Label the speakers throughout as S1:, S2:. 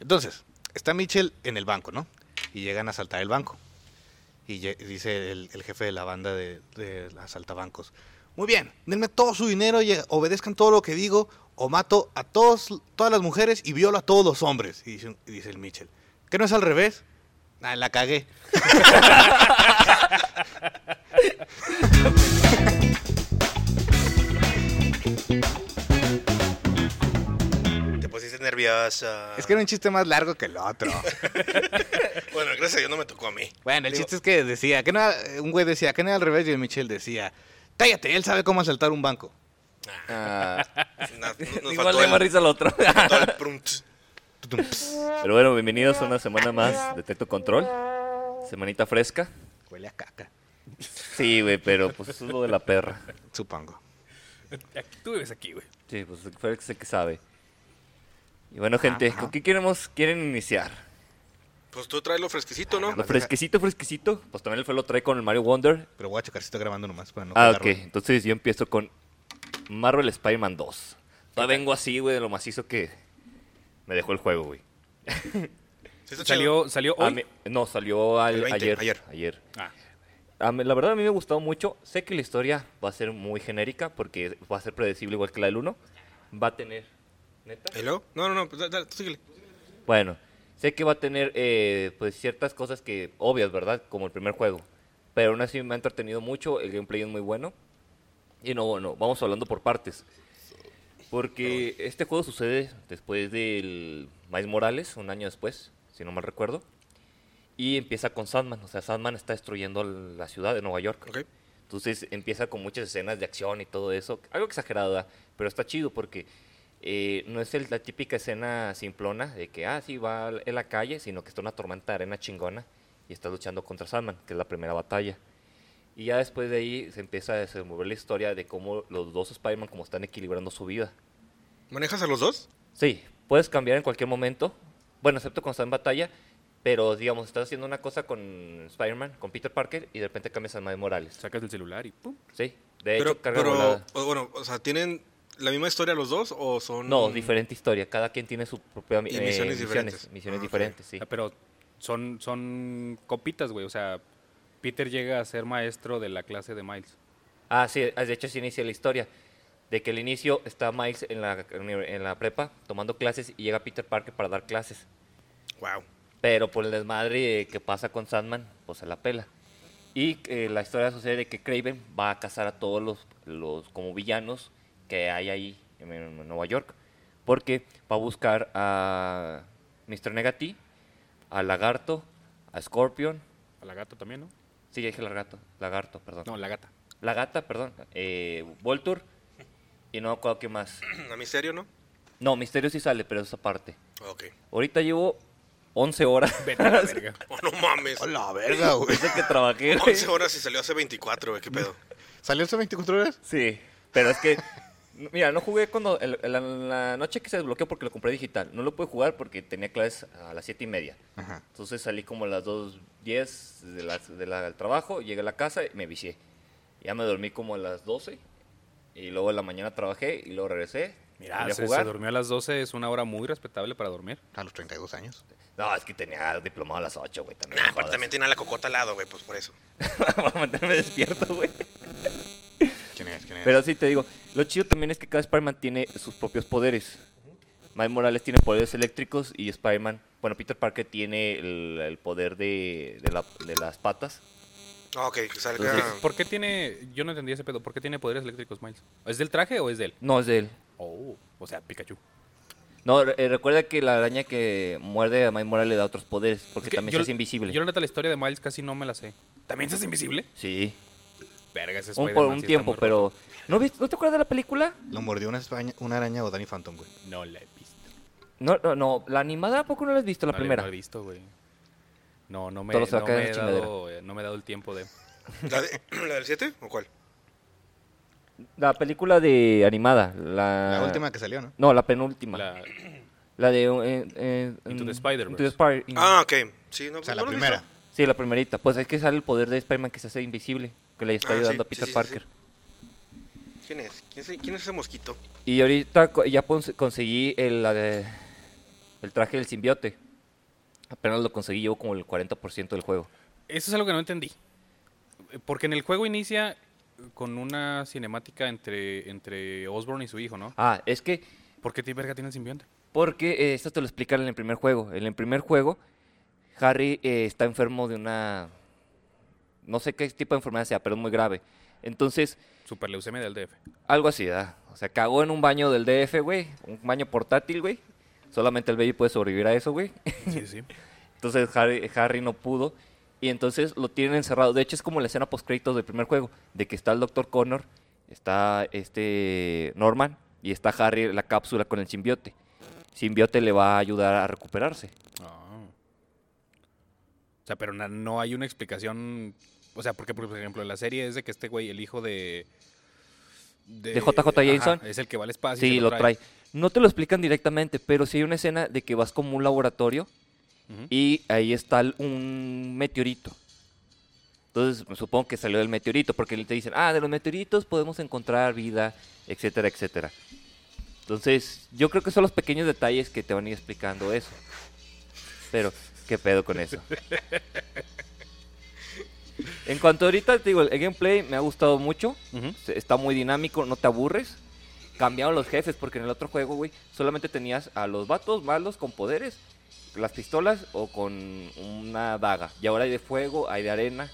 S1: Entonces, está Mitchell en el banco, ¿no? Y llegan a asaltar el banco. Y ye- dice el, el jefe de la banda de, de asaltabancos. Muy bien, denme todo su dinero y obedezcan todo lo que digo o mato a todos, todas las mujeres y violo a todos los hombres. Y dice, y dice el Mitchell. ¿Que no es al revés? Ah, la cagué.
S2: Te pusiste nerviosa.
S1: Es que era un chiste más largo que el otro.
S2: Bueno, gracias a Dios no me tocó a mí.
S1: Bueno, el chiste es que decía, que no, era- un güey decía, que no era al revés y el Mitchell decía, cállate, él sabe cómo asaltar un banco.
S3: Ah,
S2: Na- nos
S3: igual
S2: faltó
S3: le
S2: el-
S3: más risa al otro.
S2: faltó el prunt.
S1: Tutum, ps,
S3: Pero bueno, bienvenidos a una semana más de Teto Control. Semanita fresca.
S1: Huele a caca,
S3: Sí, güey, pero pues eso es lo de la perra.
S1: supongo.
S4: Aquí- tú vives aquí, güey.
S3: Sí, pues Félix es el que sabe. Y bueno, gente, ¿con qué queremos, quieren iniciar?
S2: Pues tú traes lo fresquecito, ¿no?
S3: Lo fresquecito, fresquecito. Pues también el Felo trae con el Mario Wonder.
S1: Pero voy a checar si estoy grabando nomás para no
S3: Ah, ok.
S1: cagarlo.
S3: Entonces yo empiezo con Marvel Spider-Man 2. Todavía vengo así, güey, de lo macizo que me dejó el juego, güey.
S2: Sí está chido.
S4: Salió, salió
S3: A
S4: hoy.
S3: mí- No, salió al-
S2: El 20,
S3: ayer.
S2: ayer.
S4: Ah.
S3: A mí- la verdad a mí me ha gustado mucho. Sé que la historia va a ser muy genérica porque va a ser predecible igual que la del 1. Va a tener... ¿Neta?
S2: ¿Y luego? No, no, no, pues da- dale, tú síguele.
S3: Bueno, sé que va a tener eh, pues ciertas cosas que obvias, ¿verdad? Como el primer juego. Pero aún así me ha entretenido mucho, el gameplay es muy bueno. Y no, bueno, vamos hablando por partes. Porque este juego sucede después del Miles Morales, un año después, si no mal recuerdo. Y empieza con Sandman, o sea, Sandman está destruyendo la ciudad de Nueva York.
S2: Ok.
S3: Entonces empieza con muchas escenas de acción y todo eso. Algo exagerada, pero está chido porque eh, no es el- la típica escena simplona de que, ah, sí, va al- en la calle, sino que está una tormenta de arena chingona y está luchando contra Sandman, que es la primera batalla. Y ya después de ahí se empieza a desenvolver la historia de cómo los dos Spider-Man como están equilibrando su vida.
S2: ¿Manejas a los dos?
S3: Sí, puedes cambiar en cualquier momento. Bueno, excepto cuando está en batalla. Pero, digamos, estás haciendo una cosa con Spider-Man, con Peter Parker, y de repente cambias a Miles Morales.
S4: Sacas el celular y pum.
S3: Sí, de
S2: Pero,
S3: hecho, carga
S2: pero,
S3: volada.
S2: o- bueno, o sea, ¿tienen la misma historia los dos o son...?
S3: No, diferente historia. Cada quien tiene su propia mi-
S2: Y
S3: eh,
S2: misiones
S3: misiones,
S2: diferentes.
S3: misiones
S2: Ah, ok.
S3: diferentes, sí.
S4: Ah, Pero son, son copitas, güey. O sea, Peter llega a ser maestro de la clase de Miles.
S3: Ah, sí, ah, de hecho se inicia la historia. De que al inicio está Miles en la, en la prepa tomando clases y llega Peter Parker para dar clases.
S2: Wow.
S3: Pero por el desmadre que pasa con Sandman, pues se la pela. Y eh, la historia sucede de que Craven va a cazar a todos los, los como villanos que hay ahí en, en Nueva York. Porque va a buscar a Mr. Negati, a Lagarto, a Scorpion.
S4: A la gata también, ¿no?
S3: Sí, ya dije Lagarto, Lagarto, perdón.
S4: No, la gata.
S3: La gata, perdón. Eh, Voltur. Y no me acuerdo qué más.
S2: ¿A mí serio, no?
S3: No, Misterio sí sale, pero esa parte.
S2: Ok.
S3: Ahorita llevo 11 horas.
S4: Vete a la verga.
S2: Oh, no mames.
S1: Hola, verga, güey.
S3: Desde que trabajé. güey.
S2: 11 horas y salió hace 24, güey, qué pedo.
S1: ¿Salió hace 24 horas?
S3: Sí, pero es que, n- mira, no jugué cuando, el- el- la, la noche que se desbloqueó porque lo compré digital, no lo pude jugar porque tenía clases a las siete y media.
S1: Ajá.
S3: Entonces salí como a las 2.10 de la, de la- del trabajo, llegué a la casa y me vicié. Ya me dormí como a las 12 y luego en la mañana trabajé y luego regresé.
S4: Mira,
S3: salí a
S4: se, se durmió a las 12, es una hora muy respetable para dormir.
S1: A los 32 años.
S3: No, es que tenía diplomado a las 8, güey. También,
S4: Ah,
S2: Nah,
S3: no
S2: pero
S3: jodas.
S2: también tiene a la cocota al lado, güey, pues por eso.
S3: Para mantenerme despierto, güey.
S1: ¿Quién es? ¿Quién es?
S3: Pero sí te digo, lo chido también es que cada Spider-Man tiene sus propios poderes. Miles Morales tiene poderes eléctricos y Spider-Man, bueno, Peter Parker tiene el, el poder de, de la- de las patas.
S2: Ah, ok, que salga...
S3: Entonces,
S4: ¿Por qué tiene.? Yo no entendí ese pedo. ¿Por qué tiene poderes eléctricos, Miles? ¿Es del traje o es de él?
S3: No, es de él.
S4: Oh, o sea, Pikachu.
S3: No, re- eh, recuerda que la araña que muerde a Miles Morales le da otros poderes, porque
S4: Es que
S3: también
S4: yo-
S3: se hace invisible.
S4: Yo, la neta, la historia de Miles casi no me la sé. ¿También se hace invisible?
S3: Sí,
S4: Verga, ese
S3: un, por
S4: Spider-Man
S3: un
S4: sí está
S3: tiempo,
S4: muy roto.
S3: pero... ¿No, viste- ¿No te acuerdas de la película?
S1: Lo mordió una, españa- una araña o Danny Phantom, güey.
S4: No la he visto.
S3: No, no, no, la animada ¿a poco no la has visto, la
S4: No
S3: primera.
S4: No he visto, güey. No, no me,
S3: Todo se va a
S4: no
S3: caer
S4: me
S3: en
S4: he
S3: la chingadera.
S4: dado, eh, no me he dado el tiempo de.
S2: ¿La, de- la del 7 o cuál?
S3: La película de animada, la...
S1: La última que salió, ¿no?
S3: No, la penúltima. La,
S4: La,
S3: de... eh, eh,
S4: Into
S3: mm,
S4: the Spider-Verse.
S3: Into the Spir-
S2: Ah, ok. Sí, no,
S1: O sea,
S2: no
S1: la
S2: lo he
S1: primera.
S2: visto.
S3: Sí, la primerita. Pues es que sale el poder de Spider-Man que se hace invisible, que le está
S2: Ah, sí,
S3: ayudando
S2: sí,
S3: a Peter
S2: sí, sí,
S3: Parker.
S2: ¿Quién es? ¿Quién es, quién es ese mosquito?
S3: Y ahorita co- ya pons- conseguí el, la de- El traje del simbiote. Apenas lo conseguí yo como el 40% del juego.
S4: Eso es algo que no entendí. Porque en el juego inicia con una cinemática entre, entre Osborn y su hijo, ¿no?
S3: Ah, es que
S4: ¿Por qué ti- verga tiene el simbionte?
S3: Porque eh, esto te lo explicaron en el primer juego. En el primer juego, Harry eh, está enfermo de una. No sé qué tipo de enfermedad sea, pero es muy grave. Entonces,
S4: Super leucemia del DF.
S3: algo así, ¿verdad? O sea, cagó en un baño del DF, güey. Un baño portátil, güey. Solamente el baby puede sobrevivir a eso, güey.
S4: Sí, sí.
S3: Entonces Harry, Harry no pudo. Y entonces lo tienen encerrado. De hecho, es como la escena post créditos del primer juego. De que está el Dr. Connor, está este Norman y está Harry en la cápsula con el simbiote. Simbiote le va a ayudar a recuperarse.
S4: Ah. O sea, pero na- no hay una explicación. O sea, porque, por ejemplo, en la serie es de que este güey, el hijo de.
S3: De JJ Jameson.
S4: es el que va al espacio. y
S3: Sí,
S4: se
S3: lo trae. No te lo explican directamente, pero sí hay una escena de que vas como a un laboratorio
S4: Ujú.
S3: y ahí está el- un meteorito. Entonces supongo que salió del meteorito, porque te dicen, ah, de los meteoritos podemos encontrar vida, etcétera, etcétera. Entonces, yo creo que son los pequeños detalles que te van a ir explicando eso. Pero, ¿qué pedo con eso? En cuanto ahorita, te digo, el gameplay me ha gustado mucho.
S4: Ujú.
S3: Se- Está muy dinámico, no te aburres. Cambiaron los jefes, porque en el otro juego, güey, solamente tenías a los vatos malos con poderes, las pistolas o con una daga. Y ahora hay de fuego, hay de arena.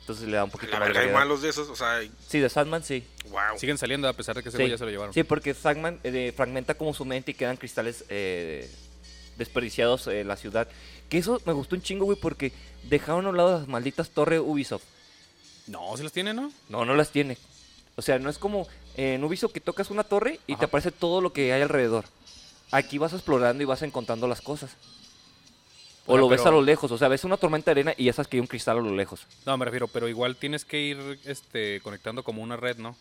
S3: Entonces le da un poquito
S2: La
S3: más
S2: verdad, hay
S3: variedad.
S2: malos de esos. O sea,
S3: Sí, de Sandman sí.
S2: wow.
S4: Siguen saliendo a pesar de que ese
S3: Sí,
S4: güey ya se lo llevaron.
S3: sí, porque Sandman eh, fragmenta como su mente y quedan cristales eh, desperdiciados eh, en la ciudad. Que eso me gustó un chingo, güey, porque dejaron a un lado las malditas torres Ubisoft.
S4: No, se los tiene, ¿no?
S3: No, no las tiene. O sea, no es como eh, en Ubisoft que tocas una torre y te aparece todo lo que hay alrededor. Aquí vas explorando y vas encontrando las cosas. O
S4: Bueno,
S3: lo ves a
S4: pero-
S3: lo lejos, o sea, ves una tormenta de arena y ya sabes que hay un cristal a lo lejos.
S4: No, me refiero, pero igual tienes que ir este, conectando como una red, ¿no?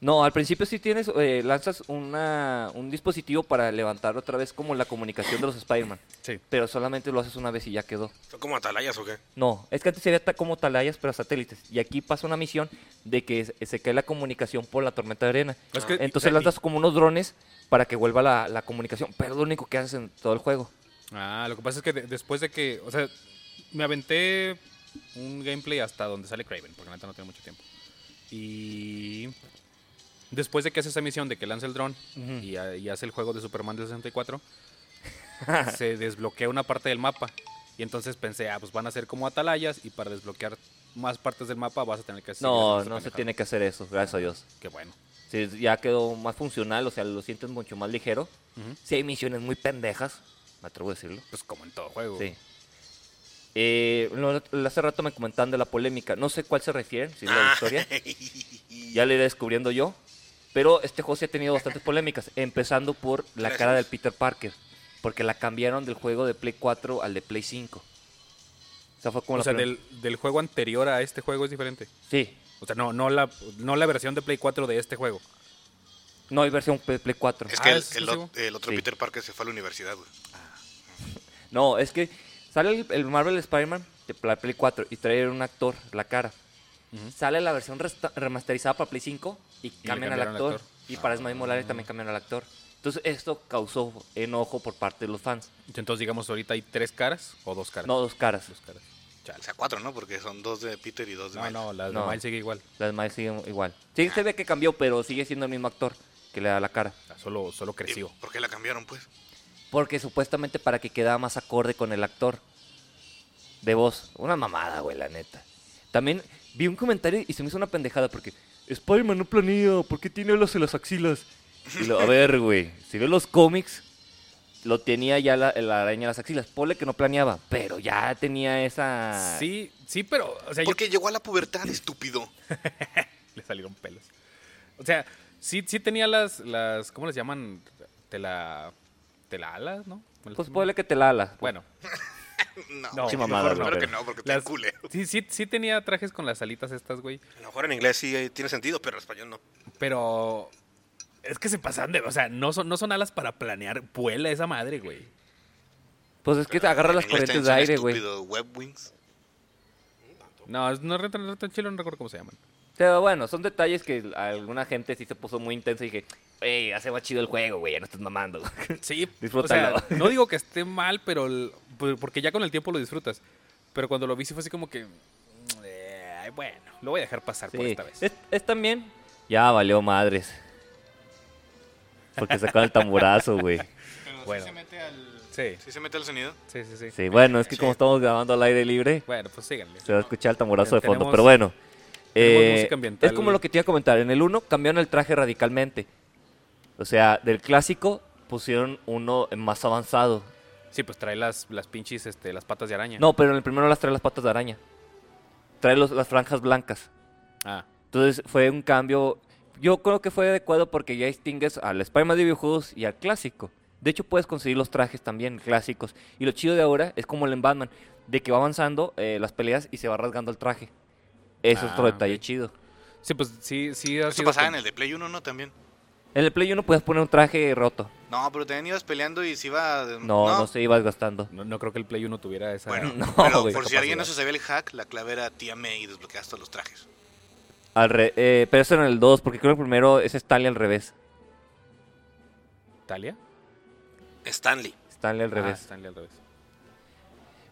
S3: No, al principio sí tienes, eh, lanzas una, un dispositivo para levantar otra vez como la comunicación de los Spider-Man.
S4: Sí.
S3: Pero solamente lo haces una vez y ya quedó.
S2: ¿Son como atalayas o qué?
S3: No, es que antes se veía ta- como talayas, pero satélites. Y aquí pasa una misión de que se- se cae la comunicación por la tormenta de arena.
S4: Es que- eh,
S3: Entonces
S4: y-
S3: lanzas como unos drones para que vuelva la, la comunicación. Pero es lo único que haces en todo el juego.
S4: Ah, lo que pasa es que de- después de que. O sea, me aventé un gameplay hasta donde sale Craven, porque la neta no tiene mucho tiempo. Y. Después de que hace esa misión de que lanza el dron y, ha- y hace el juego de Superman del 64, se desbloquea una parte del mapa. Y entonces pensé, ah, pues van a ser como atalayas y para desbloquear más partes del mapa vas a tener que seguir haciendo
S3: no,
S4: esta
S3: no se
S4: pendejada.
S3: tiene que hacer eso, gracias a Dios.
S4: Qué bueno.
S3: Sí, ya quedó más funcional, o sea, lo sientes mucho más ligero.
S4: Ujú.
S3: Sí hay misiones muy pendejas, me atrevo a decirlo.
S4: Pues como en todo juego.
S3: Sí. Eh, lo- lo- hace rato me comentaban de la polémica. No sé cuál se refieren, si es
S4: Ah.
S3: la historia. Ya la iré descubriendo yo. Pero este juego sí ha tenido bastantes polémicas. Empezando por la cara del Peter Parker. Porque la cambiaron del juego de Play 4 al de Play 5. O sea, fue como
S4: O
S3: la
S4: sea,
S3: primera-
S4: del, del juego anterior a este juego es diferente.
S3: Sí.
S4: O sea, no, no, la, no la versión de Play 4 de este juego.
S3: No hay versión de Play 4.
S1: Es que
S4: Ah,
S1: el,
S4: ¿es
S1: el
S4: exclusivo?
S1: ot- el otro
S3: Sí.
S1: Peter Parker se fue a la universidad, güey.
S3: No, es que sale el, el Marvel Spider-Man de pla- Play 4 y trae un actor, la cara. Sale la versión resta- remasterizada para Play 5 y
S4: le
S3: cambian al
S4: cambiaron al
S3: actor.
S4: actor. Ah,
S3: Y para Smile Morales también cambian al actor. Entonces esto causó enojo por parte de los fans.
S4: Entonces, digamos, ahorita hay tres caras o dos caras.
S3: No, dos caras.
S4: dos caras.
S1: O
S4: Chale.
S1: sea, cuatro, ¿no? Porque son dos de Peter y dos de
S4: No,
S1: Miles.
S4: no, la de
S3: No.
S4: Miles sigue igual.
S3: Las demás siguen igual. Sí, se ve que cambió, pero sigue siendo el mismo actor que le da la cara.
S4: O sea, Solo, solo
S1: ¿Y
S4: creció.
S1: ¿Por qué la cambiaron, pues?
S3: Porque supuestamente para que quedaba más acorde con el actor de voz. Una mamada, güey, la neta. También vi un comentario y se me hizo una pendejada porque Spider-Man no planea, ¿por qué tiene alas en las axilas? Y lo, a ver, güey, si ves los cómics, lo tenía ya la, la araña en las axilas. Ponle que no planeaba, pero ya tenía esa...
S4: Sí, sí, pero, o sea, yo-
S1: Porque llegó a la pubertad, estúpido.
S4: le salieron pelos. O sea, sí, sí tenía las, las, ¿cómo les llaman? Te la, te la alas, ¿no? ¿Cómo les
S3: Pues
S4: llaman?
S3: ponle que te la ala.
S4: Bueno,
S1: No,
S4: No,
S1: sí,
S4: sí,
S3: mamada,
S1: claro
S3: no,
S1: que
S3: pero-
S1: no, porque
S4: las-
S1: te culé.
S4: sí, sí, sí tenía trajes con las alitas estas, güey.
S2: A lo mejor en inglés sí eh, tiene sentido, pero en español no.
S4: Pero es que se pasan de, o sea, no son, no son alas para planear. Vuela esa madre, güey.
S3: Pues es que te agarra
S1: En
S3: las
S1: inglés
S3: corrientes
S1: también
S3: de
S1: son
S3: aire, güey.
S1: estúpido, Web Wings.
S4: No, es- no es tan, no es tan chilo, no recuerdo cómo se llaman.
S3: Pero bueno, son detalles que a alguna gente sí se puso muy intensa y dije, Ey, hace más chido el juego, güey. Ya no estás mamando.
S4: Sí, o
S3: Disfrútalo.
S4: sea, no digo que esté mal, pero el- por- porque ya con el tiempo lo disfrutas. Pero cuando lo vi sí fue así como que, "Eh, bueno, lo voy a dejar pasar por
S3: Sí.
S4: esta vez.
S3: Es, es también. Ya valió madres. Porque sacaron el tamborazo, güey.
S1: Pero
S4: Bueno. se
S1: mete al.
S4: Sí,
S1: se mete al sonido.
S4: sí, sí, sí.
S3: Sí, bueno, es que como estamos grabando al aire libre,
S4: Bueno, pues síganle.
S3: se va a escuchar el tamborazo de fondo.
S4: Tenemos-
S3: Pero bueno.
S4: tenemos
S3: eh,
S4: música ambiental.
S3: es como lo que te iba a comentar. En el 1 cambiaron el traje radicalmente. O sea, del clásico pusieron uno más avanzado.
S4: Sí, pues trae las, las pinches, este, las patas de araña.
S3: No, pero en el primero las trae las patas de araña. Trae los- las franjas blancas.
S4: Ah,
S3: Entonces fue un cambio. Yo creo que fue adecuado porque ya distingues al Spider-Man de videojuegos y al clásico. De hecho, puedes conseguir los trajes también clásicos. Y lo chido de ahora es como el en Batman, de que va avanzando eh, las peleas y se va rasgando el traje. Eso es otro
S4: Ah,
S3: detalle
S4: ok.
S3: chido.
S4: sí, pues sí, sí. Ha
S1: Eso
S4: sido
S1: pasaba en
S4: como-
S1: el de Play 1, ¿no? También.
S3: En el Play 1 puedes poner un traje roto.
S1: No, pero también ibas peleando y se iba.
S3: No, no, se iba desgastando.
S4: No, no creo que el Play 1 tuviera esa...
S1: Bueno,
S3: No,
S1: pero
S3: güey,
S1: por si alguien no
S4: capacidad.
S1: se sabía el hack, la clave era tía May y desbloqueabas todos los trajes.
S3: Al re- eh, pero eso en el 2, porque creo que el primero es Stanley al revés.
S4: ¿Talia?
S2: Stanley.
S3: Stanley al
S4: Ah,
S3: revés.
S4: Stanley al revés.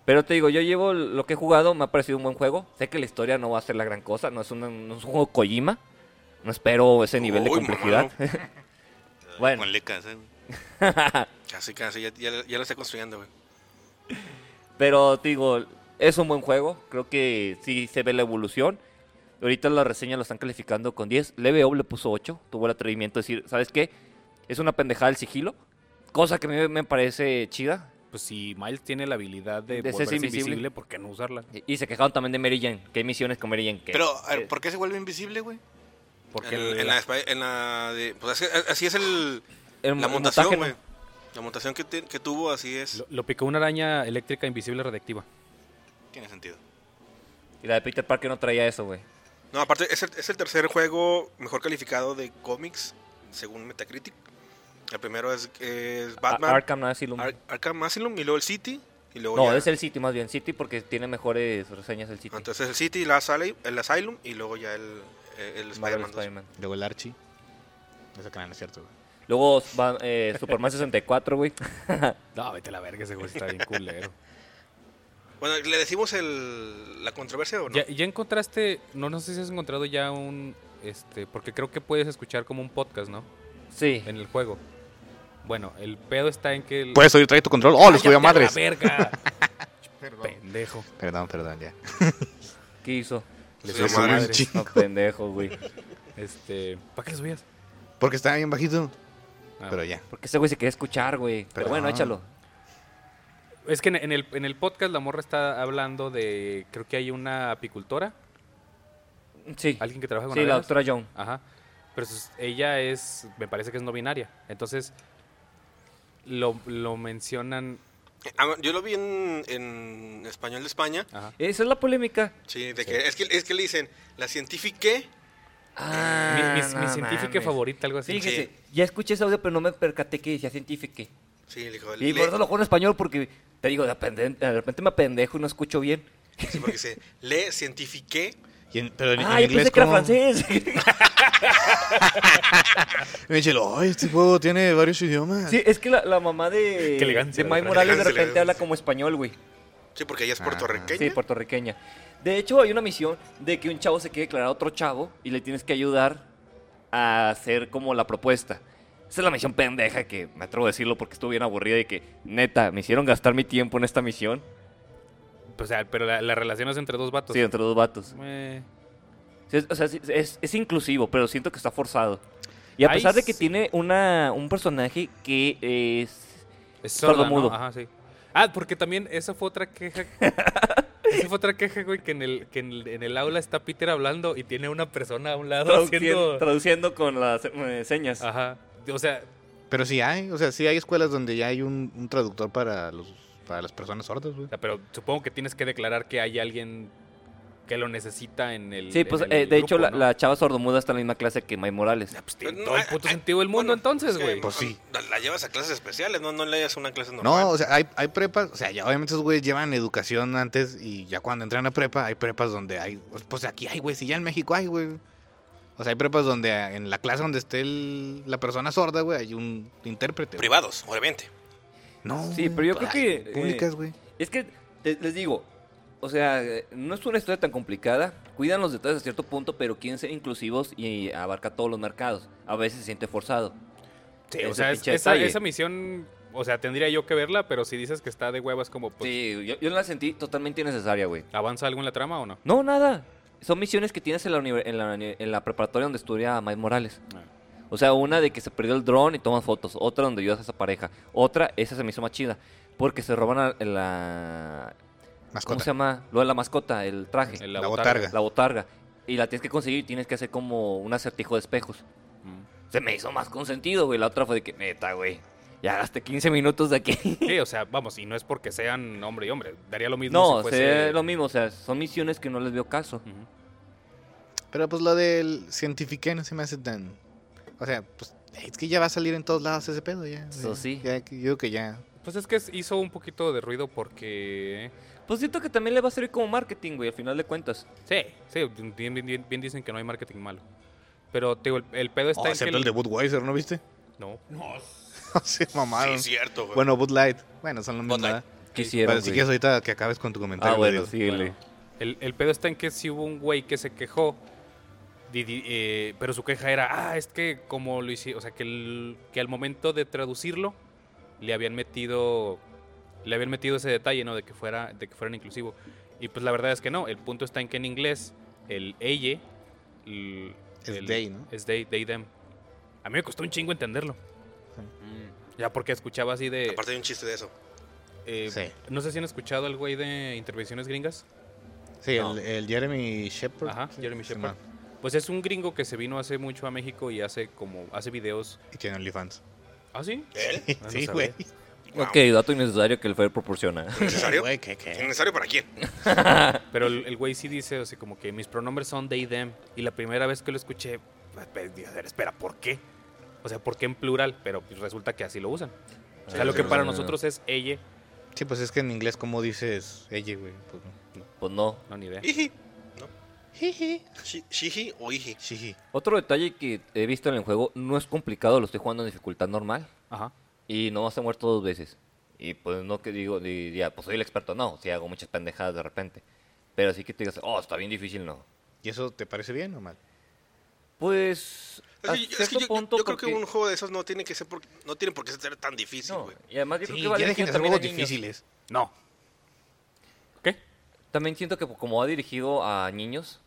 S3: Pero te digo, yo llevo lo que he jugado, me ha parecido un buen juego. Sé que la historia no va a ser la gran cosa, no es, una- no es un juego Kojima. No espero ese nivel de
S2: Uy,
S3: complejidad. Bueno.
S1: Con lecas, ¿eh?
S2: Casi, casi. Ya, ya, ya lo está construyendo, güey.
S3: Pero te digo, es un buen juego. Creo que sí se ve la evolución. Ahorita la reseña lo están calificando con 10. LBO le puso 8. Tuvo el atrevimiento de decir, ¿sabes qué? Es una pendejada el sigilo. Cosa que a mí me parece chida.
S4: Pues si Miles tiene la habilidad de,
S3: De ser
S4: volverse
S3: invisible.
S4: invisible. ¿por qué no usarla?
S3: Y- Y se quejaron también de Mary Jane. Que hay misiones con Mary Jane. que-
S1: Pero, a ver,
S3: que-
S1: ¿por qué se vuelve invisible, güey?
S4: Porque
S2: En,
S4: el-
S2: en la, espa- en la de- pues así, así es el,
S3: el-
S2: la
S3: el
S2: montación,
S3: montaje, ¿no?
S2: güey. La montación que, te- que tuvo, así es.
S4: lo, lo picó una araña eléctrica invisible radiactiva.
S1: Tiene sentido.
S3: Y la de Peter Parker no traía eso, güey.
S2: No, aparte, es el, es el tercer juego mejor calificado de cómics, según Metacritic. El primero es, es
S3: A-
S2: Batman,
S3: Arkham no Asylum.
S2: Ar- Arkham Asylum, y luego el City. Y luego
S3: No,
S2: ya- Ah,
S3: es el City más bien, City porque tiene mejores reseñas el City.
S2: Entonces el City, la Asylum, el Asylum y luego ya el, el, el
S3: Marvel
S2: Spider-Man. dos.
S3: Spider-Man.
S1: Luego el Archie. Eso que no es cierto, güey.
S3: Luego va, eh, Superman 64, güey.
S4: No, vete a la verga, ese güey está bien culero.
S2: Bueno, ¿le decimos el, la controversia o no?
S4: ¿Ya, ya encontraste, no, no sé si has encontrado ya un, este, porque creo que puedes escuchar como un podcast, ¿no?
S3: Sí.
S4: En el juego. Bueno, el pedo está en que el...
S1: Puedes oír, trae tu control. ¡Oh, les
S4: ¡Cállate
S1: subió
S4: a
S1: a madres!
S4: la verga!
S5: Perdón.
S4: Pendejo.
S1: Perdón, perdón, ya.
S3: ¿Qué hizo?
S4: Le
S2: Sí,
S4: subió
S2: madre.
S4: madres.
S3: No, pendejo, güey.
S4: Este, ¿para qué le subías?
S1: Porque estaba bien bajito.
S4: Ah,
S1: Pero ya.
S3: Porque ese güey se quería escuchar, güey. Pero ah.
S1: Perdón.
S3: bueno, échalo.
S4: Es que en, en el, en el podcast la morra está hablando de, creo que hay una apicultora,
S3: Sí.
S4: alguien que trabaja con
S3: Sí, la
S4: abejas.
S3: doctora Young.
S4: Ajá. Pero sus- ella es, me parece que es no binaria. Entonces, lo, lo mencionan.
S2: Ah, Yo lo vi en, en español de España.
S4: Ajá.
S3: Esa es la polémica.
S2: Sí, de que, es que es que le dicen, la científique
S4: Mi,
S3: Ah,
S4: mi- mi
S3: no
S4: científica
S3: mames.
S4: favorita, algo así.
S3: Fíjese, ya escuché ese audio, pero no me percaté que decía científica.
S2: Sí, le dijo,
S3: Y
S2: le-
S3: por eso lo juego en español porque te digo, de apende- de repente me apendejo y no escucho bien.
S2: sí, porque dice, le cientifique.
S1: Y en- pero en,
S3: Ah,
S1: en
S3: yo
S1: inglés,
S3: pensé que era
S1: ¿cómo?
S3: francés.
S1: Y me dice, ¡ay, este juego tiene varios idiomas!
S3: Sí, es que la, la mamá de,
S4: Qué elegancia,
S3: de May
S4: la
S3: Morales de
S2: elegancia, elegancia.
S3: repente habla como español, güey.
S2: Sí, porque ella es
S1: Ah,
S2: puertorriqueña.
S3: Sí, puertorriqueña. De hecho, hay una misión de que un chavo se quiere declarar a otro chavo y le tienes que ayudar a hacer como la propuesta. Esa es la misión pendeja que me atrevo a decirlo porque estuve bien aburrida y que, neta, me hicieron gastar mi tiempo en esta misión.
S4: O sea, pero la, la relación es entre dos vatos.
S3: Sí, entre dos vatos.
S4: Eh,
S3: Sí, es- o sea, sí, es, es inclusivo, pero siento que está forzado. Y a
S4: Ay,
S3: pesar de que
S4: sí.
S3: tiene una, un personaje que es
S4: es
S3: Sordo
S4: sorda, ¿no?
S3: mudo.
S4: Ajá, sí. Ah, porque también esa fue otra queja. esa fue otra queja, güey, que en el, que en el, en el aula está Peter hablando y tiene una persona a un lado
S3: traduciendo,
S4: haciendo.
S3: traduciendo con las eh, señas.
S4: Ajá. O sea,
S1: Pero sí hay, o sea, sí hay escuelas donde ya hay un, un traductor para los para las personas sordas, güey.
S4: o sea, pero supongo que tienes que declarar que hay alguien que lo necesita en el.
S3: Sí, pues
S4: en el
S3: eh, de
S4: grupo,
S3: hecho la,
S4: ¿no?
S3: la chava sordomuda está en la misma clase que May Morales.
S4: Pues
S2: Pero
S4: tiene
S2: no,
S4: todo el
S2: ah,
S4: puto
S2: ah,
S4: sentido del mundo
S2: bueno,
S4: entonces,
S2: es que,
S4: güey.
S1: Pues sí.
S2: La, la llevas a clases especiales, no, no le das una clase normal.
S1: No, o sea, hay, hay prepas, o sea, ya obviamente esos güeyes llevan educación pues, antes y ya cuando entran a prepa, hay prepas donde hay, pues aquí hay, güey, si ya en México hay, güey. O sea, hay prepas donde ah, en la clase donde esté el- la persona sorda, güey, hay un intérprete. güey.
S2: Privados, obviamente.
S1: No.
S3: Sí, pero yo
S1: pues,
S3: creo que,
S1: ay, Públicas,
S3: eh,
S1: güey.
S3: Es que te- les digo, o sea, eh, no es una historia tan complicada. Cuidan los detalles a cierto punto, pero quieren ser inclusivos y abarca todos los mercados. A veces se siente forzado.
S4: pues, o
S3: Ese
S4: sea, es-
S3: pinche
S4: esa,
S3: detalle.
S4: esa misión, o sea, tendría yo que verla, pero si dices que está de huevas, como, pues,
S3: Sí, yo, yo la sentí totalmente innecesaria, güey.
S4: ¿avanza algo en la trama o no?
S3: No, nada. Son misiones que tienes en la, univer- en la, uni- en la preparatoria donde estudia Mike Morales.
S4: Ah.
S3: O sea, una de que se perdió el dron y tomas fotos. Otra donde ayudas a esa pareja. Otra, esa se me hizo más chida. Porque se roban a- la... ¿Cómo se
S1: Mascota.
S3: llama? Lo de la mascota, el traje.
S4: El-
S1: La,
S4: La
S1: botarga.
S3: la botarga. Y la tienes que conseguir y tienes que hacer como un acertijo de espejos. Se me hizo más consentido, güey. La otra fue de que, neta, güey. Ya gasté 15 minutos de aquí.
S4: Sí, o sea, vamos, y no es porque sean hombre y hombre. Daría lo mismo
S3: No,
S4: si
S3: se
S4: fuese...
S3: ve lo mismo. O sea, son misiones que no les veo caso.
S4: Ujú.
S1: Pero pues lo del cientifique no se me hace tan. O sea, pues es que ya va a salir en todos lados ese pedo, ya.
S3: Eso
S1: Ya-
S3: sí.
S1: ya que- yo creo que ya.
S4: Pues es que es- hizo un poquito de ruido porque...
S3: Pues siento que también le va a servir como marketing, güey, al final de cuentas.
S4: Sí, sí, bien, bien- bien- bien dicen que no hay marketing malo. Pero, te digo, el, el pedo está
S1: Oh,
S4: en que...
S1: excepto el de Budweiser, ¿no viste?
S4: No,
S1: sí, mamaron.
S2: Sí, cierto, güey.
S1: Bueno, Bud Light. Bueno, son lo mismo.
S2: Bud Light.
S1: ¿verdad?
S3: Quisieron,
S1: Pero si quieres ahorita que acabes con tu comentario.
S3: Ah, bueno,
S1: Diego.
S3: síguele.
S4: Bueno, el, el pedo está en que si hubo un güey que se quejó, di- di- eh, pero su queja era, ah, es que como lo hice, o sea, que, el- que al momento de traducirlo le habían metido, le habían metido ese detalle, ¿no? De que fuera, de que fueran inclusivo. Y pues la verdad es que no. El punto está en que en inglés el ella el-
S1: Es
S4: el-
S1: they, ¿no?
S4: Es they, they, them. A mí me costó un chingo entenderlo. Ya porque escuchaba así de.
S2: Aparte de un chiste de eso.
S4: eh,
S1: Sí.
S4: No sé si han escuchado al güey de intervenciones gringas.
S1: Sí,
S3: No.
S1: el, el Jeremy Shepard.
S4: Ajá,
S1: Sí,
S4: Jeremy
S1: sí,
S4: Shepard. Pues es un gringo que se vino hace mucho a México y hace como hace videos.
S1: Y tiene OnlyFans.
S4: ¿Ah, sí?
S2: ¿Él?
S4: no
S1: sí,
S4: sabía.
S1: güey.
S3: Ok, dato innecesario que el Fer proporciona.
S2: ¿Necesario?
S1: Güey, ¿qué, qué?
S2: ¿Necesario para quién?
S4: Pero el el güey sí dice, o sea, como que mis pronombres son they, them. Y la primera vez que lo escuché, pues, dije, a ver, espera, ¿por qué? O sea, ¿por qué en plural? Pero pues, resulta que así lo usan. O sea,
S3: Ah,
S4: lo
S3: sí,
S4: que
S3: sí,
S4: para
S3: sí.
S4: nosotros es ella,
S1: Sí, pues es que en inglés, ¿cómo dices ella, güey? Pues,
S3: Pues no.
S4: no ni idea.
S2: Iji.
S1: Jiji.
S2: Shi- Shiji o Iji.
S1: Jiji.
S3: Otro detalle que he visto en el juego, no es complicado, lo estoy jugando en dificultad normal.
S4: Ajá.
S3: Y no vas a muerto dos veces. Y pues no que digo, diría, pues soy el experto, no. Si hago muchas pendejadas de repente. Pero así que te digas, oh, está bien difícil, no.
S1: ¿Y eso te parece bien o mal?
S3: Pues.
S2: Es
S3: a
S2: que, yo- es que
S3: cierto
S2: yo,
S3: punto,
S2: yo creo que
S3: porque-
S2: un juego de esos no tiene que ser por, no tiene por qué ser tan difícil,
S3: No,
S2: güey.
S3: y además yo
S1: Sí,
S3: creo que
S1: ya
S3: vale la
S1: dejen
S3: pena
S1: de hacer
S3: también
S1: juegos
S3: a niños.
S1: difíciles.
S4: No. ¿Qué?
S3: También siento que como ha dirigido a niños,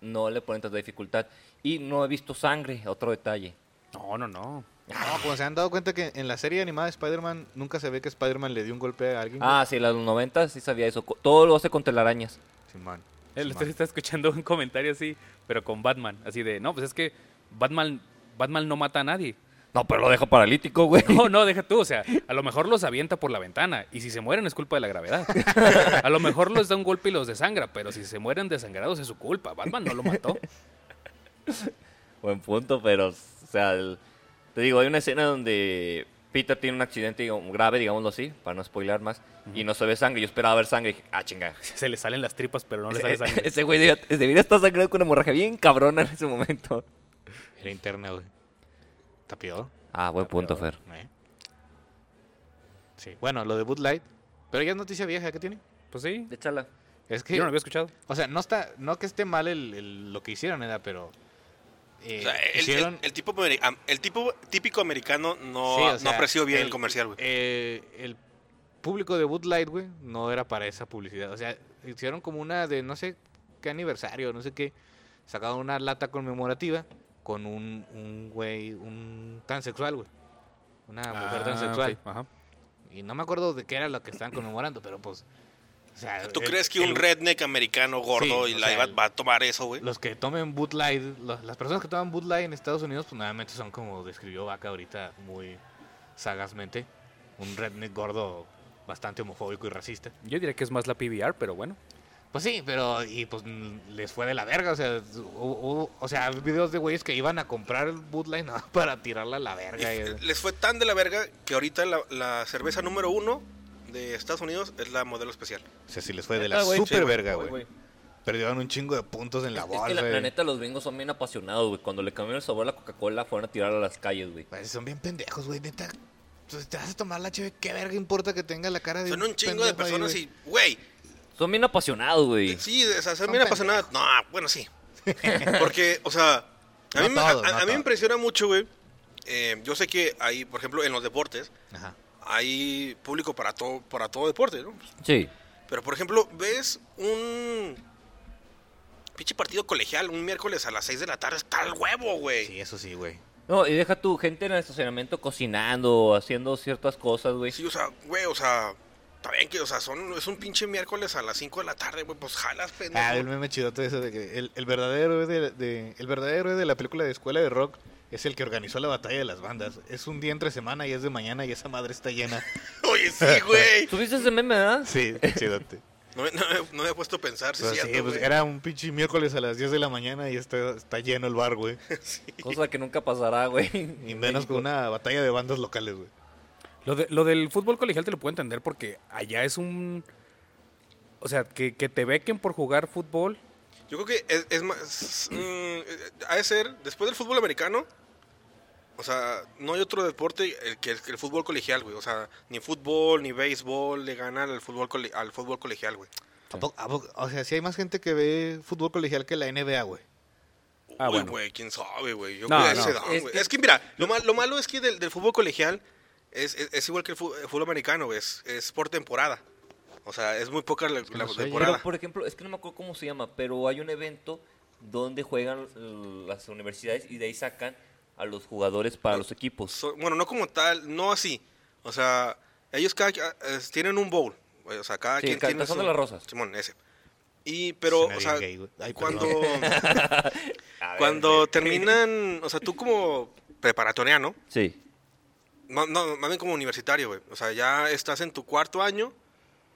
S3: no le ponen tanta dificultad. Y no he visto sangre, otro detalle.
S4: No, no, no.
S1: No, como se han dado cuenta que en la serie animada de Spider-Man nunca se ve que Spider-Man le dio un golpe a alguien.
S3: Ah, sí, la de los 90 sí sabía eso. co- Todo lo hace con telarañas.
S1: güey. Simón.
S4: El otro
S1: Simón.
S4: día estaba escuchando un comentario así, pero con Batman. Así de, no, pues es que Batman, Batman no mata a nadie.
S3: No, pero lo deja paralítico, güey.
S4: No, no, deja tú, o sea, a lo mejor los avienta por la ventana y si se mueren es culpa de la gravedad. A lo mejor los da un golpe y los desangra, pero si se mueren desangrados es su culpa. Batman no lo mató.
S3: Buen punto, pero, o sea, el- te digo, hay una escena donde Peter tiene un accidente digamos, grave, digámoslo así, para no spoilar más, y no se ve sangre. Yo esperaba ver sangre y dije, ah, chinga.
S4: Se le salen las tripas, pero no le sale
S3: Ese,
S4: sangre.
S3: ese güey debía, debería estar sangrando con una hemorragia bien cabrona en ese momento.
S1: Era interna, güey. Está peor.
S3: Ah, buen punto, Fer.
S1: ¿eh? Sí. Bueno, lo de Bud Light. Pero ya es noticia vieja, ¿qué tiene?
S4: Pues sí,
S3: Échala.
S1: Es que.
S4: yo no lo había escuchado.
S1: O sea, no está, no que esté mal el, el- lo que hicieron, ¿verdad? Pero. eh,
S2: O sea, el,
S1: hicieron.
S2: el- el tipo, ameri- am- el tipo típico americano no,
S1: Sí, o
S2: no
S1: sea,
S2: apreció bien el,
S1: el-
S2: comercial, güey.
S1: eh, el público de Bud Light, güey, no era para esa publicidad. O sea, hicieron como una de no sé qué aniversario, no sé qué. Sacaron una lata conmemorativa con un, un güey, un transexual, güey. Una
S4: Ah,
S1: mujer transexual.
S4: Ajá.
S1: Y no me acuerdo de qué era lo que estaban conmemorando, pero pues. O sea,
S2: ¿Tú
S1: el-
S2: crees que un
S1: el-
S2: redneck americano gordo
S1: Sí,
S2: y
S1: o
S2: la
S1: sea,
S2: va,
S1: el-
S2: va a tomar eso, güey?
S1: Los que tomen Bud Light, lo- las personas que toman Bud Light en Estados Unidos, pues nuevamente son como describió Vaca ahorita muy sagazmente. Un redneck gordo bastante homofóbico y racista.
S4: Yo diría que es más la PBR, pero bueno.
S1: Pues sí, pero y pues mm, les fue de la verga, o sea, hubo- hubo- o sea, videos de güeyes que iban a comprar el Bud Light nada más para tirarla a la
S2: Y
S1: verga. eh.
S2: f-
S1: y-
S2: les fue tan de la verga que ahorita la, la cerveza número uno de Estados Unidos es la modelo especial.
S1: O sea, sí les fue de
S3: Ah,
S1: la
S3: güey,
S1: super verga,
S3: Ay,
S1: güey. perdieron un chingo de puntos en la
S3: Es
S1: bolsa.
S3: que la
S1: güey.
S3: planeta los gringos son bien apasionados, güey. Cuando le cambiaron el sabor a la Coca-Cola fueron a tirarla a las calles, güey.
S1: Güey, son bien pendejos, güey, neta. Entonces, te vas a tomar la cheve, qué verga importa que tenga la cara de
S2: Son un chingo de
S1: pendejo ahí,
S2: personas
S1: güey?
S2: y, güey,
S3: Son bien apasionados, güey.
S2: sí, o sea, son bien apasionadas. No, bueno, sí. Porque, o sea, a
S1: No
S2: mí, me-
S1: todos, no
S2: a- a mí me
S1: todos.
S2: impresiona mucho, güey. Eh, yo sé que hay, por ejemplo, en los deportes,
S1: Ajá.
S2: hay público para todo, para todo deporte, ¿no?
S3: Sí.
S2: Pero, por ejemplo, ves un pinche partido colegial un miércoles a las 6 de la tarde, está el huevo, güey.
S1: Sí, eso sí, güey.
S3: No, y deja tu gente en el estacionamiento cocinando, haciendo ciertas cosas, güey.
S2: Sí, o sea, güey, o sea, está bien que, o sea, son, es un pinche miércoles a las 5 de la tarde, güey, pues jalas, pendejo.
S1: Ah, el meme chidote ese de que el, el verdadero héroe de, de- el verdadero héroe de la película de escuela de rock es el que organizó la batalla de las bandas. Es un día entre semana y es de mañana y esa madre está llena.
S2: Oye, sí, güey.
S3: ¿Tuviste ese meme, verdad?
S1: Sí, qué chidote.
S2: No, me- no me- no me he puesto a pensar, sí,
S1: Pues
S2: es
S1: sí,
S2: cierto,
S1: pues
S2: güey.
S1: era un pinche miércoles a las 10 de la mañana y está, está lleno el bar, güey.
S3: Cosa que nunca pasará, güey.
S1: Y menos con una batalla de bandas locales, güey.
S4: Lo, de- lo del fútbol colegial te lo puedo entender porque allá es un... O sea, que, que te bequen por jugar fútbol.
S2: Yo creo que es, es más. mm, eh, ha de ser, después del fútbol americano, o sea, no hay otro deporte el que el, que el fútbol colegial, güey. O sea, ni fútbol, ni béisbol le ganan al fútbol, cole- al fútbol colegial, güey.
S1: ¿A poco- a poco- o sea, sí hay más gente que ve fútbol colegial que la NBA, güey.
S4: Ah,
S2: Uy,
S4: bueno.
S2: güey, quién sabe, güey. Yo
S4: No,
S2: creo que
S4: no.
S2: se da, güey.
S3: Es
S2: Es,
S3: que-
S2: que... mira, lo, mal- lo malo es que del, del fútbol colegial es, es- es igual que el fu- el fútbol americano, güey. Es, es por temporada. O sea, es muy poca la, la
S1: no sé,
S2: temporada.
S3: Pero, por ejemplo, es que no me acuerdo cómo se llama, pero hay un evento donde juegan eh, las universidades y de ahí sacan a los jugadores para los equipos.
S2: So- bueno, no como tal, no así. O sea, ellos cada qui- eh, tienen un bowl. güey, O sea, cada
S3: Sí,
S2: quien
S3: ca-
S2: tiene
S3: Tazón
S2: su-
S3: de las Rosas.
S2: Simón, ese. Y, pero,
S1: Suena
S2: o
S1: bien
S2: sea,
S1: gay, güey. Ay,
S2: cuando,
S3: A ver,
S2: cuando
S3: güey.
S2: terminan, o sea, tú como preparatoriano,
S3: Sí.
S2: ma- no, más bien como universitario, güey. O sea, ya estás en tu cuarto año,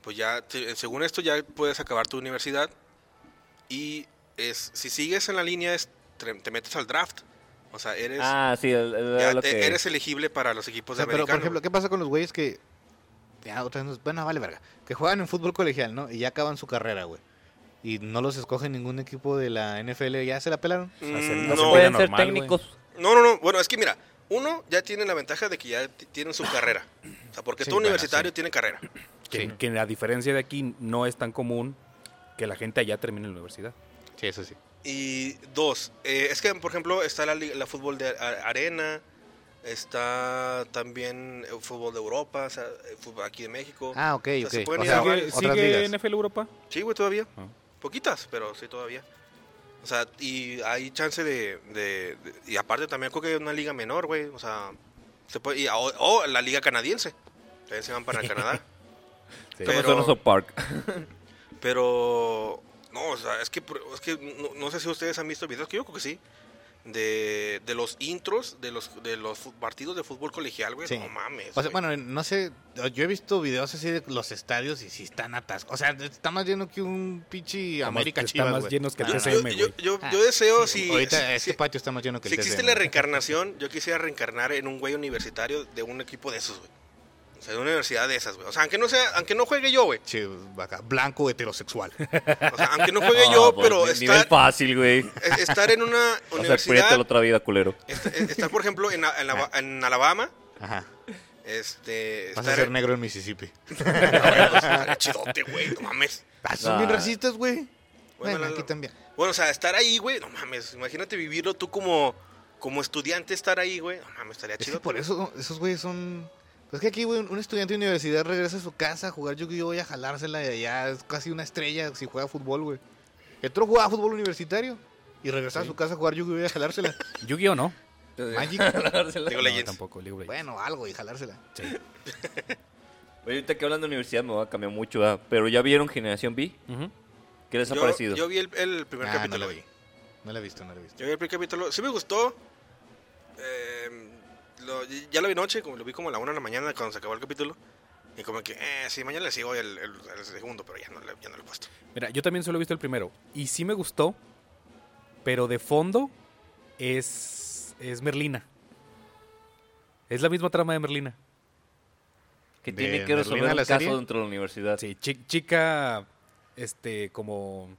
S2: pues ya, te- según esto, ya puedes acabar tu universidad. Y es, si sigues en la línea, es, te, te metes al draft. O sea, eres,
S3: Ah, sí, el- el-
S2: ya
S3: lo
S2: te-
S3: que...
S2: eres elegible para los
S1: O
S2: equipos
S1: sea,
S2: de
S1: pero, por
S2: americano,
S1: ejemplo,
S2: güey.
S1: ¿qué pasa con los güeyes que... Ya, otra vez nos- Bueno, vale, verga. Que juegan en fútbol colegial, ¿no? Y ya acaban su carrera, güey. Y no los escoge ningún equipo de la NFL. ¿Ya se la pelaron?
S2: Mm,
S4: no
S3: No,
S4: se
S2: no,
S4: puede.
S3: pueden ser
S4: normal, güey.
S3: técnicos.
S2: No, no, no. Bueno, es que mira, uno ya tiene la ventaja de que ya t- tienen su carrera. O sea, porque
S1: Sí,
S2: todo
S1: bueno,
S2: universitario tiene carrera.
S4: Que, que la diferencia de aquí no es tan común que la gente allá termine en la universidad.
S1: Sí, eso sí.
S2: Y dos, eh, es que, por ejemplo, está la, li- la fútbol de a- arena, está también el fútbol de Europa, o sea, el fútbol aquí de México.
S1: Ah, ok,
S2: O sea,
S1: ok.
S2: se pueden
S1: O
S2: ir
S1: sea,
S2: a
S4: ¿Sigue,
S2: varios-
S1: otras
S4: sigue
S1: ligas.
S4: NFL Europa?
S2: Sí, güey, todavía.
S4: Ah.
S2: Poquitas, pero sí, todavía. O sea, y hay chance de... de- de- y aparte también creo que hay una liga menor, güey. O sea, se puede... y a- o o la liga canadiense. También se van para Canadá.
S3: Somos
S2: Pero-
S3: Anderson Park.
S2: Pero no, o sea, es que por- es que no, no sé si ustedes han visto videos que yo creo que sí. De, de los intros de los de los fu- partidos de fútbol colegial, güey.
S1: Sí.
S2: No mames.
S1: O sea,
S2: güey.
S1: bueno, no sé, yo he visto videos así de los estadios y sí están atascados. O sea, está más lleno que un pinche
S4: Está más-
S1: América
S4: está
S1: Chivas,
S4: más
S1: güey.
S4: llenos que el
S1: Ah,
S4: TCM,
S2: yo,
S4: güey.
S2: yo, yo-
S1: Ah,
S2: yo deseo
S1: sí,
S2: si,
S1: Ahorita
S2: si-
S1: este
S2: si-
S1: patio está más lleno que el
S2: si existe
S1: TCM,
S2: la
S1: güey.
S2: reencarnación, yo quisiera reencarnar en un güey universitario de un equipo de esos, güey. O sea, de una universidad de esas, güey. O sea, aunque no sea, aunque no juegue yo, güey.
S1: Che, vaca, blanco heterosexual.
S2: O sea, aunque no juegue
S3: Ah,
S2: yo,
S3: pues,
S2: pero
S3: ni- Nivel
S2: estar,
S3: fácil, güey.
S2: es- estar en una
S3: O sea, cuídate
S2: universidad,
S3: la otra vida, culero.
S2: est- eh, estar, por ejemplo en, a- en la- en Alabama,
S1: Ajá.
S2: Este.
S1: Vas a
S2: estar-
S1: ser negro en Mississippi.
S2: Estaría pues, chidote, güey. No mames.
S1: Ah, son
S3: Ah.
S1: bien racistas, güey. Bueno,
S2: la-
S1: aquí también.
S2: Bueno, o sea, estar ahí, güey. No mames. Imagínate vivirlo tú como, como estudiante, estar ahí, güey. No mames, estaría
S1: Es
S2: chido.
S1: que por eso esos güeyes son... pues Es que aquí, güey, un estudiante de universidad regresa a su casa a jugar Yu-Gi-Oh! y a jalársela de allá. Es casi una estrella si juega fútbol, güey. Entró jugaba fútbol universitario y regresaba a su casa a jugar Yu-Gi-Oh! y a jalársela.
S4: ¿Yu-Gi-Oh no?
S1: Magic.
S2: Digo,
S4: No,
S2: Legends.
S4: tampoco. League of Legends.
S1: Bueno, algo y jalársela.
S3: Oye, ahorita que hablan de universidad me va a cambiar mucho, ¿verdad? Pero ya vieron Generación B.
S4: Ujú.
S3: ¿Qué les ha
S2: Yo,
S3: parecido?
S2: yo vi el, el primer
S1: Ah, no la
S2: capítulo,
S1: vi.
S2: güey.
S1: No la he visto, no la he visto.
S2: Yo vi el primer capítulo. Sí me gustó. Eh, lo- ya lo vi noche, como lo vi como a la una de la mañana cuando se acabó el capítulo. Y como que, eh, sí, mañana le sigo el, el- el segundo, pero ya no, le- ya no lo he puesto.
S4: Mira, yo también solo he visto el primero. Y sí me gustó, pero de fondo es, es Merlina. Es la misma trama de Merlina.
S3: Que
S1: de
S3: tiene que resolver
S1: Merlina,
S3: un
S1: la
S3: caso
S1: serie.
S3: dentro de la universidad.
S4: Sí, chi- chica, este, como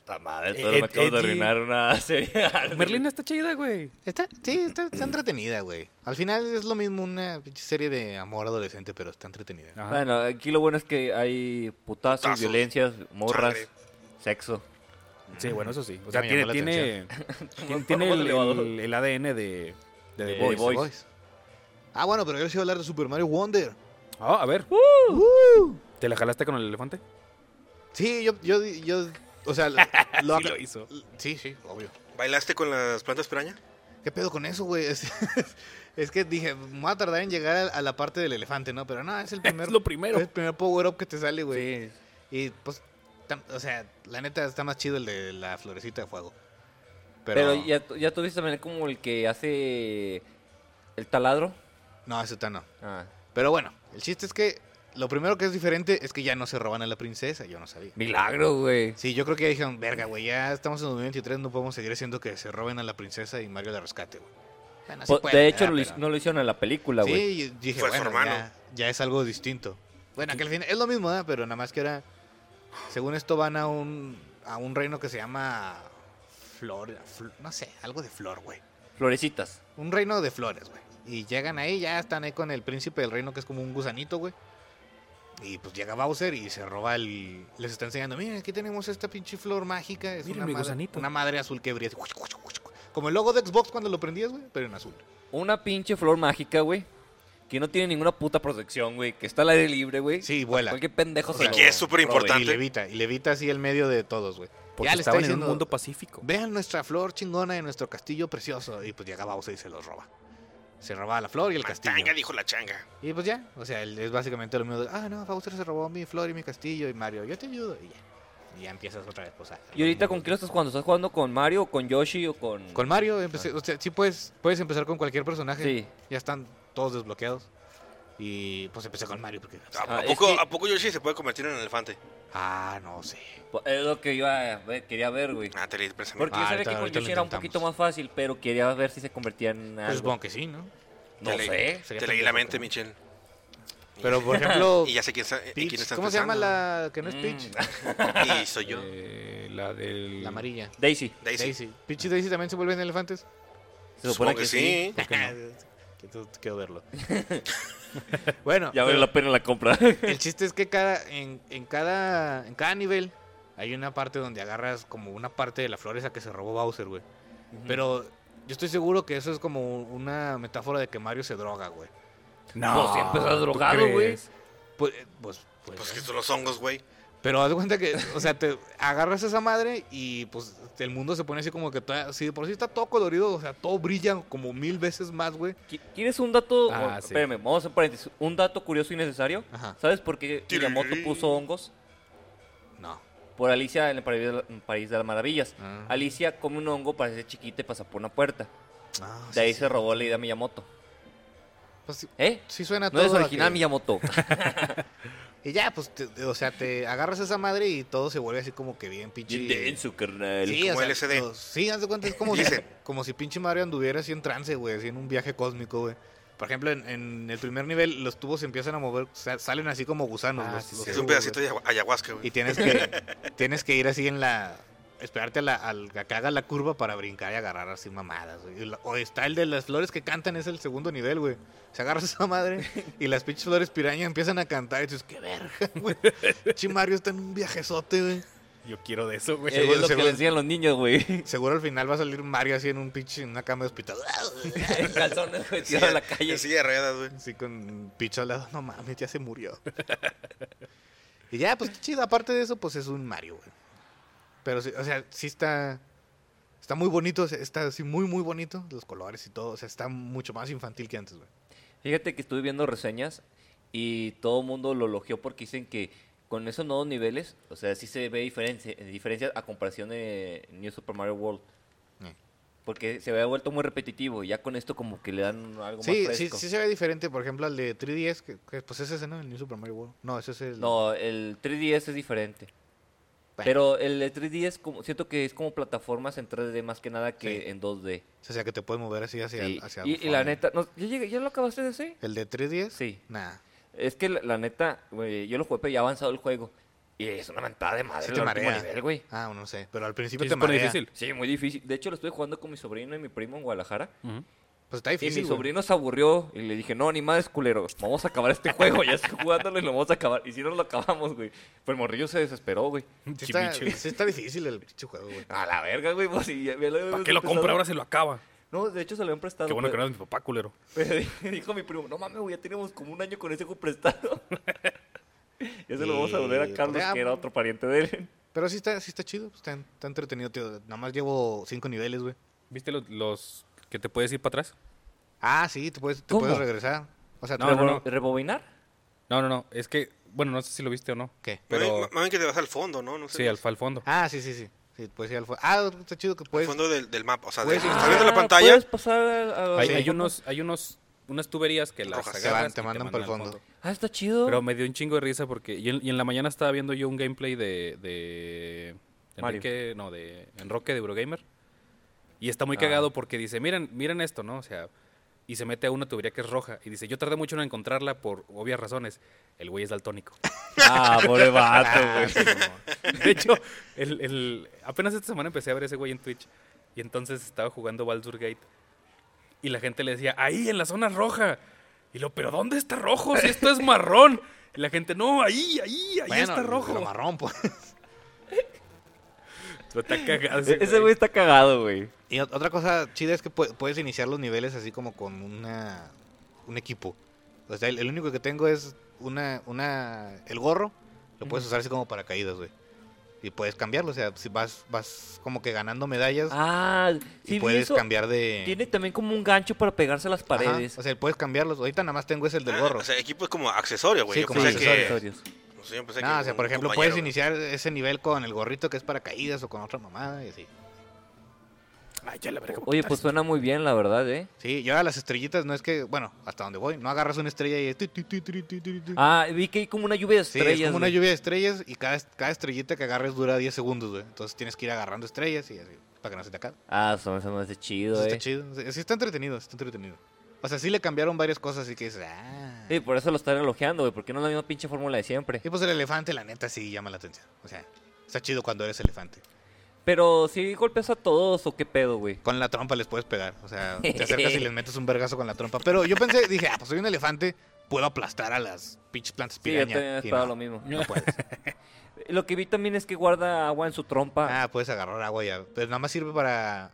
S3: Puta
S1: Eh,
S3: madre, todo me acabo de
S1: Edgy.
S3: arruinar una serie.
S4: Merlina está chida, güey.
S1: Está, sí, está, está entretenida, güey. Al final es lo mismo una pinche serie de amor adolescente, pero está entretenida.
S4: Ajá.
S3: Bueno, aquí lo bueno es que hay putazos,
S2: Putazos.
S3: violencias, morras,
S2: Sangre.
S3: sexo.
S4: Sí, bueno, eso sí. O
S1: Ya
S4: sea,
S1: me
S4: tiene,
S1: llamó la
S4: tiene, tiene, tiene
S3: Vamos
S4: el,
S3: elevador.
S4: el- el ADN de, de The
S3: Eh,
S4: Boys.
S3: The Boys.
S1: Ah, bueno, pero yo les iba a hablar de Super Mario Wonder.
S4: Ah, a ver. ¿Te la jalaste con el elefante?
S1: Sí, yo, yo, yo, o sea, lo, lo-
S4: Sí lo hizo.
S1: Sí, sí, obvio.
S2: ¿Bailaste con las plantas piraña?
S1: ¿Qué pedo con eso, güey? Es, es que dije, me voy a tardar en llegar a, a la parte del elefante, ¿no? Pero no, es el primer,
S4: Es lo primero.
S1: es el primer power-up que te sale, güey. Y pues, tam- o sea, la neta está más chido el de la florecita de fuego. Pero,
S3: Pero, ya, tu- ya tuviste también como el que hace el taladro.
S1: no, ese está no.
S3: Ah,
S1: Pero bueno, el chiste es que lo primero que es diferente es que ya no se roban a la princesa, yo no sabía.
S3: milagro, güey.
S1: Sí, yo creo que ya dijeron, verga, güey, ya estamos en 2023, no podemos seguir haciendo que se roben a la princesa y Mario la rescate, güey. Bueno, Ah, sí
S3: Po-
S1: puede,
S3: de hecho,
S1: ¿verdad?
S3: lo hic-
S1: Pero-
S3: no lo hicieron en la película, güey.
S1: Sí, yo dije,
S2: Fue su
S1: bueno,
S2: hermano.
S1: Ya, ya es algo distinto. Bueno, que al final es lo mismo, ¿verdad? pero nada más que era, según esto van a un, a un reino que se llama Flor, Fl- no sé, algo de flor, güey.
S3: Florecitas.
S1: Un reino de flores, güey. Y llegan ahí, ya están ahí con el príncipe del reino que es como un gusanito, güey. Y pues llega Bowser y se roba el... Les está enseñando, miren, aquí tenemos esta pinche flor mágica. Es
S4: Miren
S1: una
S4: mi
S1: madre,
S4: gusanito."
S1: Una madre azul que brilla. así, Como el logo de Xbox cuando lo prendías, güey, pero en azul.
S3: Una pinche flor mágica, güey. Que no tiene ninguna puta protección, güey. Que está al aire libre, güey.
S1: Sí, vuela.
S3: Cualquier pendejo
S2: Y
S3: lo
S2: que es súper
S3: robe.
S1: Y
S2: importante.
S1: levita, y levita así el medio de todos, güey.
S4: Porque
S1: Ya le está
S4: estaban en
S1: diciendo,
S4: un mundo pacífico.
S1: vean nuestra flor chingona y nuestro castillo precioso. Y pues llega Bowser y se los roba. Se roba la flor y el castillo.
S2: Changa, dijo la changa.
S1: Y pues ya, o sea, el- es básicamente lo mismo. de, ah, no, Bowser se robó mi flor y mi castillo y Mario, yo te ayudo. Y ya, y ya empiezas otra vez. Pues, a-
S3: ¿Y ahorita con qué lo estás jugando? ¿Estás jugando con Mario, o con Yoshi o con...?
S1: Con Mario, empecé- o sea, sí puedes, puedes empezar con cualquier personaje.
S3: Ah. Sí.
S1: Ya están todos desbloqueados. Y pues empecé con Mario porque...
S2: ¿A,
S3: Ah, es
S2: poco,
S3: que-
S2: ¿A poco Yoshi se puede convertir en elefante?
S1: Ah, no sé.
S3: Po- Es lo que yo eh, quería ver, güey.
S2: Ah, te leí el pensamiento.
S3: Porque
S1: Ah,
S3: yo sabía
S1: ahorita-
S3: que con
S1: ahorita lo
S3: Yoshi era un
S1: intentamos.
S3: poquito más fácil, pero quería ver si se convertía en
S1: Pues
S3: algo.
S1: supongo que sí, ¿no?
S3: No
S2: te leí,
S3: sé.
S1: sería
S2: Te leí
S1: pendejo,
S2: la mente,
S1: pero-
S2: Michelle.
S1: Pero por ejemplo...
S2: Y ya sé quién, está- en
S1: Peach,
S2: quién estás
S1: ¿Cómo se llama
S2: pensando. Mm.
S1: la que no es Peach?
S2: Y soy yo.
S4: Eh, la del...
S1: La amarilla.
S3: Daisy.
S2: Daisy.
S1: Daisy. ¿Peach y Daisy también se vuelven elefantes?
S2: Supongo,
S3: Se supone
S2: que, sí.
S1: ¿Por qué no? Quiero- Quiero verlo. bueno,
S3: Ya vale
S1: pero-
S3: la pena la compra.
S1: El chiste es que cada, en, en cada, en cada nivel hay una parte donde agarras como una parte de la flor esa que se robó Bowser, güey. Pero yo estoy seguro que eso es como una metáfora de que Mario se droga, güey.
S3: No, siempre estás
S4: ¿tú
S3: drogado, güey.
S4: crees?
S1: Pues, eh, pues, pues,
S2: Pues
S1: eh.
S2: que son los hongos, güey.
S1: Pero haz de cuenta que, o sea, te agarras esa madre y pues el mundo se pone así como que toda- si de por sí está todo colorido, o sea, todo brilla como mil veces más, güey.
S3: ¿Qui- ¿Quieres un dato?
S4: Ah,
S3: o-
S4: sí.
S3: Espérame, vamos a hacer paréntesis. Un dato curioso y necesario.
S1: Ajá.
S3: ¿Sabes por qué Miyamoto
S2: Tirirí.
S3: puso hongos?
S1: No.
S3: Por Alicia en el País de, la- en País de las Maravillas.
S1: Ah.
S3: Alicia come un hongo, parece chiquita y pasa por una puerta.
S1: Ah,
S3: De ahí
S1: sí,
S3: se robó la idea a Miyamoto.
S1: pues, sí,
S3: ¿Eh?
S1: sí suena
S3: No
S1: todo.
S3: es
S1: a
S3: original
S1: que-
S3: Miyamoto.
S1: Y ya, pues, te- o sea, te agarras esa madre y todo se vuelve así como que bien pinche.
S3: Bien denso, carnal.
S1: Sí, o
S2: como
S1: sea,
S2: LSD.
S1: los- sí, haz de cuenta, es como si,
S2: Dicen.
S1: como si pinche Mario anduviera así en trance, güey, así en un viaje cósmico, güey. Por ejemplo, en, en el primer nivel los tubos se empiezan a mover, sa- salen así como gusanos.
S4: Ah,
S1: los-
S4: sí,
S1: los
S4: sí,
S2: Es
S1: tubos,
S2: un pedacito
S1: güey.
S2: de ayahu- ayahuasca,
S1: Y
S2: güey.
S1: tienes que, tienes que ir así en la... Esperarte a, la, al- a que haga la curva para brincar y agarrar así mamadas, güey. Y la- O está el de las flores que cantan, es el segundo nivel, güey. Se agarra esa madre y las pinches flores piraña empiezan a cantar y dices, qué verga, güey. Chi Mario está en un viajezote, güey.
S4: Yo quiero de eso, güey.
S3: Eh,
S1: Según-
S3: es lo que
S1: según-
S3: le enseñan los niños, güey.
S1: Seguro al final va a salir Mario así en un pinche, en una cama de hospital.
S3: En calzones, güey, tirado en la calle.
S2: En silla de ruedas, güey.
S1: Así con picho al lado, no mames, ya se murió. y ya, pues qué chido, aparte de eso, pues es un Mario, güey. Pero, sí, o sea, sí está, está muy bonito, o sea, está así muy, muy bonito, los colores y todo, o sea, está mucho más infantil que antes, güey.
S3: Fíjate que estuve viendo reseñas y todo el mundo lo elogió porque dicen que con esos nuevos niveles, o sea, sí se ve diferencia, diferencia a comparación de New Super Mario World.
S1: Eh.
S3: Porque se había vuelto muy repetitivo y ya con esto como que le dan algo
S1: Sí,
S3: más
S1: sí,
S3: fresco.
S1: sí se ve diferente, por ejemplo, al de 3DS, que, que, pues es ese, ¿no? El New Super Mario World. No, ese es el...
S3: No, el 3DS es diferente.
S1: Bueno.
S3: Pero el de 3DS como, siento que es como plataformas en 3D más que nada que
S1: Sí.
S3: en 2D.
S1: O sea, que te puedes mover así hacia...
S3: Sí.
S1: hacia
S3: Y, y la
S1: afuera.
S3: neta, no, ¿ya, llegué- ¿ya lo acabaste de hacer?
S1: ¿El de 3DS?
S3: Sí.
S1: Nada.
S3: Es que la, la neta, güey, yo lo jugué, pero ya ha avanzado el juego. Y es una mentada de madre.
S1: Sí
S3: el
S1: te
S3: último
S1: marea.
S3: nivel, güey.
S1: Ah, no sé. Pero al principio
S4: Sí,
S1: te
S4: se pone
S1: marea.
S4: difícil.
S3: Sí, muy difícil. De hecho, lo estuve jugando con mi sobrino y mi primo en Guadalajara.
S1: Pues está
S3: Y
S1: difícil.
S3: mi
S1: güey.
S3: sobrino se aburrió y le dije, no, ni madres culero, vamos a acabar este juego, ya estoy jugándolo y lo vamos a acabar. Y si no lo acabamos, güey. Pero el morrillo se desesperó, güey.
S1: Sí está,
S4: Chimichurri.
S1: sí está difícil el pinche juego, güey.
S3: A la verga, güey. Pues, y ya- ya lo
S4: ¿Para qué lo compra? Ahora se lo acaba.
S3: No, de hecho se lo habían prestado.
S4: Qué bueno que no
S3: pero-
S4: es mi papá, culero.
S3: pero dijo mi primo, no mames, güey, ya tenemos como un año con ese juego prestado. ya se lo vamos a volver
S1: Y,
S3: a Carlos,
S1: pues, ya,
S3: que era otro pariente de él.
S1: Pero sí está, sí está chido. pues, Está, está entretenido, tío. Nada más llevo cinco niveles, güey.
S4: ¿Viste los, los que te puedes ir para atrás?
S1: Ah, sí, te puedes, te
S3: ¿Cómo?
S1: puedes regresar. O sea,
S4: No,
S1: te-
S4: no, no.
S3: ¿Rebobinar?
S4: No, no, no. Es que, bueno, no sé si lo viste o no.
S1: ¿Qué?
S2: Pero...
S4: Pero
S2: Más bien que te vas al fondo, ¿no? No sé.
S4: sí, al, al fondo.
S1: Ah, sí, sí, sí. Sí, puedes ir al fondo. Ah, está chido que
S2: Al
S1: puedes.
S2: fondo del, del mapa. O sea, de,
S1: Puedes ir-
S2: estás viendo la
S3: Ah,
S2: pantalla.
S3: Puedes pasar a- a-
S4: Hay,
S1: Sí.
S4: hay unos, hay unos, unas tuberías que las
S2: Rojas. Te
S1: van-
S4: agarras
S1: te
S4: y
S1: mandan pa'l
S4: al
S1: fondo.
S3: Ah, está chido.
S4: Pero me dio un chingo de risa porque. Y en, y en la mañana estaba viendo yo un gameplay de. de
S3: Mario.
S4: Enrique, no, de Enroque de Eurogamer. Y está muy
S3: Ah.
S4: cagado porque dice: Miren, miren esto, ¿no? O sea. Y se mete a una tubería que es roja. Y dice: Yo tardé mucho en encontrarla por obvias razones. El güey es daltónico.
S3: Ah, pobre vato,
S1: Ah, sí,
S3: güey.
S1: no.
S4: De hecho, el, el- apenas esta semana empecé a ver a ese güey en Twitch. Y entonces estaba jugando Baldur Gate. Y la gente le decía, ahí, en la zona roja. Y lo, pero ¿dónde está rojo? Si esto es marrón. Y la gente, no, ahí, ahí, ahí
S1: Bueno,
S4: está rojo.
S1: Lo marrón, pues.
S4: Pero está cagado
S1: E-,
S4: ese
S3: E-, Ese güey está cagado, güey.
S1: Y ot- otra cosa chida es que pue- puedes iniciar los niveles así como con una un equipo. O sea, el, el único que tengo es una una el gorro, lo puedes usar así como paracaídas, güey. Y puedes cambiarlo, o sea, si vas vas como que ganando medallas
S3: Ah, sí,
S1: y
S3: vi
S1: puedes
S3: eso.
S1: cambiar de
S3: Tiene también como un gancho para pegarse a las
S1: Ajá,
S3: paredes.
S1: o sea, puedes cambiarlos. Ahorita nada más tengo ese el del
S2: Ah,
S1: gorro.
S2: O sea, equipo es como accesorio, güey.
S1: Sí,
S2: Yo
S1: como
S2: pensé que-
S1: accesorio.
S2: no sé, yo pensé
S1: No,
S2: que
S1: o sea,
S2: un
S1: por ejemplo,
S2: compañero,
S1: puedes
S2: güey.
S1: iniciar ese nivel con el gorrito que es paracaídas o con otra mamada y así.
S4: Ay, ya la verga.
S3: Oye, pues suena muy bien, la verdad, ¿eh?
S1: Sí, yo a las estrellitas no es que, bueno, hasta donde voy, no agarras una estrella y tu, tu, tu, tu, tu, tu, tu.
S3: Ah, vi que hay como una lluvia de
S1: Sí,
S3: estrellas.
S1: es como una
S3: güey.
S1: lluvia de estrellas y cada, cada estrellita que agarres dura 10 segundos, güey. Entonces tienes que ir agarrando estrellas y así, para que no se te acabe.
S3: Ah, eso eso me hace chido,
S1: Eso
S3: eh.
S1: está chido. Sí, sí está entretenido, sí está entretenido. O sea, sí le cambiaron varias cosas, así que dices, ah.
S3: Sí, por eso lo están elogiando, güey, porque no es la misma pinche fórmula de siempre.
S1: Y pues el elefante, la neta, sí llama la atención. O sea, está chido cuando eres elefante.
S3: Pero si golpeas a todos o qué pedo, güey.
S1: Con la trompa les puedes pegar. O sea, te acercas y les metes un vergazo con la trompa. Pero yo pensé, dije, ah, pues soy un elefante, puedo aplastar a las pinches plantas
S3: Sí, yo
S1: piraña.
S3: también
S1: Y
S3: estaba
S1: no,
S3: lo mismo.
S1: no puedes.
S3: Lo que vi también es que guarda agua en su trompa.
S1: Ah, puedes agarrar agua ya. Pero nada más sirve para.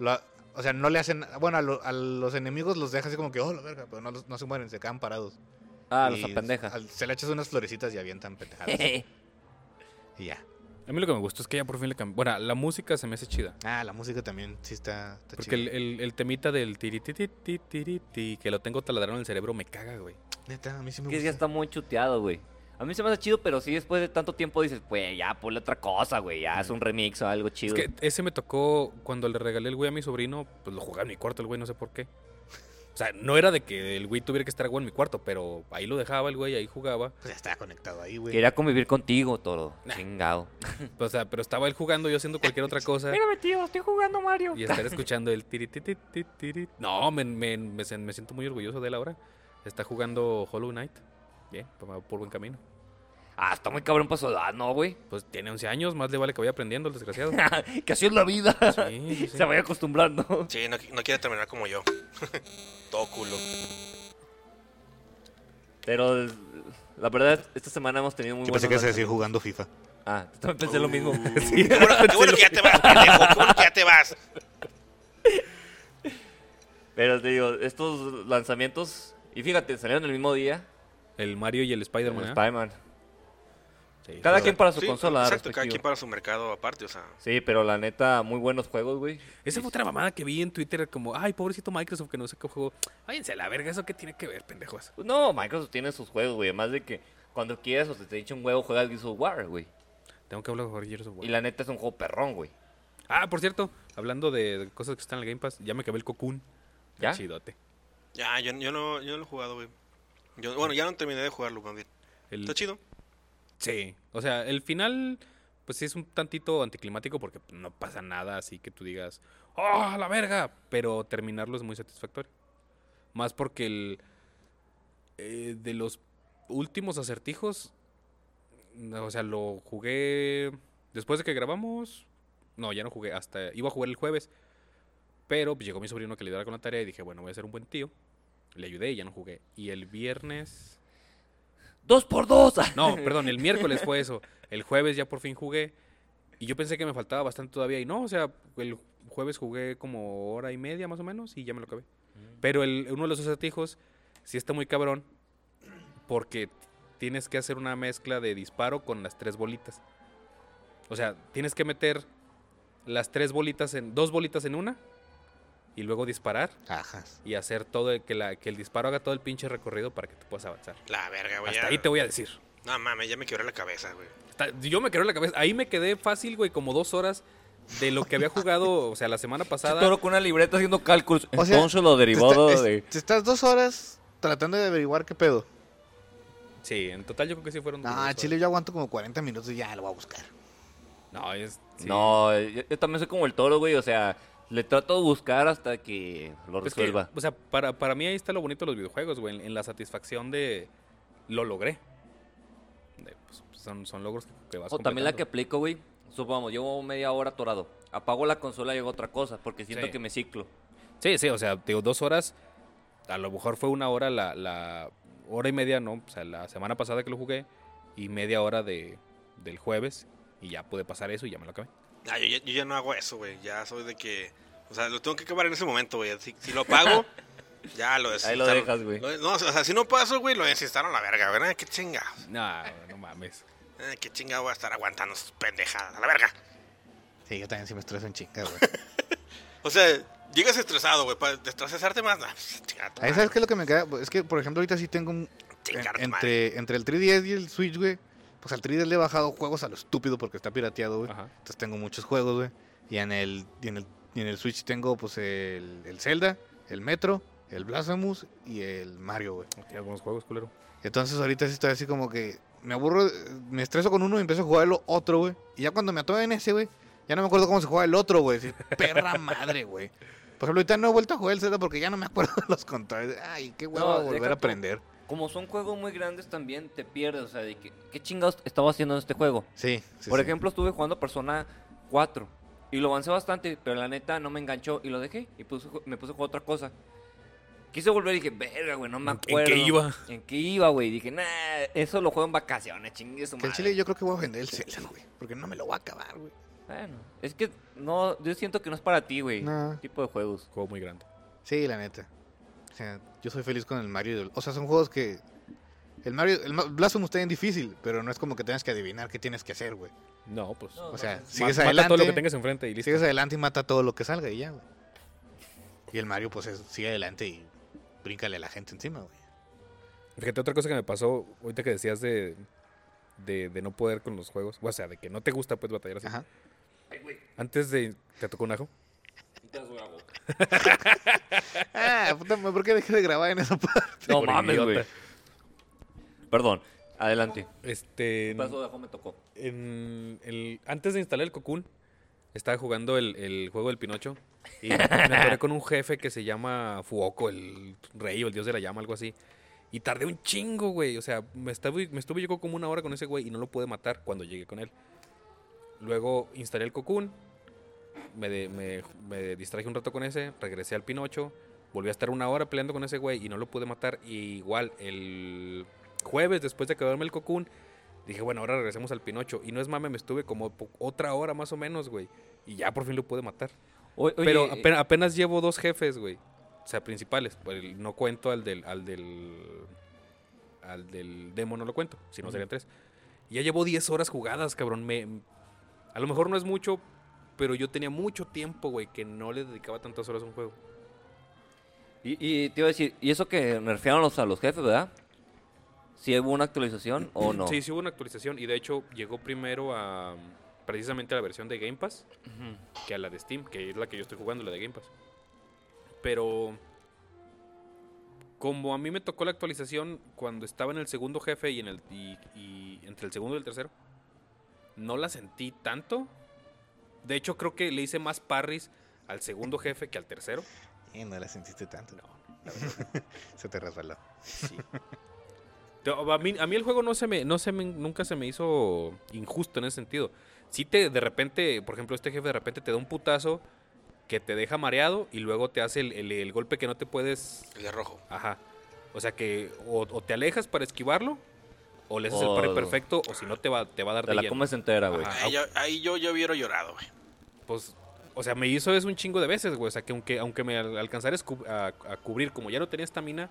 S1: lo- o sea, no le hacen. Bueno, a, lo- a los enemigos los dejas así como que, oh, la verga, pero no, los- no se mueren, se quedan parados.
S3: Ah,
S1: Y
S3: los apendeja.
S1: al- Se le echas unas florecitas y avientan pendejadas. y ya.
S4: A mí lo que me gustó es que ya por fin le cambió. Bueno, la música se me hace chida.
S1: Ah, la música también sí está, está
S4: Porque
S1: chida.
S4: el, el- el temita del tirititi, tiriti, que lo tengo taladrado en el cerebro, me caga, güey.
S1: Neta, a mí sí me
S3: Que
S1: gusta.
S3: ya está muy chuteado, güey. A mí se me hace chido, pero sí después de tanto tiempo dices, pues ya, ponle otra cosa, güey. Ya, haz un remix o algo
S4: Es
S3: chido.
S4: que ese me tocó cuando le regalé el Wii a mi sobrino, pues lo jugaba en mi cuarto el güey, no sé por qué. O sea, no era de que el Wii tuviera que estar güey en mi cuarto, pero ahí lo dejaba el güey, ahí jugaba.
S1: Pues ya está conectado ahí, güey.
S3: Quería convivir contigo, todo. Chingado.
S4: O sea, pero estaba él jugando, yo haciendo cualquier otra cosa
S3: Mírame, tío, estoy jugando Mario.
S4: y estar escuchando el tirititi, tiriti. No, me, me- me sen- me siento muy orgulloso de él ahora. Está jugando Hollow Knight. Bien, pues va por buen camino.
S3: Ah, está muy cabrón paso de edad, ¿no, güey?
S4: Pues tiene 11 años, más le vale que vaya aprendiendo el desgraciado.
S3: que así es la vida.
S4: Sí, sí, sí.
S3: Se vaya acostumbrando.
S2: Sí, no, no quiere terminar como yo. Todo culo.
S3: Pero el- la verdad, esta semana hemos tenido muy
S1: Yo
S3: buenos
S1: pensé que se
S3: lanzamientos.
S1: decir jugando FIFA.
S3: Ah, yo también pensé lo mismo.
S2: Mm. Qué bueno, qué bueno que ya te vas, pendejo. Qué bueno que ya te vas.
S3: Pero te digo, estos lanzamientos. Y fíjate, salieron el mismo día.
S4: El Mario y el
S3: el
S4: Spider-Man. ¿eh?
S3: Spider-Man.
S4: Sí.
S3: Cada quien para su
S2: Sí,
S3: consola.
S2: Exacto, cada
S3: respectivo.
S2: quien para su mercado aparte, o sea.
S3: Sí, pero la neta, muy buenos juegos, güey.
S4: Esa fue otra mamada que vi en Twitter, como, ay, pobrecito Microsoft que no sé qué juego. Váyanse a la verga, ¿eso qué tiene que ver, pendejos?
S3: No, Microsoft tiene sus juegos, güey. Además de que cuando quieras o se te echa un huevo, juegas Gears of War, güey.
S4: Tengo que hablar con Gears of War.
S3: Y la neta es un juego perrón, güey.
S4: Ah, por cierto, hablando de de cosas que están en el Game Pass, ya me acabé el Cocoon.
S3: ¿Ya?
S4: Chidote.
S2: Ya, yo, yo, no, yo no lo he jugado, güey. Yo- bueno, ya no terminé de jugarlo, más bien.
S4: El-
S3: Mm.
S2: Está chido.
S4: Sí. O sea, el final, pues sí es un tantito anticlimático porque no pasa nada así que tú digas, ¡oh, a la verga! Pero terminarlo es muy satisfactorio. Más porque el. eh, de los últimos acertijos, no, o sea, lo jugué después de que grabamos. No, ya no jugué, hasta iba a jugar el jueves. Pero pues, llegó mi sobrino que le ayudara con la tarea y dije, bueno, voy a ser un buen tío. Le ayudé y ya no jugué. Y el viernes...
S3: ¡Dos por dos!
S4: No, perdón, el miércoles fue eso. El jueves ya por fin jugué. Y yo pensé que me faltaba bastante todavía. Y no, o sea, el jueves jugué como hora y media más o menos y ya me lo acabé. Pero el, uno de los acertijos sí está muy cabrón. Porque tienes que hacer una mezcla de disparo con las tres bolitas. O sea, tienes que meter las tres bolitas en. dos bolitas en una. Y luego disparar.
S1: Ajá.
S4: Y hacer todo el, que, la, que el disparo haga todo el pinche recorrido para que te puedas avanzar.
S2: La verga, güey.
S4: Hasta
S2: ya-
S4: ahí te voy a decir.
S2: No mames, ya me quebré la cabeza, güey.
S4: Está- yo me quedé en la cabeza. Ahí me quedé fácil, güey, como dos horas de lo que había jugado, o sea, la semana pasada.
S3: Toro con una libreta haciendo cálculos.
S1: O sea,
S3: Entonces lo derivado
S1: te, está-
S3: de...
S1: es- te estás dos horas tratando de averiguar qué pedo.
S4: Sí, en total yo creo que sí fueron. como dos
S1: No,
S4: horas.
S1: Chile, yo aguanto como 40 minutos y ya lo voy a buscar.
S4: No, es. sí.
S3: No, yo, yo también soy como el toro, güey. O sea, le trato de buscar hasta que lo
S4: Es que,
S3: resuelva.
S4: o sea, para, para mí ahí está lo bonito de los videojuegos, güey, en, en la satisfacción de lo logré. De, pues, son, son logros que, que vas
S3: O también la que
S4: completando.
S3: aplico, güey. Supongamos, llevo media hora atorado. Apago la consola y hago otra cosa porque siento
S4: Sí.
S3: que me ciclo.
S4: Sí, sí, o sea, te digo, dos horas. A lo mejor fue una hora, la, la hora y media, ¿no? O sea, la semana pasada que lo jugué y media hora de, del jueves y ya pude pasar eso y ya me lo acabé.
S2: Ah, yo, ya, yo ya no hago eso, güey. Ya soy de que. O sea, lo tengo que acabar en ese momento, güey. Si, si lo pago, ya lo desinstalo.
S3: Ahí lo dejas, güey.
S2: Lo- No, o sea, si no paso, güey, lo desinstalo a la verga, güey. Ah, qué chinga.
S4: No, no mames.
S2: Ah, qué chinga voy a estar aguantando sus pendejadas. A la verga.
S1: Sí, yo también sí me estreso en chinga, güey.
S2: O sea, llegas estresado, güey. Para estresarte más, nah, pues, chinga tu
S1: Ahí
S2: madre,
S1: sabes qué es lo que me queda. Es que, por ejemplo, ahorita sí tengo un- en-
S2: chinga tu madre.
S1: entre, entre el 3DS y el Switch, güey. Pues al 3DS le he bajado juegos a lo estúpido porque está pirateado, güey.
S4: Ajá.
S1: Entonces tengo muchos juegos, güey. Y en el, y en el, y en el Switch tengo pues el, el Zelda, el Metro, el Blasphemous y el Mario, güey.
S4: Tiene algunos juegos, culero.
S1: Entonces ahorita sí estoy así como que me aburro, eh, me estreso con uno y empiezo a jugar el otro, güey. Y ya cuando me atomo en ese, güey, ya no me acuerdo cómo se juega el otro, güey. Sí, perra madre, güey. Por ejemplo, ahorita no he vuelto a jugar el Zelda porque ya no me acuerdo de los controles. Ay, qué huevo
S3: No,
S1: volver
S3: deja
S1: a
S3: tú.
S1: aprender.
S3: Como son juegos muy grandes también te pierdes. O sea, de que, ¿qué chingados estaba haciendo en este juego?
S1: Sí, sí,
S3: Por
S1: sí.
S3: ejemplo, estuve jugando Persona 4 y lo avancé bastante, pero la neta no me enganchó y lo dejé y puse- me puse a jugar otra cosa. Quise volver y dije, verga, güey, no me
S4: ¿En- en qué
S3: acuerdo.
S4: iba?
S3: ¿En qué iba, güey? Y Dije, nah, eso lo juego en vacaciones, chingue su
S1: Que el
S3: madre".
S1: chile yo creo que voy a vender el Zelda, güey. Porque no me lo voy a acabar, güey.
S3: Bueno, es que no, yo siento que no es para ti, güey.
S1: No.
S3: Tipo de juegos.
S4: Juego muy grande.
S1: Sí, la neta. O sea, yo soy feliz con el Mario. y el- O sea, son juegos que... El Mario... El Ma- Blasphemous está bien difícil, pero no es como que tengas que adivinar qué tienes que hacer, güey.
S4: No, pues.
S3: No,
S1: O sea,
S4: ma-
S1: sigues
S4: mata
S1: adelante...
S4: todo lo que tengas enfrente y listo.
S1: Sigues adelante y mata todo lo que salga y ya, güey. Y el Mario, pues, es- sigue adelante y bríncale a la gente encima, güey.
S4: Fíjate, otra cosa que me pasó ahorita que decías de, de, de no poder con los juegos. O sea, de que no te gusta pues batallar así.
S1: Ajá.
S4: Antes de. ¿Te tocó un ajo?
S1: Ah, puta, madre, ¿por qué dejé de grabar en esa parte?
S3: No
S4: Por
S3: mames,
S4: idiota.
S3: güey. Perdón, adelante.
S4: Este.
S3: ¿Qué pasó? Dejó, me tocó.
S4: en el- antes de instalar el Cocoon, estaba jugando el, el juego del Pinocho. Y me atoré con un jefe que se llama Fuoco, el rey o el dios de la llama, algo así. Y tardé un chingo, güey. O sea, me, estuve, me estuve yo creo, como una hora con ese güey y no lo pude matar cuando llegué con él. Luego instalé el Cocoon. Me, de- me- me distraje un rato con ese. Regresé al Pinocho. Volví a estar una hora peleando con ese güey y no lo pude matar. Y igual, el jueves, después de acabarme el Cocoon, Dije, bueno, ahora regresemos al Pinocho. Y no es mame, me estuve como po- otra hora más o menos, güey. Y ya por fin lo pude matar.
S3: O- oye,
S4: Pero
S3: eh,
S4: apen- apenas, llevo dos jefes, güey. O sea, principales. Pues, el- no cuento al del. Al del. Al del demo, no lo cuento. Si no
S3: Ujú.
S4: serían tres. Y Ya llevo 10 horas jugadas, cabrón. Me, a lo mejor no es mucho, pero yo tenía mucho tiempo, güey, que no le dedicaba tantas horas a un juego.
S3: Y, y te iba a decir, ¿y eso que nerfearon los, a los jefes, verdad? ¿Si hubo una actualización o no?
S4: Sí, sí hubo una actualización. Y de hecho, llegó primero a. Precisamente a la versión de Game Pass.
S3: Ujú.
S4: que a la de Steam, que es la que yo estoy jugando, la de Game Pass. Pero como a mí me tocó la actualización cuando estaba en el segundo jefe y en el y, y entre el segundo y el tercero, no la sentí tanto. De hecho, creo que le hice más parries al segundo jefe que al tercero.
S1: Eh, Y no la sentiste tanto.
S4: No,
S1: Se te resbaló.
S4: sí. Te- A mí, a mí el juego no se me, no se me- nunca se me hizo injusto en ese sentido. Si te, de repente, por ejemplo, este jefe de repente te da un putazo que te deja mareado y luego te hace el, el- el golpe que no te puedes...
S2: El de rojo.
S4: Ajá. O sea que o, o te alejas para esquivarlo o le haces
S3: O-
S4: el pare perfecto o si no te va, te va a dar
S3: Te
S4: de
S3: la
S4: lleno.
S3: comes entera, güey.
S4: Ajá.
S2: Ahí, yo, ahí yo, yo hubiera llorado, güey.
S4: Pues, o sea, me hizo eso un chingo de veces, güey. O sea, que aunque, aunque me al- alcanzara a escu- a, a cubrir, como ya no tenía estamina,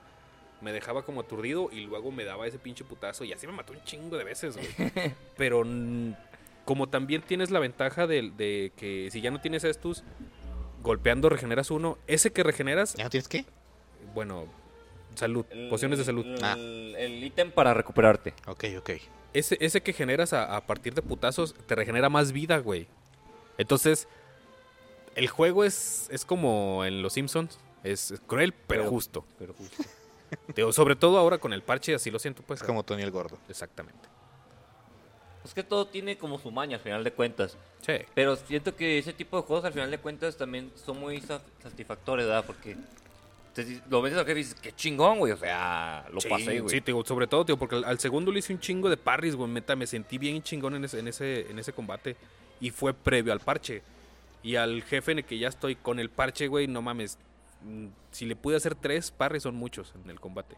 S4: me dejaba como aturdido y luego me daba ese pinche putazo. Y así me mató un chingo de veces, güey. Pero mm, como también tienes la ventaja del- de, que si ya no tienes estos, golpeando regeneras uno. Ese que regeneras,
S1: ¿Ya no tienes qué?
S4: bueno, salud, pociones de salud.
S3: El-
S1: Ah.
S3: El ítem para recuperarte.
S1: Ok, ok.
S4: Ese, ese que generas a, a partir de putazos te regenera más vida, güey. Entonces, el juego es, es como en Los Simpsons. Es es cruel, pero,
S3: Pero-
S4: justo.
S3: Pero justo.
S4: Digo, sobre todo ahora con el parche, así lo siento, pues.
S1: Es como Tony el Gordo.
S4: Exactamente.
S3: Es que todo tiene como su maña, al final de cuentas.
S4: Sí.
S3: Pero siento que ese tipo de juegos, al final de cuentas, también son muy sa- satisfactorios, ¿verdad? Porque te di- lo ves al jefe y dices, qué chingón, güey. O sea, lo
S4: Sí,
S3: pasé, güey.
S4: sí, te digo, sobre todo, tío, porque al, al segundo le hice un chingo de parries, güey. Meta, me sentí bien chingón en ese, en ese, en ese combate. Y fue previo al parche. Y al jefe en el que ya estoy con el parche, güey, no mames. mm, Si le pude hacer tres parries, son muchos en el combate.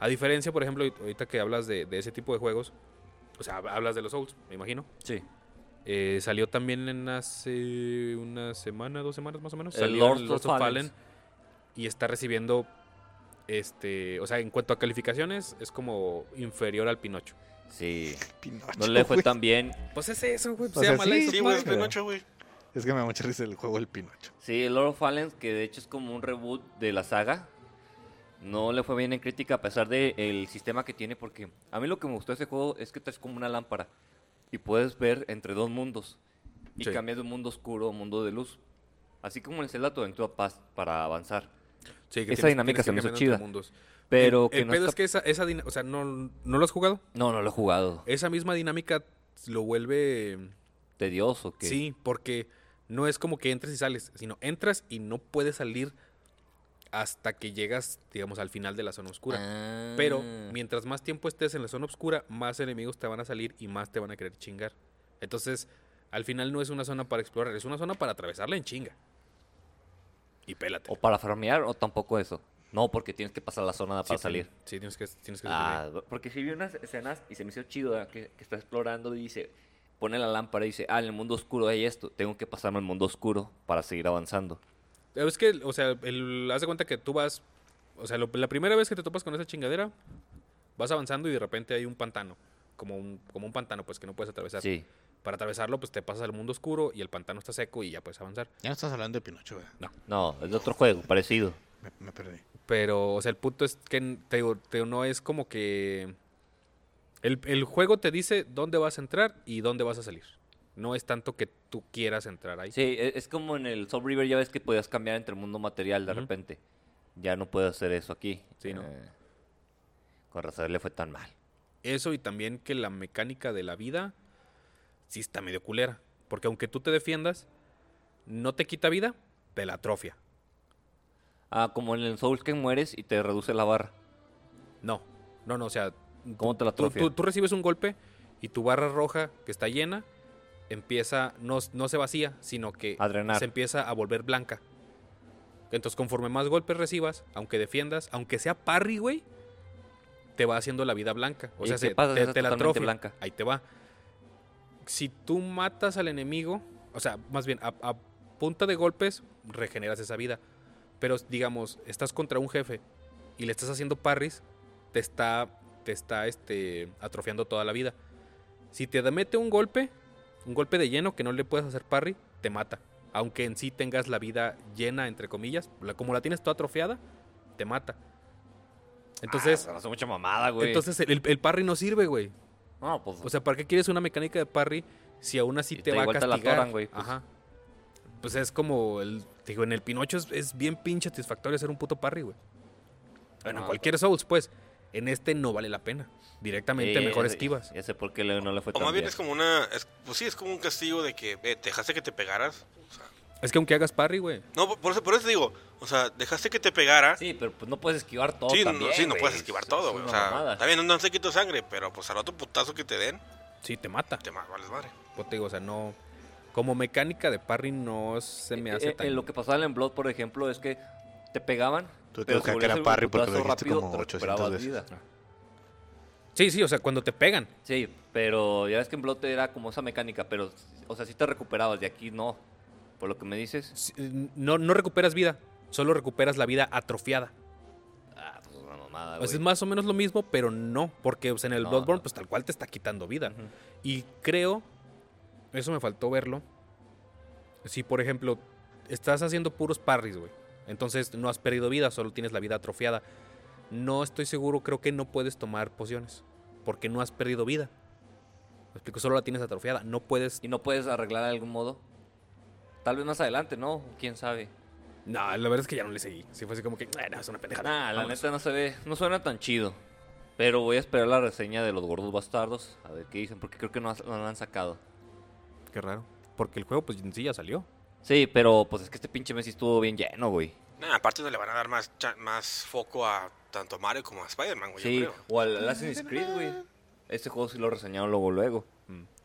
S4: A diferencia, por ejemplo, ahorita que hablas de, de ese tipo de juegos, o sea, hablas de los Souls, me imagino.
S3: Sí.
S4: Eh, salió también en hace una semana, dos semanas más o menos.
S3: El
S4: salió
S3: Lords
S4: el
S3: of
S4: Lords of
S3: Fallen.
S4: Fallen y está recibiendo, este, o sea, en cuanto a calificaciones es como inferior al Pinocho.
S3: Sí.
S1: Pinocho,
S3: No le fue
S1: güey.
S3: tan bien.
S4: Pues es eso, güey.
S1: O sea,
S4: llama
S1: sí,
S4: Lords of
S2: Sí, güey, es
S1: madre.
S2: Pinocho, güey.
S1: Es que me da mucha risa el juego del Pinocho.
S3: Sí, Lord of Fallen, que de hecho es como un reboot de la saga. No le fue bien en crítica a pesar del sistema que tiene, porque a mí lo que me gustó de este juego es que traes como una lámpara y puedes ver entre dos mundos y
S4: Sí.
S3: cambias de un mundo oscuro a un mundo de luz. Así como en Zelda tu aventura pas- para avanzar.
S4: Sí, que
S3: Esa
S4: tienes-
S3: dinámica se
S4: tienes que
S3: me hizo
S4: cambiar entre
S3: chida.
S4: mundos.
S3: Pero
S4: el,
S3: que
S4: el
S3: no
S4: pedo
S3: está-
S4: es que esa, esa dina- o sea, no, ¿no lo has jugado?
S3: No, no lo he jugado.
S4: Esa misma dinámica lo vuelve,
S3: Tedioso. Que...
S4: sí, porque no es como que entres y sales, sino entras y no puedes salir hasta que llegas, digamos, al final de la zona oscura.
S3: Ah.
S4: Pero mientras más tiempo estés en la zona oscura, más enemigos te van a salir y más te van a querer chingar. Entonces, al final no es una zona para explorar, es una zona para atravesarla en chinga. Y pélate.
S3: O para farmear o tampoco eso. No, porque tienes que pasar la zona para
S4: Sí,
S3: salir.
S4: Sí, tienes que, tienes que
S3: Ah,
S4: sobrevivir.
S3: porque si vi unas escenas y se me hizo chido ¿verdad? que, que está explorando y dice, pone la lámpara y dice, ah, en el mundo oscuro hay esto, tengo que pasarme al mundo oscuro para seguir avanzando.
S4: Es que, o sea, el, haz de cuenta que tú vas. O sea, lo- la primera vez que te topas con esa chingadera, vas avanzando y de repente hay un pantano. Como un, como un pantano, pues que no puedes atravesar.
S3: Sí.
S4: Para atravesarlo, pues te pasas al mundo oscuro y el pantano está seco y ya puedes avanzar.
S1: Ya no estás hablando de Pinocho, güey.
S3: No, es de otro juego, parecido.
S1: Me, me perdí.
S4: Pero, o sea, el punto es que n- te digo, te digo, no es como que. El, el juego te dice dónde vas a entrar y dónde vas a salir. No es tanto que tú quieras entrar ahí.
S3: Sí, e- es, como en el Soul River, ya ves que podías cambiar entre el mundo material de
S4: Ujú.
S3: repente. Ya no puedo hacer eso aquí.
S4: Sí, ¿no?
S3: Eh, con razón le fue tan mal.
S4: Eso y también que la mecánica de la vida sí está medio culera. Porque aunque tú te defiendas, no te quita vida, te la atrofia.
S3: Ah, como en el Soul que mueres y te reduce la barra.
S4: No, no, no, o sea.
S3: ¿Cómo
S4: tú-
S3: te la
S4: tú,
S3: atrofia?
S4: tú- tú recibes un golpe y tu barra roja, que está llena, empieza, no, no se vacía, sino que
S3: A drenar.
S4: se empieza a volver blanca. Entonces, conforme más golpes recibas, aunque defiendas, aunque sea parry, güey, te va haciendo la vida blanca. O
S3: ¿Y
S4: sea,
S3: qué
S4: se-
S3: pasa si
S4: te,
S3: es
S4: te la
S3: totalmente
S4: atrofia.
S3: blanca?
S4: Ahí te va. Si tú matas al enemigo, o sea, más bien, a, a punta de golpes, regeneras esa vida. Pero, digamos, estás contra un jefe y le estás haciendo parries, te está, te está este, atrofiando toda la vida. Si te mete un golpe, un golpe de lleno que no le puedes hacer parry, te mata. Aunque en sí tengas la vida llena, entre comillas, la- como la tienes toda atrofiada, te mata. Entonces,
S3: Ah, hace mucha mamada, güey.
S4: entonces el, el parry no sirve, güey.
S3: no, pues,
S4: O sea, ¿para qué quieres una mecánica de parry si aún así
S3: Y
S4: te
S3: te
S4: va a
S3: igual te la
S4: castigar?
S3: atoran, güey, pues.
S4: Ajá. Pues es como el. te Digo, en el Pinocho es, es bien pinche satisfactorio hacer un puto parry, güey. Bueno, en
S3: Ah,
S4: cualquier Souls, pues. En este no vale la pena. Directamente
S3: sí,
S4: mejor
S3: ya sé-
S4: esquivas.
S3: Ya sé por qué le- no le fue
S2: O
S3: tan
S2: más bien
S3: bien.
S2: es como una. es- pues sí, es como un castigo de que eh, te dejaste que te pegaras.
S4: Es que aunque hagas parry, güey.
S2: No, por por eso, por eso digo, O sea, dejaste que te pegara. Sí,
S3: Sí, pero pues no puedes esquivar todo.
S2: no,
S3: también,
S2: sí, no
S3: güey.
S2: puedes esquivar
S3: Es-
S2: todo,
S3: es
S2: güey. O
S3: una
S2: sea,
S3: mamada.
S2: está bien, no se quito sangre, pero pues al otro putazo que te den,
S4: Sí, te mata.
S2: te ma- vales madre.
S4: Pues te digo, o sea, no. Como mecánica de parry no se me
S3: Eh,
S4: hace
S3: eh,
S4: tan.
S3: lo que pasaba en Blood, por ejemplo, es que te pegaban.
S1: Tú te
S3: pero
S1: buscas
S3: si
S1: que
S3: volvías
S1: era
S3: a hacer un
S1: parry porque lo
S3: putazo
S1: dijiste
S3: rápido,
S1: como
S3: te
S1: 800
S3: recuperabas
S1: veces. Ah.
S3: vida.
S4: Sí, sí, o sea, cuando te pegan.
S3: Sí, pero ya ves que en Blood era como esa mecánica, pero, o sea, sí te recuperabas, de aquí no. Por lo que me dices,
S4: sí, No, no recuperas vida, solo recuperas la vida atrofiada.
S3: ah, pues una mamada,
S4: O sea,
S3: güey.
S4: es más o menos lo mismo, pero no, porque pues, en el
S3: No,
S4: Bloodborne,
S3: no.
S4: pues tal cual te está quitando vida.
S3: Ujú.
S4: Y creo, eso me faltó verlo. Si, por ejemplo, estás haciendo puros parries, güey. Entonces no has perdido vida, solo tienes la vida atrofiada. No estoy seguro, creo que no puedes tomar pociones. Porque no has perdido vida. Me explico, solo la tienes atrofiada. No puedes.
S3: ¿Y no puedes arreglar de algún modo? Tal vez más adelante, ¿no? ¿Quién sabe?
S4: No, la verdad es que ya no le seguí. Sí, fue así como que. "Ah, no, es una pendejada.
S3: Nah, la
S4: Vámonos".
S3: neta no se ve, no suena tan chido. Pero voy a esperar la reseña de los gordos bastardos, a ver qué dicen, porque creo que no, has- no la han sacado.
S4: Qué raro. Porque el juego, pues en sí ya salió.
S3: Sí, pero pues es que este pinche Messi estuvo bien lleno, güey.
S2: Nah, aparte no le van a dar más, cha- más foco a tanto a Mario como a Spider-Man, güey,
S3: Sí,
S2: yo creo.
S3: o al Assassin's Creed, güey. Este juego sí lo reseñaron luego, luego.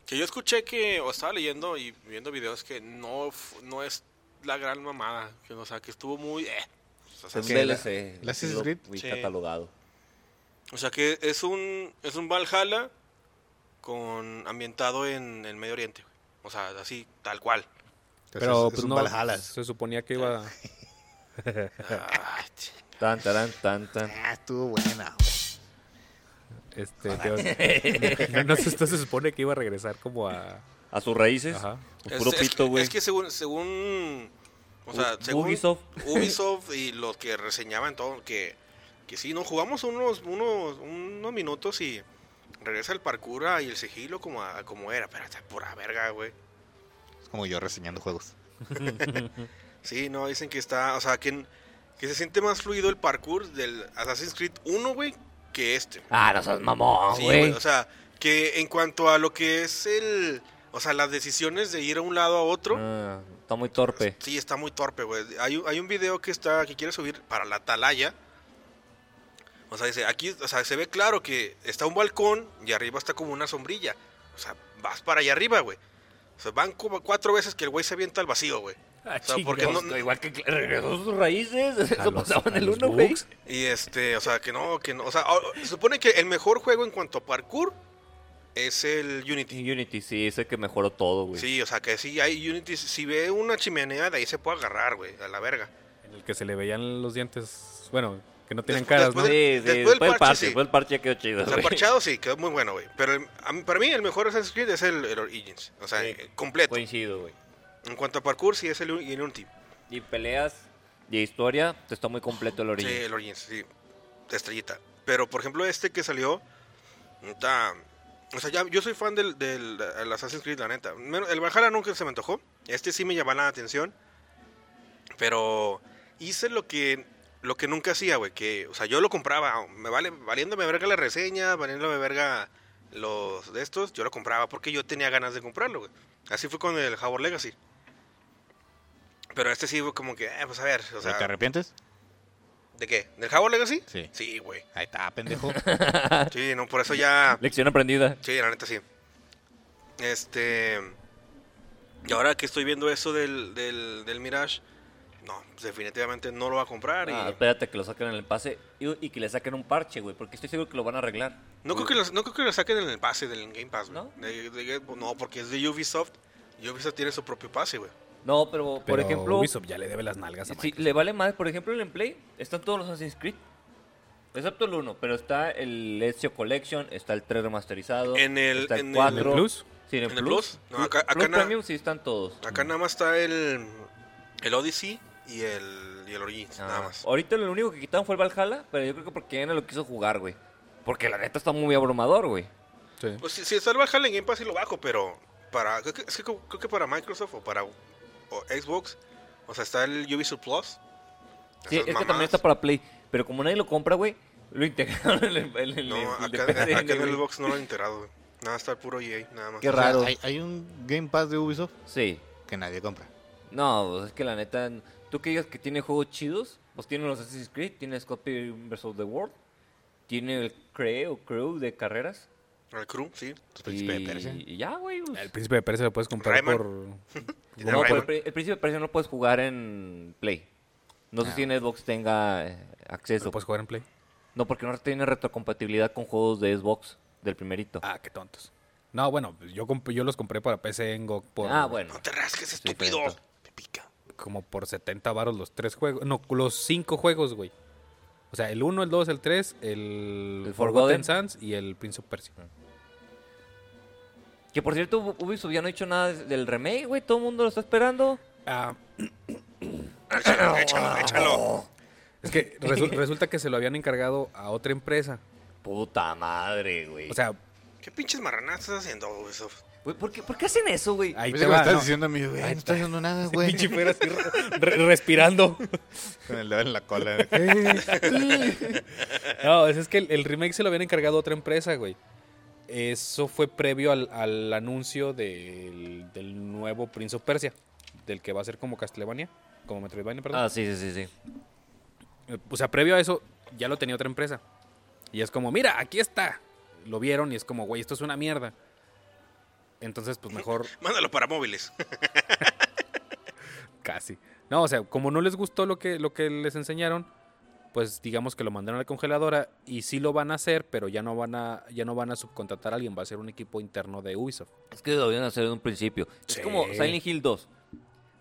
S2: Que yo escuché que, o estaba leyendo y viendo videos que no, f- no es la gran mamada. Que, o sea, que estuvo muy... eh. O, sea,
S3: Es
S2: sí.
S3: un DLC.
S1: el Assassin's
S3: así lo-
S1: Creed?
S3: y
S2: Sí.
S3: catalogado.
S2: O sea, que es un, es un Valhalla con, ambientado en el Medio Oriente, güey. O sea, así, tal cual.
S1: Entonces, es
S3: pues,
S1: un Valhalla.
S4: pues, Se suponía que iba.
S2: Ay, ch-
S3: Tan, tarán, tan, tan.
S1: Ah, estuvo buena.
S4: Este, te- no, no se, no se supone que iba a regresar como a.
S3: A sus raíces.
S4: Ajá.
S3: pues, puro
S2: es,
S3: pito,
S2: es-
S3: güey.
S2: Es que según, según, o sea,
S3: U-
S2: según
S3: Ubisoft.
S2: Ubisoft y los que reseñaban todo, que, que sí, nos jugamos unos, unos, unos minutos y regresa el parkour ah, y el sigilo como, a- como era, pero está pura verga, güey.
S1: Es como yo reseñando juegos.
S2: Sí, no, dicen que está, o sea, que, n- que se siente más fluido el parkour del Assassin's Creed 1, güey, que este.
S3: Ah, no seas mamón,
S2: Sí, güey,
S3: güey.
S2: o sea, que en cuanto a lo que es el, o sea, las decisiones de ir a un lado a otro,
S3: Ah, está muy torpe.
S2: Sí, está muy torpe, güey. Hay, un- hay un video que está que quiere subir para la atalaya. O sea, dice, aquí, o sea, se ve claro que está un balcón y arriba está como una sombrilla. O sea, vas para allá arriba, güey. O sea, van como cuatro veces que el güey se avienta al vacío, güey. O sea, porque no,
S3: Pues, Igual que regresó a sus raíces. Eso
S4: los-
S3: pasaba en
S4: Ah, a
S3: el
S4: los
S3: 1, güey.
S4: bugs.
S2: y este, o sea, que no, que no, o sea, o- se supone que el mejor juego en cuanto a parkour es el Unity.
S3: Y Unity, sí, ese que mejoró todo, güey.
S2: Sí, o sea, que sí hay Unity, si ve una chimenea de ahí se puede agarrar, güey, a la verga.
S4: En el que se le veían los dientes. Bueno, que no tienen
S2: Después-
S4: caras,
S3: Sí,
S4: ¿no?
S2: después
S3: sí,
S2: del
S3: después del
S2: parche,
S3: parche,
S2: sí.
S3: después del parche ya quedó chido,
S2: O sea,
S3: güey.
S2: parchado sí, quedó muy bueno, güey. Pero el- a mí- para mí el mejor Assassin's Creed es el, el Origins. O sea,
S3: Sí.
S2: eh, completo.
S3: Coincido, güey.
S2: En cuanto a parkour, sí es el, un- y el Unity.
S3: Y peleas y historia, te está muy completo el
S2: Sí,
S3: origen.
S2: el Origins, sí. Estrellita. Pero, por ejemplo, este que salió... neta, o sea, ya, yo soy fan del, del- del Assassin's Creed, la neta. Menos- El Valhalla nunca se me antojó. Este sí me llamó la atención. Pero hice lo que lo que nunca hacía, güey. Que, o sea, yo lo compraba. Me vale, valiéndome verga la reseña, valiéndome verga los de estos, yo lo compraba porque yo tenía ganas de comprarlo, güey. Así fue con el Howard Legacy. Pero este sí fue como que, eh, pues a ver, o sea,
S1: ¿Te arrepientes?
S2: ¿De qué? ¿Del Howard Legacy?
S1: Sí.
S2: Sí, güey.
S1: Ahí está, pendejo.
S2: Sí, no, por eso ya.
S3: Lección aprendida.
S2: Sí, la neta sí. Este. Y ahora que estoy viendo eso del, del, del Mirage, no, pues, definitivamente no lo va a comprar. y-
S3: Ah, espérate que lo saquen en el pase y, y que le saquen un parche, güey, porque estoy seguro que lo van a arreglar.
S2: no, creo que lo, no creo que lo saquen en el pase del Game Pass, güey.
S3: ¿No?
S2: De- de Game- no, porque es de Ubisoft. y Ubisoft tiene su propio pase, güey.
S3: No, pero,
S4: Pero
S3: por ejemplo,
S4: Ubisoft ya le debe las nalgas a
S3: si le vale más, por ejemplo, el en Play están todos los Assassin's Creed. Excepto el 1, pero está el Ezio Collection, está el 3 remasterizado,
S2: En el-
S3: está
S2: en
S3: el
S2: el-
S3: 4.
S4: ¿En el Plus?
S3: Sí, en el
S2: ¿En el
S3: Plus.
S2: Plus? No, acá- acá
S3: Plus
S2: na-
S3: Premium sí están todos.
S2: Acá nada más está el, el Odyssey y el, y el Origins, nada
S3: Ah,
S2: más.
S3: Ahorita lo único que quitaron fue el Valhalla, pero yo creo que porque ya no lo quiso jugar, güey. Porque la neta está muy abrumador, güey.
S4: Sí.
S2: Pues si, si está el Valhalla en Game Pass sí lo bajo, pero para creo que- es que creo creo que para Microsoft o para o Xbox, o sea, está el Ubisoft Plus.
S3: Sí,
S2: Esas
S3: es que también
S2: mamadas.
S3: está para Play. Pero como nadie lo compra, güey, lo integraron en el, en el-
S2: No,
S3: en el de
S2: acá,
S3: PSN,
S2: acá en el
S3: güey.
S2: Xbox no lo han integrado. güey. Nada, está el puro EA, nada más.
S3: Qué
S1: O sea,
S3: raro.
S1: hay, hay un Game Pass de Ubisoft
S3: Sí.
S1: que nadie compra.
S3: No, pues, es que la neta tú que digas que tiene juegos chidos, pues tiene los Assassin's Creed, tiene Scott Pilgrim vs. The World, tiene el Creo, Crew de carreras.
S2: Al crew, sí.
S1: Los príncipes de
S3: y-
S1: Persia.
S3: y ya, güey. pues.
S4: El príncipe de Persia lo puedes comprar
S2: Rayman.
S4: por.
S2: Tiene Rayman.
S3: No, pero el, Pri- el Príncipe de Persia no lo puedes jugar en Play. No sé si en Xbox tenga eh, acceso.
S4: Lo puedes jugar en Play.
S3: No, porque no tiene retrocompatibilidad con juegos de Xbox del primerito. Ah,
S4: Ah, qué tontos. No, bueno, yo, comp- yo los compré para PC en GOG por
S3: Ah, bueno.
S2: No te rasques,
S3: Sí,
S2: estúpido.
S3: correcto.
S2: Me pica.
S4: como por 70 varos los tres juegos. No, los cinco juegos, güey. O sea, el 1, el 2, el 3, el,
S3: El Forgotten. Mm.
S4: Forgotten Sands y el Prince of Persia.
S3: Que por cierto, U- Ubisoft ya no ha hecho nada des- del remake, güey. Todo el mundo lo está esperando.
S4: Ah,
S2: Échalo, échalo,
S3: Oh.
S2: échalo.
S4: es que resu- resulta que se lo habían encargado a otra empresa.
S3: Puta madre, güey.
S4: O sea,
S2: ¿Qué pinches marranadas estás haciendo, Ubisoft?
S3: Güey, ¿por, qué, por qué hacen eso, güey?
S4: ahí
S1: Pues
S4: te
S1: me
S4: va,
S1: estás
S4: ¿no?
S1: diciendo a mí, güey, no estás haciendo nada,
S4: Ese
S1: güey.
S4: pinche fuera así re- respirando.
S1: Con el dedo en la cola. ¿eh?
S4: No, es, es que el, el remake se lo habían encargado a otra empresa, güey. Eso fue previo al, al anuncio del, del nuevo Prince of Persia, del que va a ser como Castlevania, como Metroidvania, perdón.
S3: Ah, sí, sí, sí, sí.
S4: Eh, O sea, previo a eso, ya lo tenía otra empresa. Y es como, mira, aquí está. Lo vieron y es como, güey, esto es una mierda. Entonces, pues mejor
S2: Mándalo para móviles.
S4: casi. No, o sea, como no les gustó lo que, lo que les enseñaron, pues digamos que lo mandaron a la congeladora y sí lo van a hacer, pero ya no van a, ya no van a subcontratar a alguien, va a ser un equipo interno de Ubisoft.
S3: Es que lo debían hacer en un principio.
S4: Sí.
S3: Es como Silent Hill 2.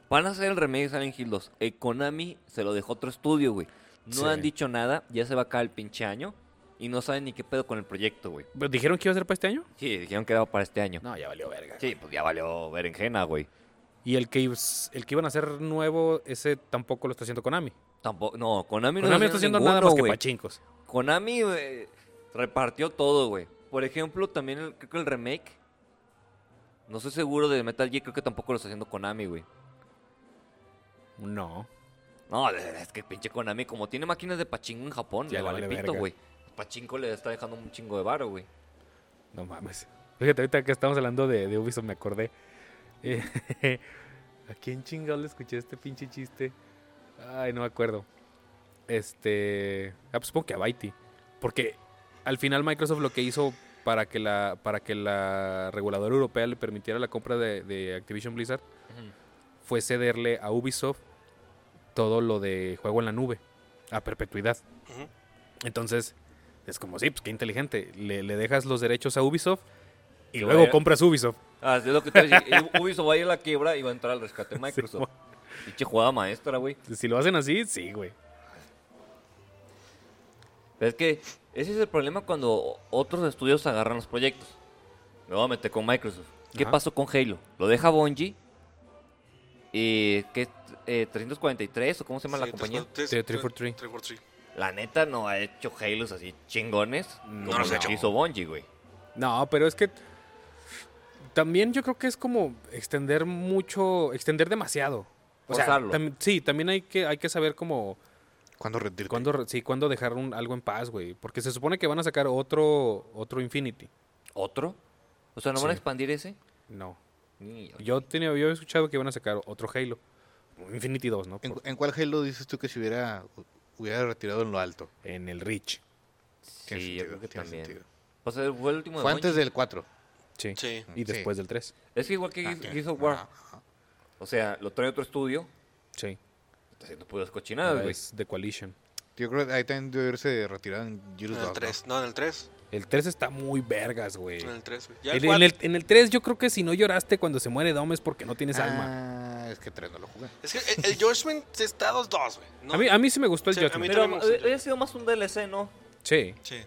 S3: Van a hacer el remake de Silent Hill 2. Eh, Konami se lo dejó otro estudio, güey. No
S4: Sí.
S3: han dicho nada, ya se va acá el pinche año. Y no saben ni qué pedo con el proyecto, güey.
S4: ¿Pero dijeron que iba a ser para este año?
S3: Sí, dijeron que era para este año.
S4: No, ya valió verga.
S3: Sí, pues ya valió berenjena, güey.
S4: Y el que, ibs- el que iban a hacer nuevo, ese tampoco lo está haciendo Konami.
S3: Tampoco, no, Konami no
S4: Konami no está haciendo nada
S3: ninguno,
S4: más que
S3: güey.
S4: pachincos.
S3: Konami eh, repartió todo, güey. Por ejemplo, también el- creo que el remake. No estoy seguro de Metal Gear, creo que tampoco lo está haciendo Konami, güey.
S4: No.
S3: No, es que pinche Konami, como tiene máquinas de pachinko en Japón,
S4: Ya
S3: le
S4: le
S3: vale
S4: vale
S3: pito,
S4: verga.
S3: güey. Pachinko le está dejando un chingo de varo, güey.
S4: No mames. Fíjate, ahorita que estamos hablando de, de Ubisoft me acordé. Eh, ¿A quién chingado le escuché este pinche chiste? Ay, no me acuerdo. Este. Ah, pues supongo que a Baiti. Porque al final Microsoft lo que hizo para que la, para que la reguladora europea le permitiera la compra de, de Activision Blizzard fue cederle a Ubisoft todo lo de juego en la nube a perpetuidad.
S2: Ujú.
S4: Entonces, es como, sí, pues qué inteligente. Le, le dejas los derechos a Ubisoft y
S3: Que
S4: luego
S3: vaya-
S4: compras Ubisoft.
S3: Ah, es lo que te voy a decir. El Ubisoft va a ir a la quiebra y va a entrar al rescate de Microsoft. Pinche jugada maestra, güey.
S4: Si lo hacen así, sí, güey.
S3: Pero es que ese es el problema cuando otros estudios agarran los proyectos. Nuevamente con Microsoft. ¿Qué
S4: Ajá.
S3: pasó con Halo? Lo deja Bungie. Y que eh, 343 o cómo se llama la compañía.
S4: Sí, 343.
S2: 343.
S3: La neta no ha hecho Halos así chingones. No
S2: los ha hecho.
S3: hizo Bungie, güey.
S4: No, pero es que también yo creo que es como extender mucho, extender demasiado. O sea,
S3: Forzarlo.
S4: tam- sí, también hay que, hay que saber cómo,
S1: ¿Cuándo rendirte?
S4: cuándo, re- sí, cuándo dejar un- algo en paz, güey. Porque se supone que van a sacar otro, otro Infinity.
S3: ¿Otro? O sea, ¿no van a
S4: Sí.
S3: expandir ese?
S4: No.
S3: Ni-
S4: Yo tenía, yo he escuchado que iban a sacar otro Halo. Infinity 2, ¿no?
S1: ¿En,
S4: Por-
S1: en cuál Halo dices tú que se hubiera, hubiera retirado en lo alto?
S4: en el Reach.
S1: Tiene
S3: Sí, yo
S1: sentido,
S3: creo que
S1: tiene
S3: también.
S1: sentido.
S3: O sea, fue el último de
S1: Fue antes
S3: Bungie.
S1: del 4.
S4: Sí.
S2: Sí.
S4: Y
S1: Sí.
S4: después del 3.
S3: Es que igual que Gears- Gears of War. O sea, lo trae otro estudio.
S4: Sí.
S3: Está haciendo puras cochinadas,
S4: Ahora
S3: Ah, güey.
S4: es The Coalition.
S1: Yo creo que ahí también debe haberse retirado en
S2: En
S1: Gears
S2: el
S1: 2. ¿no?
S2: 3. No, en el 3.
S4: El 3 está muy vergas, güey.
S2: En el 3. Ya
S4: En,
S2: el
S4: en
S2: cuatro-
S4: el, en el 3 yo creo que si no lloraste cuando se muere Dom es porque no tienes alma.
S1: Ah, es que 3 no lo jugué.
S2: Es que eh, el, el Judgment está 2-2, güey. No,
S4: a, mí, a mí sí me gustó el
S2: Sí, a
S4: Judgment.
S2: mí
S3: Pero
S2: también me gusta el
S3: eh, hubiera sido más un DLC, ¿no?
S4: Sí.
S2: Sí.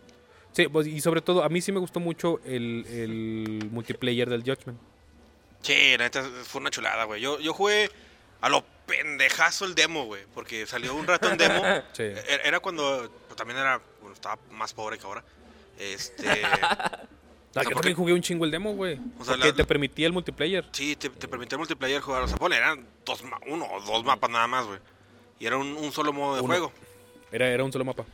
S4: Sí, pues, y sobre todo a mí sí me gustó mucho el, el multiplayer del Judgment.
S2: Sí, la neta fue una chulada, güey. Yo, yo jugué a lo pendejazo el demo, güey. Porque salió un rato en demo.
S4: Sí.
S2: E- Era cuando. pues, también era. bueno, estaba más pobre que ahora. Este.
S4: Ah, yo también jugué un chingo el demo, güey.
S2: O sea,
S4: porque
S2: la-
S4: te permitía el multiplayer.
S2: sí, te, te permitía el multiplayer jugar. O sea, ponle, eran dos, ma- uno o dos mapas nada más, güey. Y era un, un solo modo de
S4: Uno.
S2: juego.
S4: Era, era un solo mapa.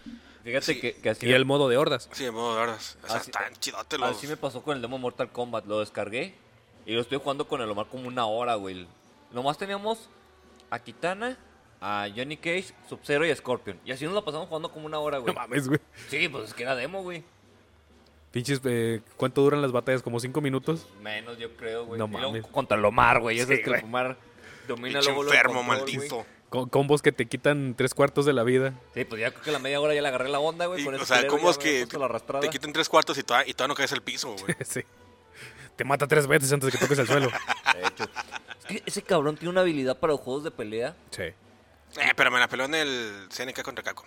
S3: Fíjate
S2: Sí.
S3: que, que así,
S4: Y el modo de hordas.
S2: Sí, de modo de horas. O sea,
S3: Así-
S2: están chidote los.
S3: así me pasó con el demo Mortal Kombat. Lo descargué y lo estoy jugando con el Omar como una hora, güey. Nomás teníamos a Kitana, a Johnny Cage, Sub-Zero y Scorpion. Y así nos la pasamos jugando como una hora,
S4: No
S3: güey.
S4: mames, güey.
S3: Sí, pues es que era demo, güey.
S4: Pinches, eh, ¿cuánto duran las batallas? ¿Como cinco minutos?
S3: Menos, yo creo, güey.
S4: No
S3: Y luego
S4: mames.
S3: Contra Lomar, güey. Eso
S4: Sí,
S3: es que
S4: güey.
S3: Lomar domina
S2: Pinche
S3: luego luego el
S2: enfermo,
S3: control,
S2: maldito.
S3: güey.
S4: Co- combos que te quitan tres cuartos de la vida.
S3: Sí, pues ya creo que a la media hora ya le agarré la onda, güey.
S2: Y,
S3: con
S2: o
S3: ese
S2: sea,
S3: culero
S2: ¿cómo
S3: ya
S2: es
S3: me
S2: que
S3: había puesto la arrastrada.
S2: te quitan tres cuartos y todavía, y todavía no caes al piso, güey?
S4: sí. Te mata tres veces antes de que toques el suelo.
S3: De hecho. Es que ese cabrón tiene una habilidad para los juegos de pelea.
S4: Sí.
S2: Eh, pero me la peló en el CNK contra Capcom.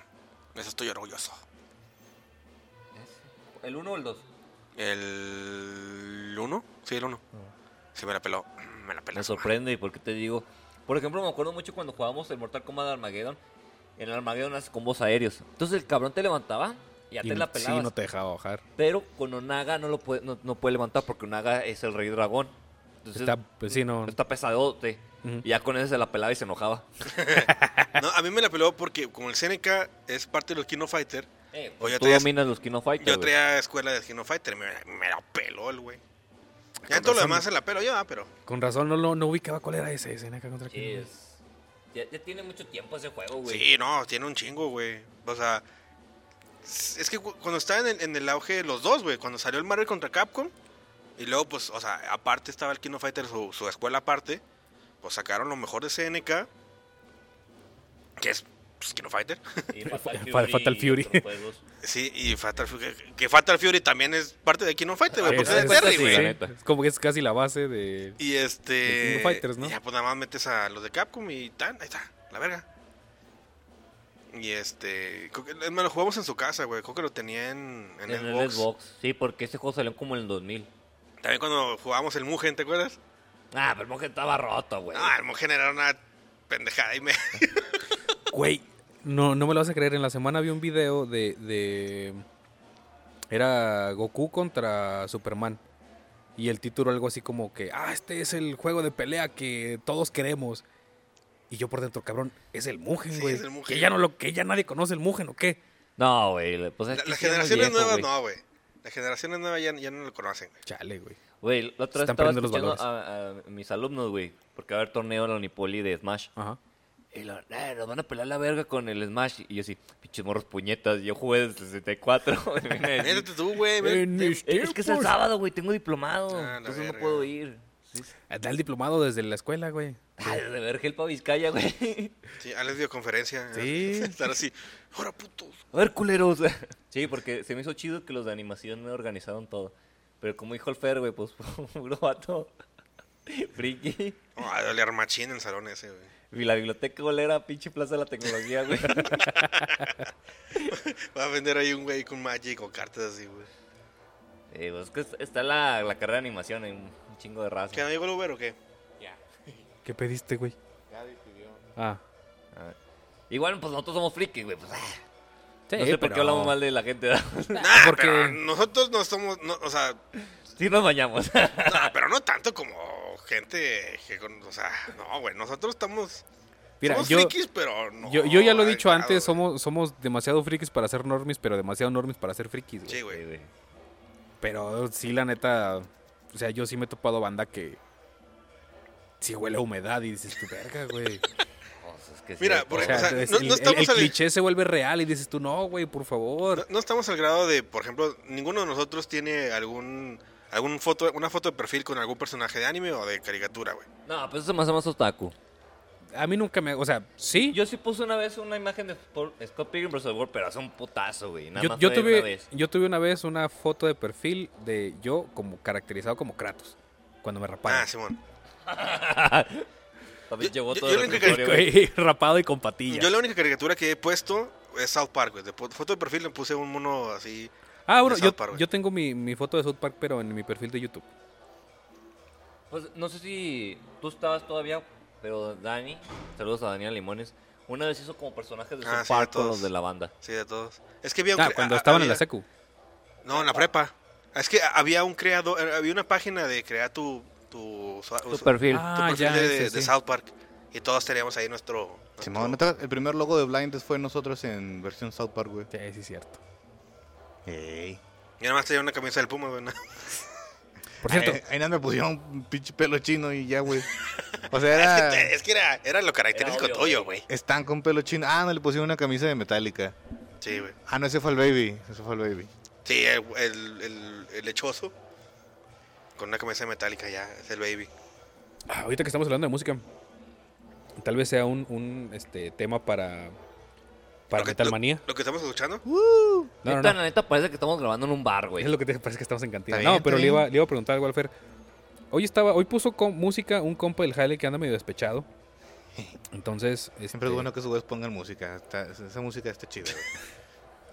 S2: De Eso estoy orgulloso.
S3: ¿El 1 o el 2?
S2: ¿El 1? Sí, el 1.
S4: Mm.
S2: Sí, me la peló. Mm, Me la peló.
S3: Me sorprende, ¿y por qué te digo? Por ejemplo, me acuerdo mucho cuando jugábamos el Mortal Kombat de Armageddon. En el Armageddon haces combos aéreos. Entonces el cabrón te levantaba y ya
S4: Y
S3: te la
S4: sí,
S3: pelabas.
S4: no te dejaba bajar.
S3: Pero con Onaga no lo puede, no, no puede levantar porque Onaga es el rey dragón. Entonces
S4: Está, pues, sí, no.
S3: está pesadote.
S4: Ujú.
S3: Y ya con eso se la pelaba y se enojaba.
S2: No, a mí me la peló porque como el CNK es parte de los Kino Fighter,
S3: Eh,
S2: Oye,
S3: tú
S2: traías-
S3: dominas los Kino Fighters.
S2: yo
S3: güey.
S2: traía escuela de Kino Fighter, me, me la peló el güey. Ya en
S4: Con
S2: todo lo
S4: razón.
S2: demás se la peló yo, ah, pero...
S4: Con razón no, lo- no ubicaba cuál era ese. escena acá contra
S3: Sí,
S4: quién.
S3: es- Ya, ya tiene mucho tiempo ese juego, güey.
S2: Sí, no, tiene un chingo, güey. O sea, es que cu- cuando estaba en el, en el auge de los dos, güey, cuando salió el Marvel contra Capcom, y luego, pues, o sea, aparte estaba el Kino Fighter, su, su escuela aparte, pues sacaron lo mejor de CNK, que es pues, Kino Fighter.
S3: Y Fatal
S4: Fa-
S3: Fury.
S4: Fatal
S3: y
S4: Fury.
S3: otros juegos.
S2: Sí, y Fatal Fury, que, que Fatal Fury también es parte de Kino Fighter, güey,
S4: Sí,
S2: porque
S4: sí,
S2: es de
S4: sí,
S2: Terry,
S3: sí,
S2: güey.
S3: la neta.
S4: Es como que es casi la base de.
S2: Y
S4: De
S2: este.
S4: King of Fighters, ¿no?
S2: y Ya, pues nada más metes a los de Capcom y tan, ahí está, la verga. Y este. creo que- Me lo jugamos en su casa, güey. Creo que lo tenía en, en
S3: En el Xbox. Sí, porque ese juego salió como en el 2000.
S2: También cuando jugábamos el Mugen, ¿te acuerdas?
S3: Ah, pero el monje estaba roto, güey.
S2: Ah, el Mugen era una pendejada y me.
S4: Güey, no, no me lo vas a creer. En la semana vi un video de, de- Era Goku contra Superman. Y el título algo así como que, ah, este es el juego de pelea que todos queremos. Y yo por dentro, cabrón, es el Mugen,
S2: Sí,
S4: güey.
S2: es el Mugen.
S4: Que ya no lo, que ya nadie conoce el Mugen, ¿o qué?
S3: No, güey. Pues es
S2: La-
S3: que
S2: Las
S3: sí era muy
S2: generaciones
S3: viejo,
S2: nuevas
S3: güey.
S2: no, güey. Las generaciones nuevas ya, ya no lo conocen, güey.
S4: Chale, güey.
S3: Güey, la otra vez
S4: Están
S3: estaba
S4: perdiendo los
S3: escuchando a, a mis alumnos, güey. Porque va a haber torneo en la Unipoli de Smash.
S4: Ajá.
S3: Y lo, "Eh, nos van a pelar la verga con el Smash. Y yo así, pinches morros puñetas. Yo jugué desde 64. y me
S4: Eh,
S3: viene a decir,
S2: Métete tú, güey.
S4: En
S2: vete.
S4: mis
S3: "Eh, es que es el
S4: tiempos.
S3: sábado, güey. Tengo diplomado.
S2: pues?". Ah, la
S3: entonces no
S2: verga.
S3: puedo ir. Sí, sí.
S4: Ah, Da el diplomado desde la escuela, güey.
S3: Ay, de ver Gelpa Vizcaya, güey.
S2: Sí, Alex dio conferencia.
S4: Sí.
S2: Estar así. Ahora, putos.
S3: A ver, culeros. Sí, porque se me hizo chido que los de animación me organizaron todo. Pero como dijo el Fer, güey, pues puro vato. Friki.
S2: No, a doler machín en el salón ese, güey.
S3: Y la biblioteca golera, pinche plaza de la tecnología, güey.
S2: Va a vender ahí un güey con Magic o cartas así, güey.
S3: Eh, pues, es que es- está la, la carrera de animación, hay un un chingo de raza.
S2: ¿Que no llegó el Uber o qué?
S4: ¿Qué pediste, güey? Ah.
S3: Ah. Igual, pues nosotros somos frikis, güey. Pues, ah,
S4: Sí,
S3: no sé por
S4: pero-
S3: qué hablamos mal de la gente. ¿verdad?
S2: Nah,
S4: porque-
S2: pero nosotros no somos, no, o sea,
S3: sí nos bañamos.
S2: nah, pero no tanto como gente que, con- o sea, no, güey, nosotros estamos,
S4: Mira,
S2: somos
S4: yo-
S2: frikis, pero no.
S4: Yo, yo ya lo he
S2: al
S4: dicho
S2: grado,
S4: antes,
S2: güey.
S4: somos, somos demasiado frikis para ser normis, pero demasiado normis para ser frikis, güey.
S2: Sí,
S3: Sí,
S2: güey.
S3: güey.
S4: Pero sí, la neta, o sea, yo sí me he topado banda que sí huele a humedad y dices, tu verga, güey.
S3: Pues, es que sí,
S2: Mira,
S3: hay
S2: por
S4: O
S3: todo.
S4: sea,
S2: O sea,
S4: es-
S2: no-
S4: el,
S2: no
S4: el-
S2: estamos
S4: el
S2: al-
S4: cliché se vuelve real y dices tú, no, güey, por favor.
S2: No, no estamos al grado de, por ejemplo, ninguno de nosotros tiene algún, algún foto, una foto de perfil con algún personaje de anime o de caricatura, güey.
S3: No, pues eso me hace más otaku.
S4: A mí nunca me, o sea, sí, yo,
S3: Yo sí puse una vez una imagen de Paul- Scott Pilgrim vs. World, pero hace un putazo, güey. Nada
S4: yo,
S3: más fue una
S4: tuve,
S3: vez.
S4: yo tuve una vez una foto de perfil de yo como caracterizado como Kratos, cuando me rapaba.
S2: Ah, Simón.
S3: También
S2: Yo-
S3: llevó
S2: yo-
S3: todo
S2: yo
S3: el
S2: lo único que-
S3: repertorio, güey.
S4: rapado y con patillas.
S2: Yo la única caricatura que he puesto es South Park, güey. De po- foto de perfil le puse un mono así.
S4: ah, bueno,
S2: de
S4: yo,
S2: South Park, güey.
S4: yo tengo mi, mi foto de South Park, pero en mi perfil de YouTube.
S3: Pues no sé si tú estabas todavía, pero Dani, saludos a Daniel Limones, una vez hizo como personajes de
S2: Ah,
S3: South
S2: sí, a
S3: Park con los
S2: todos.
S3: de la banda.
S2: Sí, de todos. Es que había un
S4: Ah,
S2: cre-
S4: cuando
S2: a-
S4: estaban en
S2: había-
S4: la secu.
S2: No, en la prepa. Es que había un creador, había una página de crear tu, tu, su-
S3: Tu
S2: su-
S3: perfil.
S2: tu
S4: Ah,
S2: perfil
S4: ya,
S2: de,
S4: ese,
S2: de
S4: sí.
S2: South Park. Y todos teníamos ahí nuestro.
S1: Simón,
S2: nuestro-
S1: ¿no te- el primer logo de Blinders fue nosotros en versión South Park, güey.
S4: Sí, sí, cierto.
S1: Ey.
S2: Yo nada más tenía una camisa del Puma, güey. ¿no?
S4: Por cierto,
S1: Ahí, ahí nada me pusieron un pinche pelo chino y ya, güey. O sea, era
S2: Es que era, era lo característico
S3: Era obvio,
S2: tuyo, güey.
S1: están con pelo chino. Ah, no, le pusieron una camisa de Metallica.
S2: Sí, güey.
S1: Ah, no, ese fue el baby. Ese fue el baby.
S2: Sí, el, el, el- el lechoso. Con una camisa metálica ya, es el baby.
S4: Ah, Ahorita que estamos hablando de música, tal vez sea un, un, este, tema para, para
S2: Lo que-
S4: Metalmanía.
S2: Lo, lo que estamos escuchando.
S1: Uh,
S4: No, no,
S3: neta,
S4: no.
S3: la neta parece que estamos grabando en un bar, güey.
S4: Es lo que te parece que estamos en cantina.
S1: Está
S4: no,
S1: bien,
S4: pero
S1: está
S4: le iba,
S1: bien.
S4: le iba a preguntar algo al Fer. Hoy estaba, hoy puso con música un compa del Jale que anda medio despechado. Entonces, este,
S1: Siempre es bueno que sus güeyes pongan música. Está- esa música está chida, güey.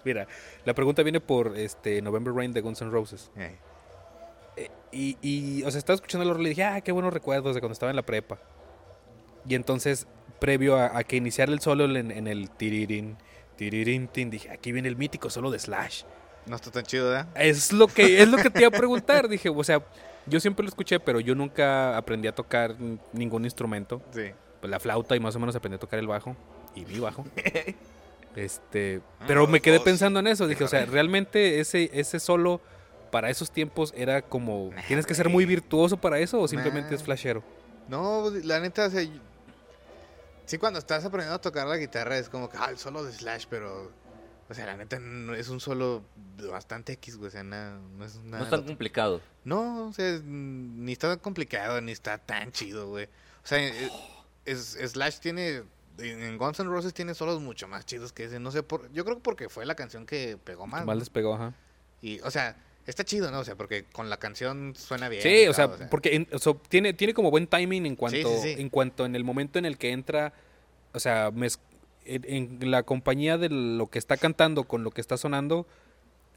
S4: mira, la pregunta viene por este November Rain de Guns N' Roses.
S1: Eh.
S4: Eh, y, y, o sea, estaba escuchando el horror y le dije, ah, qué buenos recuerdos de cuando estaba en la prepa. Y entonces, previo a, a que iniciara el solo en, en el tirirín, tirirín, tin, dije, aquí viene el mítico solo de Slash.
S1: No está tan chido, ¿verdad?
S4: Es lo que, es lo que te iba a preguntar. dije, o sea, yo siempre lo escuché, pero yo nunca aprendí a tocar n- ningún instrumento.
S1: Sí.
S4: Pues, la flauta y más o menos aprendí a tocar el bajo. Y mi bajo. Este, pero me quedé
S2: dos.
S4: pensando en eso. Dije, o sea, realmente ese, ese solo para esos tiempos era como.
S1: Nah,
S4: ¿Tienes que ser
S1: güey.
S4: muy virtuoso para eso o simplemente
S1: Nah.
S4: es flashero?
S1: No, pues, la neta, o sea, yo- sí cuando estás aprendiendo a tocar la guitarra es como que, ah, el solo de Slash, pero, o sea, la neta no- es un solo bastante X, güey, o sea, na- no es nada.
S3: no es
S1: del
S3: tan
S1: otro.
S3: complicado.
S1: No, o sea, es- ni está tan complicado, ni está tan chido, güey. O sea, eh, es- Slash tiene, en en Guns N' Roses tiene solos mucho más chidos que ese, no sé, por, yo creo que porque fue la canción que pegó más.
S4: Mal
S1: ¿no?
S4: despegó, ajá.
S1: Y, o sea, está chido, ¿no? O sea, porque con la canción suena bien.
S4: Sí,
S1: y
S4: o sea,
S1: todo,
S4: porque en- o sea, tiene, tiene como buen timing en cuanto,
S1: sí, sí.
S4: en cuanto en el momento en el que entra, o sea, mez- en, en la compañía de lo que está cantando con lo que está sonando,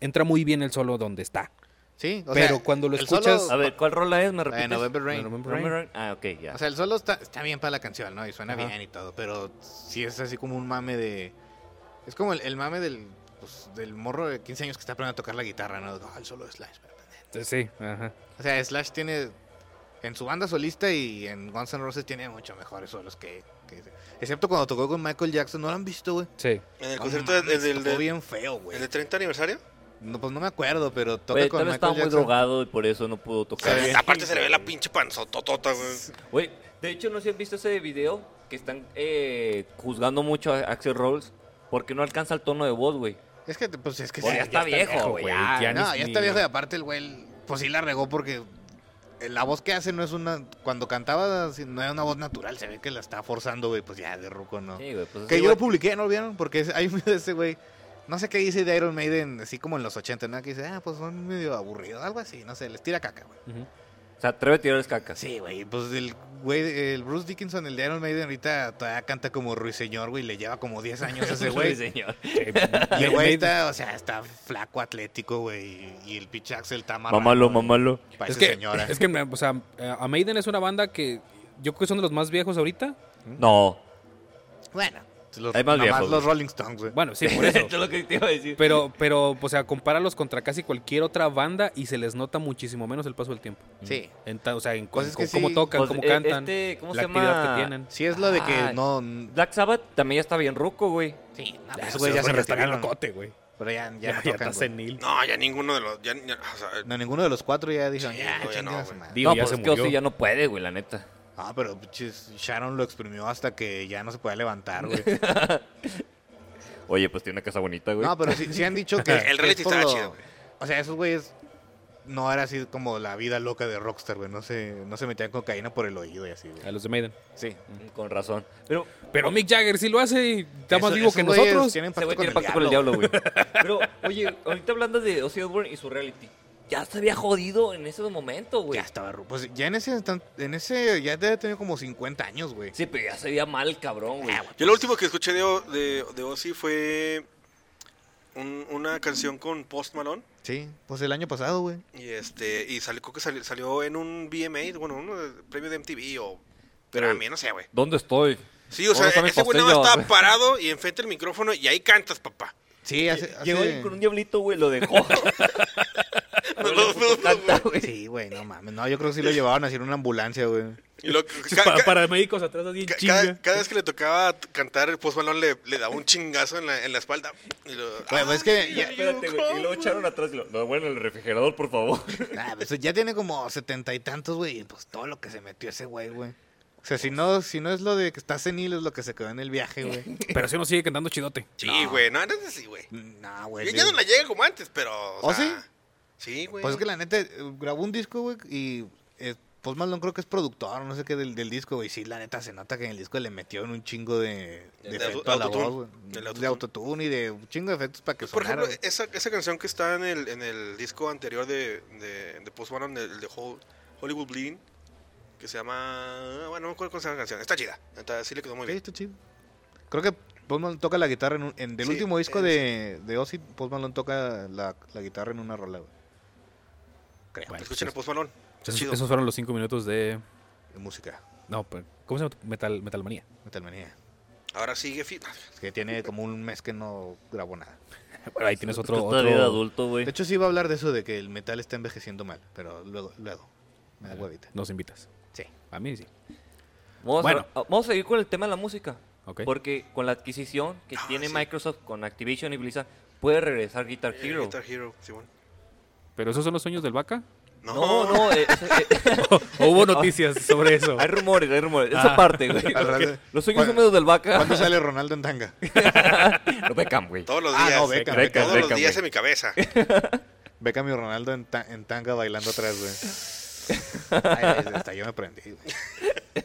S4: entra muy bien el solo donde está.
S1: Sí, o
S4: pero
S1: sea,
S4: cuando lo
S1: el solo-
S4: escuchas-
S3: A ver, ¿cuál rola es? ¿Me
S1: la de
S3: repites?
S1: November Rain.
S4: November
S3: November Rain. Ah, ok, ya.
S1: O sea, el solo está, está bien para la canción, ¿no? Y suena
S4: Ajá.
S1: bien y todo, pero sí es así como un mame de... Es como el, el mame del, pues, del morro de 15 años que está aprendiendo a tocar la guitarra, ¿no? Ah, el solo de Slash. pero-
S4: Sí, Eh, Sí, ajá.
S1: O sea, Slash tiene... En su banda solista y en Guns N' Roses tiene mucho mejores solos que... que- Excepto cuando tocó con Michael Jackson, ¿no lo han visto, güey?
S4: Sí.
S2: En el
S1: No
S2: concierto
S1: mames,
S2: del, del-
S1: tocó
S2: del-
S1: bien feo, güey.
S2: el de 30 aniversario.
S1: No, pues no me acuerdo, pero toca
S3: Güey,
S1: con
S3: tal vez estaba
S1: Michael
S3: muy
S1: Jackson.
S3: drogado y por eso no pudo tocar.
S1: Se ve-
S2: Aparte se le ve la pinche panzototota, güey.
S3: Güey, de hecho, no sé si han visto ese video que están eh, juzgando mucho a Axel Rolls porque no alcanza el tono de voz, güey.
S1: Es que, pues es que...
S3: Porque ya,
S1: sí,
S3: está viejo, güey. ya.
S4: ya
S1: No,
S4: ni-
S1: ya está
S4: ni-
S1: viejo y aparte el güey, pues sí la regó porque la voz que hace no es una... Cuando cantaba si no era una voz natural, se ve que la está forzando, güey, pues ya de ruco no.
S3: Sí, güey, pues
S1: que
S3: ese
S1: yo lo
S3: güey-
S1: publiqué, ¿no lo vieron? Porque es- hay un video de ese güey, no sé qué dice de Iron Maiden, así como en los 80, ¿no? Que dice, ah, pues son medio aburridos, algo así, no sé, les tira caca, güey.
S4: Ujú.
S3: Se atreve a tirarles cacas.
S1: Sí, güey, pues el güey, el Bruce Dickinson, el de Iron Maiden, ahorita todavía canta como Ruiseñor, güey, le lleva como 10 años a ese güey.
S3: Sí, señor.
S1: Y el güey está, o sea, está flaco, atlético, güey, y el pinche Axel está amarrado,
S3: Mamalo,
S1: güey.
S3: mamalo.
S1: Parece
S4: Es que,
S1: señora.
S4: es que, o sea, a Maiden es una banda que yo creo que son de los más viejos ahorita.
S3: No.
S1: Bueno. pues Los,
S3: Hay más
S1: nomás
S3: viejos,
S1: los Rolling Stones, güey.
S4: Bueno, sí, por eso.
S3: es lo que te iba a decir.
S4: Pero, pero, o sea, compáralos contra casi cualquier otra banda y se les nota muchísimo menos el paso del tiempo.
S1: Sí.
S4: En ta- o sea, en
S1: Pues
S4: con-
S1: es que
S4: con cómo
S1: sí.
S4: tocan,
S3: Pues,
S4: cómo
S3: eh,
S4: cantan,
S3: este, ¿cómo
S4: la
S3: se
S4: actividad
S3: llama?
S4: que tienen.
S1: Sí es lo de que
S3: Ah.
S1: no...
S3: Black Sabbath también ya está bien ruco, güey.
S1: Sí, no,
S4: Ah,
S1: pues,
S4: esos
S1: güey, ya
S4: güeyes
S1: se
S4: están en
S1: retiraron.
S4: locote, güey.
S1: Pero ya, ya,
S4: Ya,
S1: no
S4: ya
S1: tocan,
S4: está
S1: güey.
S4: senil.
S2: No, ya ninguno de los. Ya, ya- o sea,
S1: No, ninguno de los cuatro ya dijeron,
S2: Sí,
S1: ya,
S2: güey,
S1: chingue
S2: no,
S1: a su
S2: güey.
S1: madre.
S4: Digo,
S3: no,
S4: ya
S3: pues
S4: se
S3: es que
S4: murió.
S3: Ozzy ya no puede, güey, la neta.
S1: Ah, pero pinches, Sharon lo exprimió hasta que ya no se podía levantar, güey.
S3: Oye, pues tiene una casa bonita, güey.
S1: No, pero sí, sí han dicho que...
S2: El
S1: es
S2: reality
S1: por
S2: estaba
S1: lo-
S2: chido, güey.
S1: O sea, esos güeyes no era así como la vida loca de Rockstar, güey. No se, no se metían cocaína por el oído y así, güey.
S4: A los de Maiden.
S1: Sí.
S3: Con razón. Pero
S4: Pero Mick Jagger sí lo hace y está más
S1: Eso-
S4: vivo
S1: esos
S4: que
S1: güeyes
S4: nosotros.
S1: Tienen
S3: se
S1: pacto
S3: güey
S1: con
S3: tiene
S1: el
S3: pacto con el
S1: diablo.
S3: diablo, güey. Pero, oye, ahorita hablando de Ozzy Osbourne y su reality. Ya se había jodido en ese momento, güey.
S1: Ya estaba ru- Pues ya en ese, instan- en ese ya debe tener como 50 años, güey.
S3: Sí, pero ya se veía mal, cabrón,
S1: Ah,
S3: güey.
S2: Yo lo último que escuché de, O- de, de Ozzy fue un- una canción con Post Malone.
S1: Sí, pues el año pasado, güey.
S2: Y este, y salió, creo que salió, salió en un VMA, bueno, un premio de MTV o
S3: Pero-
S2: Grammy, no sé, güey.
S3: ¿Dónde estoy?
S2: Sí, o sea,
S3: ¿Dónde está mi
S2: ese güey nada más
S3: pastelillo?
S2: estaba parado y enfrente del micrófono y ahí cantas, papá.
S1: Sí, hace...
S3: Llegó
S1: hace-
S3: ahí con un diablito, güey, lo dejó. No, no, no, tanta, güey.
S1: Sí, güey, no mames. No, yo creo que sí lo llevaban así en una ambulancia, güey.
S2: Y lo- ca-
S4: Pa-
S2: ca-
S4: para médicos atrás, así en
S2: ca-
S4: chinga.
S2: cada, cada vez que le tocaba t- cantar, el Post Malone le, le daba un chingazo en la, en la espalda. Y lo-
S1: Güey, pues es que ya,
S3: Espérate, güey. Y lo echaron atrás. y Lo, lo bueno, el refrigerador, por favor.
S1: nah, pues ya tiene como setenta y tantos, güey. y Pues todo lo que se metió ese güey, güey. O sea, si no, si no es lo de que está senil, es lo que se quedó en el viaje, güey.
S4: Pero si uno sigue cantando chidote.
S2: Sí, güey, no, antes sí, güey.
S1: Nah,
S2: Yo
S1: güey.
S2: ya
S1: digo-
S2: no la llega como antes, pero. O,
S1: Pues ¿Oh,
S2: sea, sí? güey.
S1: Pues es que la neta, eh, grabó un disco, güey, y eh, Post Malone creo que es productor, no sé qué, del, del disco, güey. Sí, la neta, se nota que en el disco le metieron un chingo de, de,
S2: De
S1: efecto
S2: auto-
S1: a la
S2: autotune.
S1: voz, güey.
S2: Del autotune.
S1: De autotune y de un chingo de efectos para que
S2: Por
S1: sonara.
S2: ejemplo, esa, esa canción que está en el, en el disco anterior de, de, de Post Malone, el de Hol- Hollywood Bleeding, que se llama. ah, Bueno, no me acuerdo cuál es la canción. Está chida. Neta, sí le quedó muy
S1: güey. Sí,
S2: bien.
S1: está chido. Creo que Post Malone toca la guitarra en, un- en- del
S2: Sí,
S1: último disco
S2: eh,
S1: de, de Ozzy, Post Malone toca la, la guitarra en una rola, güey. Creo.
S4: Bueno,
S2: Escuchen a
S4: pues,
S2: Post Malone. Está
S4: esos,
S2: chido.
S4: esos fueron los cinco minutos de.
S1: De música,
S4: No, pero- ¿cómo se llama? tu- Metal, metalmanía.
S1: Metalmanía.
S2: Ahora sigue. fi-
S1: Es que tiene como un mes que no grabó nada.
S4: Bueno, ahí tienes otro.
S3: Está bien
S4: otro...
S3: adulto, güey.
S1: De hecho, sí iba a hablar de eso de que el metal está envejeciendo mal, pero luego, luego. Me da huevita.
S4: Nos invitas.
S1: Sí.
S4: A mí sí.
S3: Vamos,
S4: Bueno.
S3: a, vamos a seguir con el tema de la música.
S4: Ok.
S3: Porque con la adquisición que
S2: Ah,
S3: tiene
S2: sí.
S3: Microsoft con Activision y Blizzard, puede regresar Guitar
S2: eh,
S3: Hero.
S2: Guitar Hero, Simón.
S4: ¿Pero esos son los sueños del vaca?
S2: No,
S3: No, no, eh, eso- eh,
S4: ¿O hubo noticias sobre eso?
S3: hay rumores, hay rumores.
S4: Ah.
S3: Esa parte, güey.
S1: Al rato-
S3: Los sueños
S1: ¿Cuándo-
S3: húmedos del vaca.
S1: ¿Cuándo sale Ronaldo en tanga?
S3: No, Beckham, güey.
S2: Todos los
S1: Ah,
S2: días.
S1: no, Beckham,
S3: Beckham,
S2: todos
S3: Beckham,
S2: los días
S3: güey.
S2: en mi cabeza.
S1: Beckham y Ronaldo en, ta- en tanga bailando atrás, güey. Ay, güey, hasta yo me prendí, güey.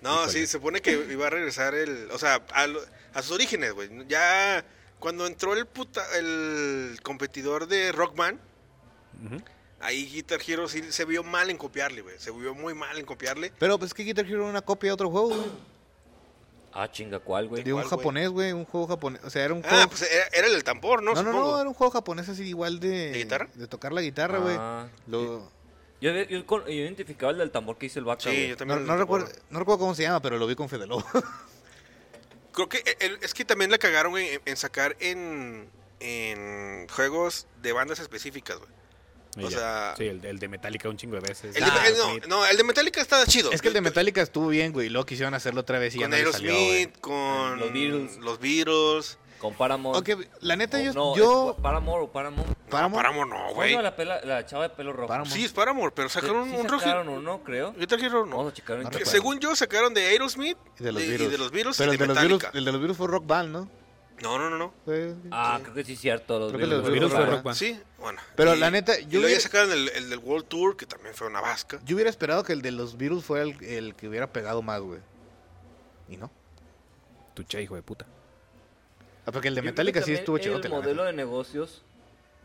S2: No, sí, se supone que iba a regresar el. O sea, a, lo- a sus orígenes, güey. Ya. Cuando entró el puta, el competidor de Rockman, ahí Guitar Hero sí se vio mal en copiarle, güey. Se vio muy mal en copiarle.
S1: Pero pues es que Guitar Hero era una copia de otro juego, güey.
S3: Ah, chinga, ¿cuál, güey?
S1: De un
S2: ¿Cuál, güey?
S1: japonés, güey. Un juego japonés. O sea, era un
S2: Ah,
S1: juego.
S2: pues era, era el del tambor, ¿no?
S1: no, no,
S2: Supongo.
S1: no, era un juego japonés así igual de.
S2: ¿De guitarra?
S1: De tocar la guitarra, güey.
S3: Ah.
S1: Lo-
S3: Yo, yo, yo con- yo identificaba el del tambor que hizo el vaca,
S2: Sí,
S3: güey.
S2: yo
S1: No,
S2: también. el
S1: no
S2: del
S1: recuerdo,
S2: tambor.
S1: no recuerdo cómo se llama, pero lo vi con Fede Lobo.
S2: Creo que el- es que también la cagaron güey, en, en sacar en, en juegos de bandas específicas, güey.
S4: Y
S2: O
S4: ya.
S2: sea-
S4: Sí, el, el de Metallica un chingo de veces.
S2: El
S1: Ah,
S2: de- el- no,
S4: Smith.
S2: no, el de Metallica estaba chido.
S1: es que el de Metallica estuvo bien, güey. y Luego quisieron hacerlo otra vez y ya
S2: Con
S1: no le salió, güey.
S2: Aerosmith, con
S3: Los Beatles.
S2: Los Beatles.
S3: Con Paramount.
S1: Ok, la neta,
S3: O
S1: yo.
S3: no,
S1: yo
S3: es Paramore o Paramount.
S2: No,
S1: Paramore.
S2: Paramore no,
S3: ¿Cuál
S2: güey.
S3: era la, pela- la chava de pelo rojo?
S1: Paramount.
S2: Sí, es Paramore, pero
S3: Sí,
S2: sacaron
S3: sí
S2: un rock.
S3: sacaron uno, creo.
S2: Guitar Hero no.
S3: Vamos a checar en
S1: No
S2: Que
S3: internet.
S1: recuerdo.
S2: según yo, sacaron de Aerosmith
S1: pues. Y de los
S2: y-
S1: virus.
S2: y de los Beatles
S1: Pero
S2: y
S1: el
S2: de
S1: de, los virus,
S2: Metallica.
S1: el de los virus fue Rock Band, ¿no?
S2: No, no, no, no.
S1: Fue-
S3: Ah, creo que sí es cierto. Los
S1: Creo que
S3: Beatles.
S4: los Beatles fue
S1: Rock
S4: Rock
S1: Band.
S4: Band.
S2: Sí, bueno.
S1: Pero
S2: Y-
S1: la neta,
S2: y
S1: yo
S2: luego ya
S1: hubiera,
S2: sacaron el, el del World Tour, que también fue una vasca.
S1: yo hubiera esperado que el de los virus fuera el, el que hubiera pegado más, güey. Y no.
S4: Tu che, hijo de puta.
S1: Ah, porque el de
S3: Yo creo
S1: Metallica
S3: que
S1: sí
S3: también
S1: estuvo chido.
S3: El modelo de negocios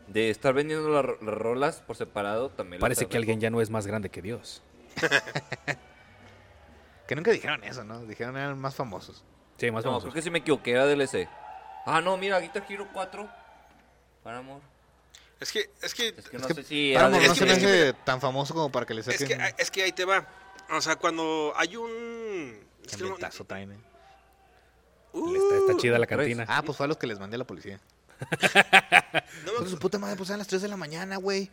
S3: de estar vendiendo la- las rolas por separado también. lo
S4: Parece
S3: está
S4: que alguien ya no es más grande que Dios.
S1: Que nunca dijeron eso, ¿no? Dijeron eran más famosos.
S4: Sí, más o
S3: No,
S4: menos.
S3: creo que sí me equivoqué, era DLC. Ah, no, mira, Guitar Hero 4. Paramore.
S2: Es que, es que,
S3: Es que no
S1: que
S3: sé si era
S1: Paramount
S2: de-
S1: no
S2: es
S1: se
S2: que-
S1: me
S2: es que
S1: hace tan famoso como para que le
S2: es que,
S1: saquen
S2: es que ahí te va. O sea, cuando hay un... es que no-
S1: ambientazo traen, eh.
S2: Uh,
S3: este-
S4: Está, está chida la
S3: ¿crees?
S4: cantina.
S1: Ah, pues fue a los que les mandé a la policía.
S2: no,
S1: Pero
S2: me,
S1: su puta madre, pues eran las 3 de la mañana, güey.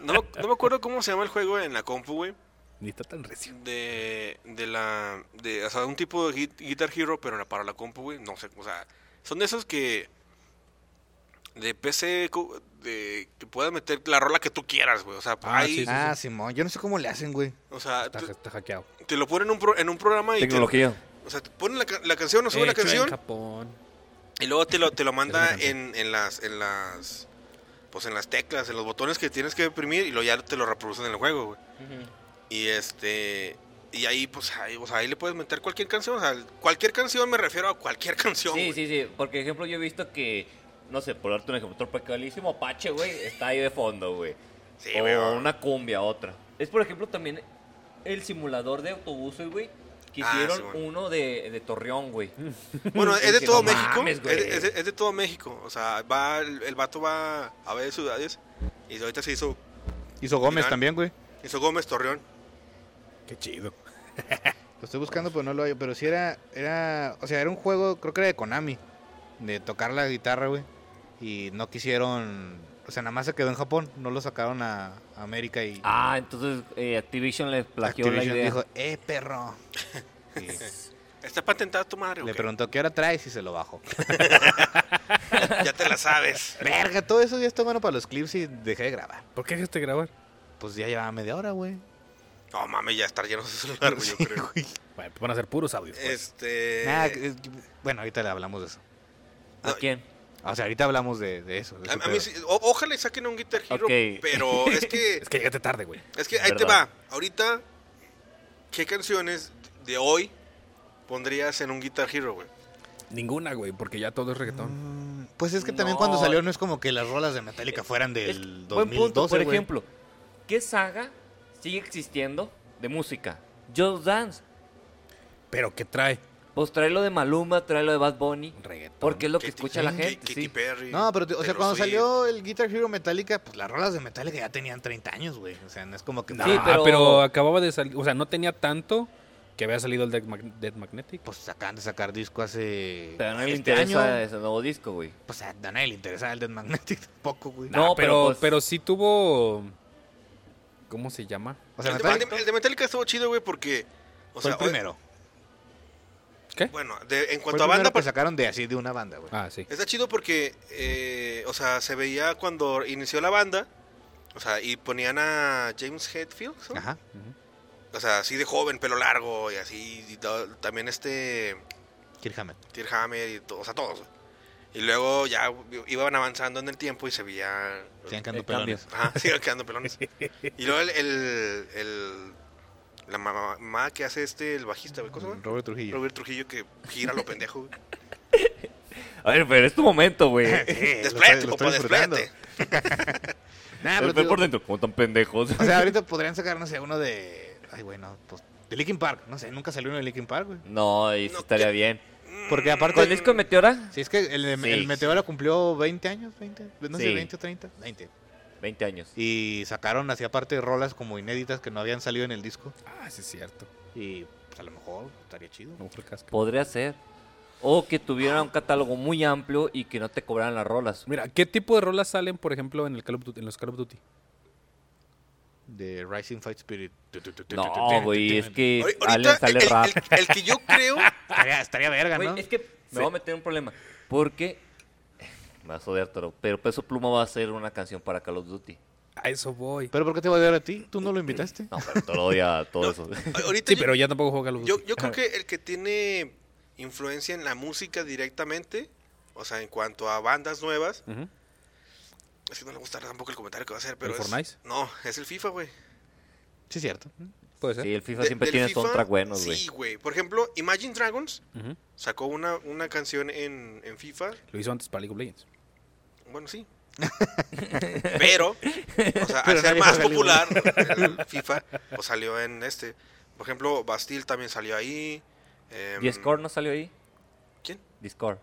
S2: no me- no me acuerdo cómo se llama el juego en la compu, güey.
S4: Ni está tan recio.
S2: De, de la... De, o sea, un tipo de Gui- Guitar Hero, pero la- para la compu, güey. No sé, o sea... Son de esos que... De PC... co- De, que puedas meter la rola que tú quieras, güey. O sea,
S4: Ah,
S2: ahí...
S4: sí, sí.
S1: Ah, Simón, yo no sé cómo le hacen, güey.
S2: O sea,
S4: Está,
S2: te,
S4: está hackeado.
S2: te lo ponen en un pro- en un programa y... te-
S3: Tecnología.
S2: o sea, te ponen la, ca- la canción o suben la
S4: Hecho en
S2: canción...
S4: Japón.
S2: Y luego te lo, te lo manda
S1: canción.
S2: en, en las en las pues en las teclas, en los botones que tienes que imprimir y luego ya te lo reproducen en el juego, güey. Y este y ahí pues ahí, o sea, ahí le puedes meter cualquier canción, o sea, cualquier canción me refiero a cualquier canción.
S3: Sí,
S2: güey.
S3: sí, sí. Porque, ejemplo, yo he visto que, no sé, por darte un ejemplo, Tropicalísimo Apache, güey, está ahí de fondo, güey.
S2: Sí,
S3: o
S2: güey.
S3: una cumbia, otra. Es, por ejemplo, también el simulador de autobuses, güey. Que
S2: Ah,
S3: hicieron
S2: sí, bueno.
S3: uno de, de Torreón, güey.
S2: Bueno, es de
S3: Que
S2: todo
S3: no
S2: México,
S3: mames,
S2: es
S3: güey.
S2: de, es de- es de todo México, o sea, va el, el vato va a ver ciudades y ahorita se hizo
S1: Hizo Gómez
S2: Irán.
S1: también, güey.
S2: hizo Gómez Torreón.
S4: Qué chido.
S1: Lo estoy buscando, pero no lo hallo. Pero sí era, era, o sea, era un juego, creo que era de Konami, de tocar la guitarra, güey. Y no quisieron, o O sea, nada más se quedó en Japón, no lo sacaron a, a América y
S3: Ah, entonces eh, Activision le plagió la
S1: Activision
S3: idea.
S1: dijo, eh, perro. Y
S2: Está patentada tu madre,
S1: Le
S2: ok.
S1: preguntó, ¿qué hora traes? Y se lo bajó.
S2: Ya te la sabes.
S1: Verga, todo eso ya está bueno para los clips y dejé de grabar.
S4: ¿Por qué dejaste de grabar?
S1: Pues ya llevaba media hora, güey.
S2: No mames, ya estar lleno de celular, güey, yo
S1: Sí,
S2: creo.
S1: güey.
S4: Bueno, pues van a ser puros audios. pues.
S2: Este.
S1: Nada, eh, bueno, ahorita le hablamos de eso.
S3: ¿A quién?
S1: O sea, ahorita hablamos de, de eso. de ese
S2: a, a
S1: pedo.
S2: mí sí, o- ojalá y saquen un Guitar Hero,
S3: Ok.
S2: pero es que,
S4: Es que llegaste tarde, güey.
S2: es que ahí te
S3: Verdad.
S2: va. Ahorita, ¿qué canciones de hoy pondrías en un Guitar Hero, güey?
S4: Ninguna, güey, porque ya todo es reggaetón.
S1: Mm, Pues es que también
S3: No.
S1: cuando salió no es como que las rolas de Metallica fueran del
S3: Es-
S1: 2012,
S3: buen punto, por
S1: güey.
S3: ejemplo. ¿Qué saga sigue existiendo de música? Just Dance.
S4: Pero ¿qué trae?
S3: Pues trae lo de Maluma, trae lo de Bad Bunny.
S4: Reggaetón.
S3: Porque es lo que
S2: Katy-
S3: escucha la
S2: Katy-
S3: gente.
S2: Katy
S3: sí.
S2: Perry,
S1: No, pero, te- o sea,
S2: Taylor
S1: cuando
S2: Swift.
S1: salió el Guitar Hero Metallica, pues las rolas de Metallica ya tenían 30 años, güey. O sea, no es como que...
S3: Sí,
S4: Ah,
S3: pero-
S4: pero... acababa de salir. O sea, no tenía tanto que había salido el Dead, Mag- Dead Magnetic.
S1: Pues acaban de sacar disco hace...
S3: Pero no le
S1: este
S3: interesa
S1: año.
S3: ese nuevo disco, güey.
S1: Pues a nadie le interesaba el Dead Magnetic tampoco, güey.
S3: No, pero
S4: Ah, pero,
S3: pues-
S4: pero sí tuvo. ¿Cómo se llama?
S1: O sea,
S2: el, de,
S1: Metallica
S2: el de- el de Metallica estuvo chido, güey, porque. O
S1: fue el
S2: sea,
S1: primero.
S4: ¿Qué?
S2: Bueno, de- en
S1: Fue el
S2: cuanto a
S1: primero
S2: banda, pues,
S1: que sacaron de así, de una banda, güey.
S4: Ah, sí.
S2: Está chido porque, eh, o sea, se veía cuando inició la banda, o sea, y ponían a James Hetfield, ¿no?
S1: Ajá.
S2: o sea, así de joven, pelo largo y así, y to- también este
S1: Kirk Hammett.
S2: Tir Hammer y todos, o sea, todos. güey. Y luego ya iban avanzando en el tiempo y se veía...
S1: Siguen quedando
S3: El cambio.
S1: pelones.
S2: Ajá, siguen quedando pelones. Y luego el, el- el- la mamá que hace este, el bajista, güey, ¿cómo se llama?
S1: Robert Trujillo.
S2: Robert Trujillo que gira lo pendejo. güey.
S3: A ver, pero es tu momento, güey.
S1: Eh, lo
S2: Desplete,
S1: estoy- lo
S2: compa,
S1: estoy disfrutando.
S2: desplete.
S1: Nah,
S3: Pero
S1: pero
S3: fue
S1: digo,
S3: por dentro, como tan pendejos.
S1: O sea, ahorita podrían sacar, no sé, uno de. Ay, güey, no, pues. De Linkin Park. No sé, nunca salió uno de Linkin Park, güey.
S3: No, y sí
S2: No,
S3: estaría
S2: ¿qué?
S3: bien.
S2: Mm.
S1: Porque
S3: ¿Con
S1: aparte.
S3: el disco de Meteora?
S1: Si es que el, el
S3: Sí.
S1: meteoro cumplió 20 años, 20, no sé,
S3: Sí.
S1: 20 o 30, 20.
S3: 20 años.
S1: Y sacaron así aparte rolas como inéditas que no habían salido en el disco.
S4: Ah, sí, es cierto.
S1: Y pues a lo mejor estaría chido.
S4: No fue el casco.
S3: Podría ser. O que tuviera un catálogo muy amplio y que no te cobraran las rolas.
S4: Mira, ¿qué tipo de rolas salen, por ejemplo, en, el Call of Duty- en los Call of Duty?
S1: De Rising Fight Spirit.
S3: No, güey, es que
S2: Ahori-
S3: Allen
S2: Ahorita,
S3: sale
S2: el-
S3: rap.
S2: el- el que yo creo
S1: Estaría, estaría verga,
S3: Güey,
S1: ¿no?
S3: es que me voy a meter en un problema. Porque. Me vas a odiar, Toro, Pero Peso Pluma va a hacer una canción para Call of Duty.
S4: A eso voy.
S1: ¿Pero por qué te voy a dar a ti? ¿Tú no lo invitaste?
S3: No, pero Toro odia todo eso.
S2: A- Ahorita
S4: Sí,
S2: yo,
S4: pero ya tampoco juego Call of Duty.
S2: yo, yo creo que el que tiene influencia en la música directamente, o sea, en cuanto a bandas nuevas,
S4: Ujú.
S2: es que no le gusta tampoco el comentario que va a hacer, pero
S4: ¿El
S2: es-
S4: Fortnite?
S2: No, es el FIFA, güey.
S1: Sí, cierto.
S4: Puede ser.
S3: Sí, el FIFA
S2: De-
S3: siempre
S2: del
S3: tiene
S2: FIFA,
S3: soundtrack buenos, güey.
S2: Sí, güey. Por ejemplo, Imagine Dragons
S4: Ujú.
S2: sacó una, una canción en, en FIFA.
S4: Lo hizo antes para League of Legends.
S2: Bueno, sí. pero, o sea, al
S1: Pero
S2: ser
S1: nadie
S2: más
S1: juega League
S2: popular el FIFA, pues salió en este. Por ejemplo, Bastille también salió ahí. em,
S3: Discord no salió ahí.
S2: ¿Quién?
S3: Discord.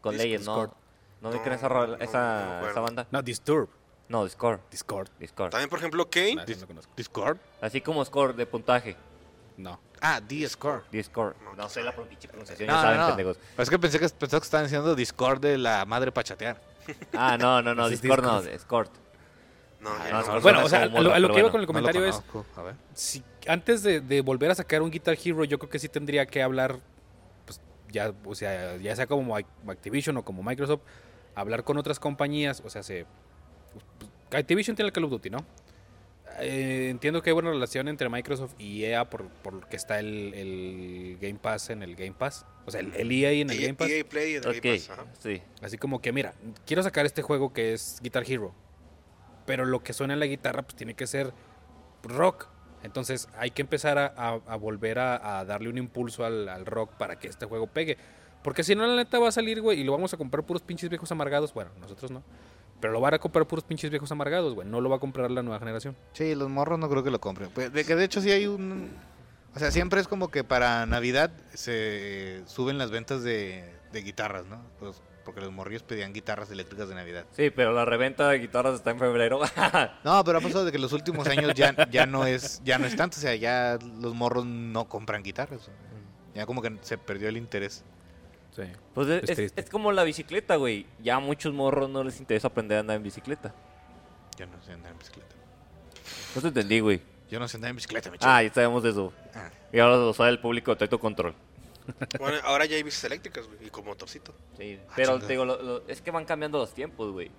S3: Con
S2: Dis-
S3: leyes, ¿no?
S4: Discord.
S3: ¿No me
S2: No,
S3: creen esa, rola-
S2: no, no me
S3: esa,
S2: acuerdo.
S3: esa banda?
S4: No, Disturb.
S3: No, Discord.
S4: Discord.
S3: Discord.
S2: También, por ejemplo, Kane.
S4: Ah, ese no lo conozco.
S1: ¿Discord?
S3: Así como score de puntaje.
S4: No.
S1: Ah, D-Score.
S3: Discord.
S2: No,
S3: No
S2: quién
S3: sé
S2: sabe.
S3: la pinche pronunciación, ya
S1: No,
S3: saben,
S1: no, no.
S3: pendejos.
S1: Es que pensé que, pensaba que estaban diciendo Discord de la madre pachatear.
S3: Ah, no, no, no,
S4: Ese es
S3: Discord no,
S4: Discord.
S3: Discord.
S2: No,
S3: Ah,
S2: ya
S3: no,
S2: no.
S3: son-
S4: Bueno,
S3: es
S4: o sea, a
S3: como
S4: lo, a
S3: moda,
S4: lo
S3: pero
S4: que iba
S3: bueno.
S4: con el comentario es,
S1: A ver.
S4: si, antes de, de volver a sacar un Guitar Hero, yo creo que sí tendría que hablar, pues ya, o sea, ya sea como Ac- Activision o como Microsoft, hablar con otras compañías, o sea, se, pues, Activision tiene el Call of Duty, ¿no? Eh, entiendo que hay buena relación entre Microsoft y EA por, por que está el, el Game Pass en el Game Pass, o sea, el, el EA en el
S2: EA
S4: Game Pass.
S2: EA E Play en el
S3: Ok,
S2: Game Pass, ajá.
S3: sí.
S4: Así como que, mira, quiero sacar este juego que es Guitar Hero. Pero lo que suena en la guitarra, pues tiene que ser rock. Entonces hay que empezar a, a- a volver a, a darle un impulso al, al rock para que este juego pegue. Porque si no, la neta va a salir, güey, y lo vamos a comprar puros pinches viejos amargados. Bueno, nosotros no. Pero lo van a comprar puros pinches viejos amargados, güey. No lo va a comprar la nueva generación.
S1: Sí, los morros no creo que lo compren. Pues, De que de hecho sí hay un... O sea, siempre es como que para Navidad se suben las ventas de, de guitarras, ¿no? Pues porque los morrillos pedían guitarras eléctricas de Navidad.
S3: Sí, pero la reventa de guitarras está en febrero.
S1: No, pero ha pasado de que los últimos años ya, ya no es ya no es tanto. O sea, ya los morros no compran guitarras. Ya como que se perdió el interés.
S4: Sí.
S3: pues
S4: Es
S3: es, es-
S4: triste.
S3: es como la bicicleta, güey. Ya a muchos morros no les interesa aprender a andar en bicicleta.
S1: Yo no sé andar en bicicleta.
S3: No te entendí, güey.
S1: Yo no sé andar en bicicleta, mi
S3: Ah, ya sabemos de eso.
S1: Ah.
S3: Y ahora lo sabe el público de Taito Control.
S2: Bueno, ahora ya hay bicis eléctricas, güey, y con motorcito.
S3: Sí,
S1: Ah,
S3: pero
S1: chinga.
S3: te digo, lo- lo- es que van cambiando los tiempos, güey.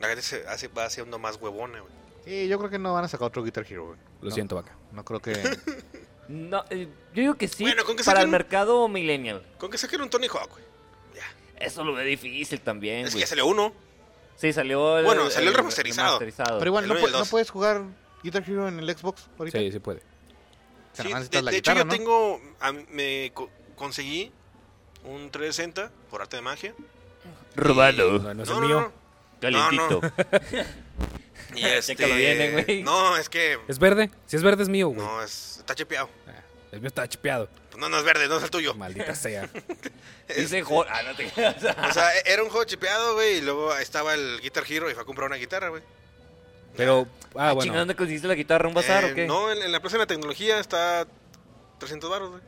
S2: La gente se hace, va haciendo más huevona, güey.
S1: Sí, yo creo que no van a sacar otro Guitar Hero, güey.
S4: Lo
S1: No,
S4: siento, vaca.
S1: No creo que.
S3: No, eh, yo digo que sí,
S2: Bueno, con que
S3: para el
S2: saquen-
S3: mercado millennial.
S2: Con que saquen un Tony Hawk, güey. Ya.
S3: Eso lo ve difícil
S1: Eh,
S3: también,
S2: Es que
S3: güey.
S2: ya salió uno.
S3: Sí, salió el,
S2: Bueno, salió el remasterizado.
S1: Pero igual,
S2: El
S1: ¿no,
S2: uno y
S1: pu-
S2: el dos.
S1: no puedes jugar Guitar Hero en el Xbox ahorita?
S4: Sí, sí puede.
S1: O sea,
S2: Sí,
S1: nada más
S2: de
S1: necesitas la
S2: de hecho,
S1: guitarra,
S2: yo
S1: ¿no?
S2: tengo. a mí- me co- conseguí un 360 por arte de magia.
S3: Robado.
S1: eh,
S4: No, no es el mío.
S3: Calientito.
S2: Y este,
S3: Chécalo bien, eh, güey.
S2: No, es que.
S4: ¿Es verde? Si es verde es mío, güey.
S2: No, es, está chepeado.
S4: Ah, el mío está chipeado.
S2: Pues No, no es verde, no es el tuyo.
S4: Maldita sea.
S3: Dice Jo- Ah, no te creas.
S2: O sea, e- era un juego chipeado, güey. Y luego estaba el Guitar Hero y fue a comprar una guitarra, güey.
S4: Pero, ah,
S3: Chingada,
S4: bueno.
S3: ¿dónde conseguiste la guitarra? ¿Un bazar
S2: Eh,
S3: o qué?
S2: No, en, en la plaza de la tecnología está 300 baros, güey.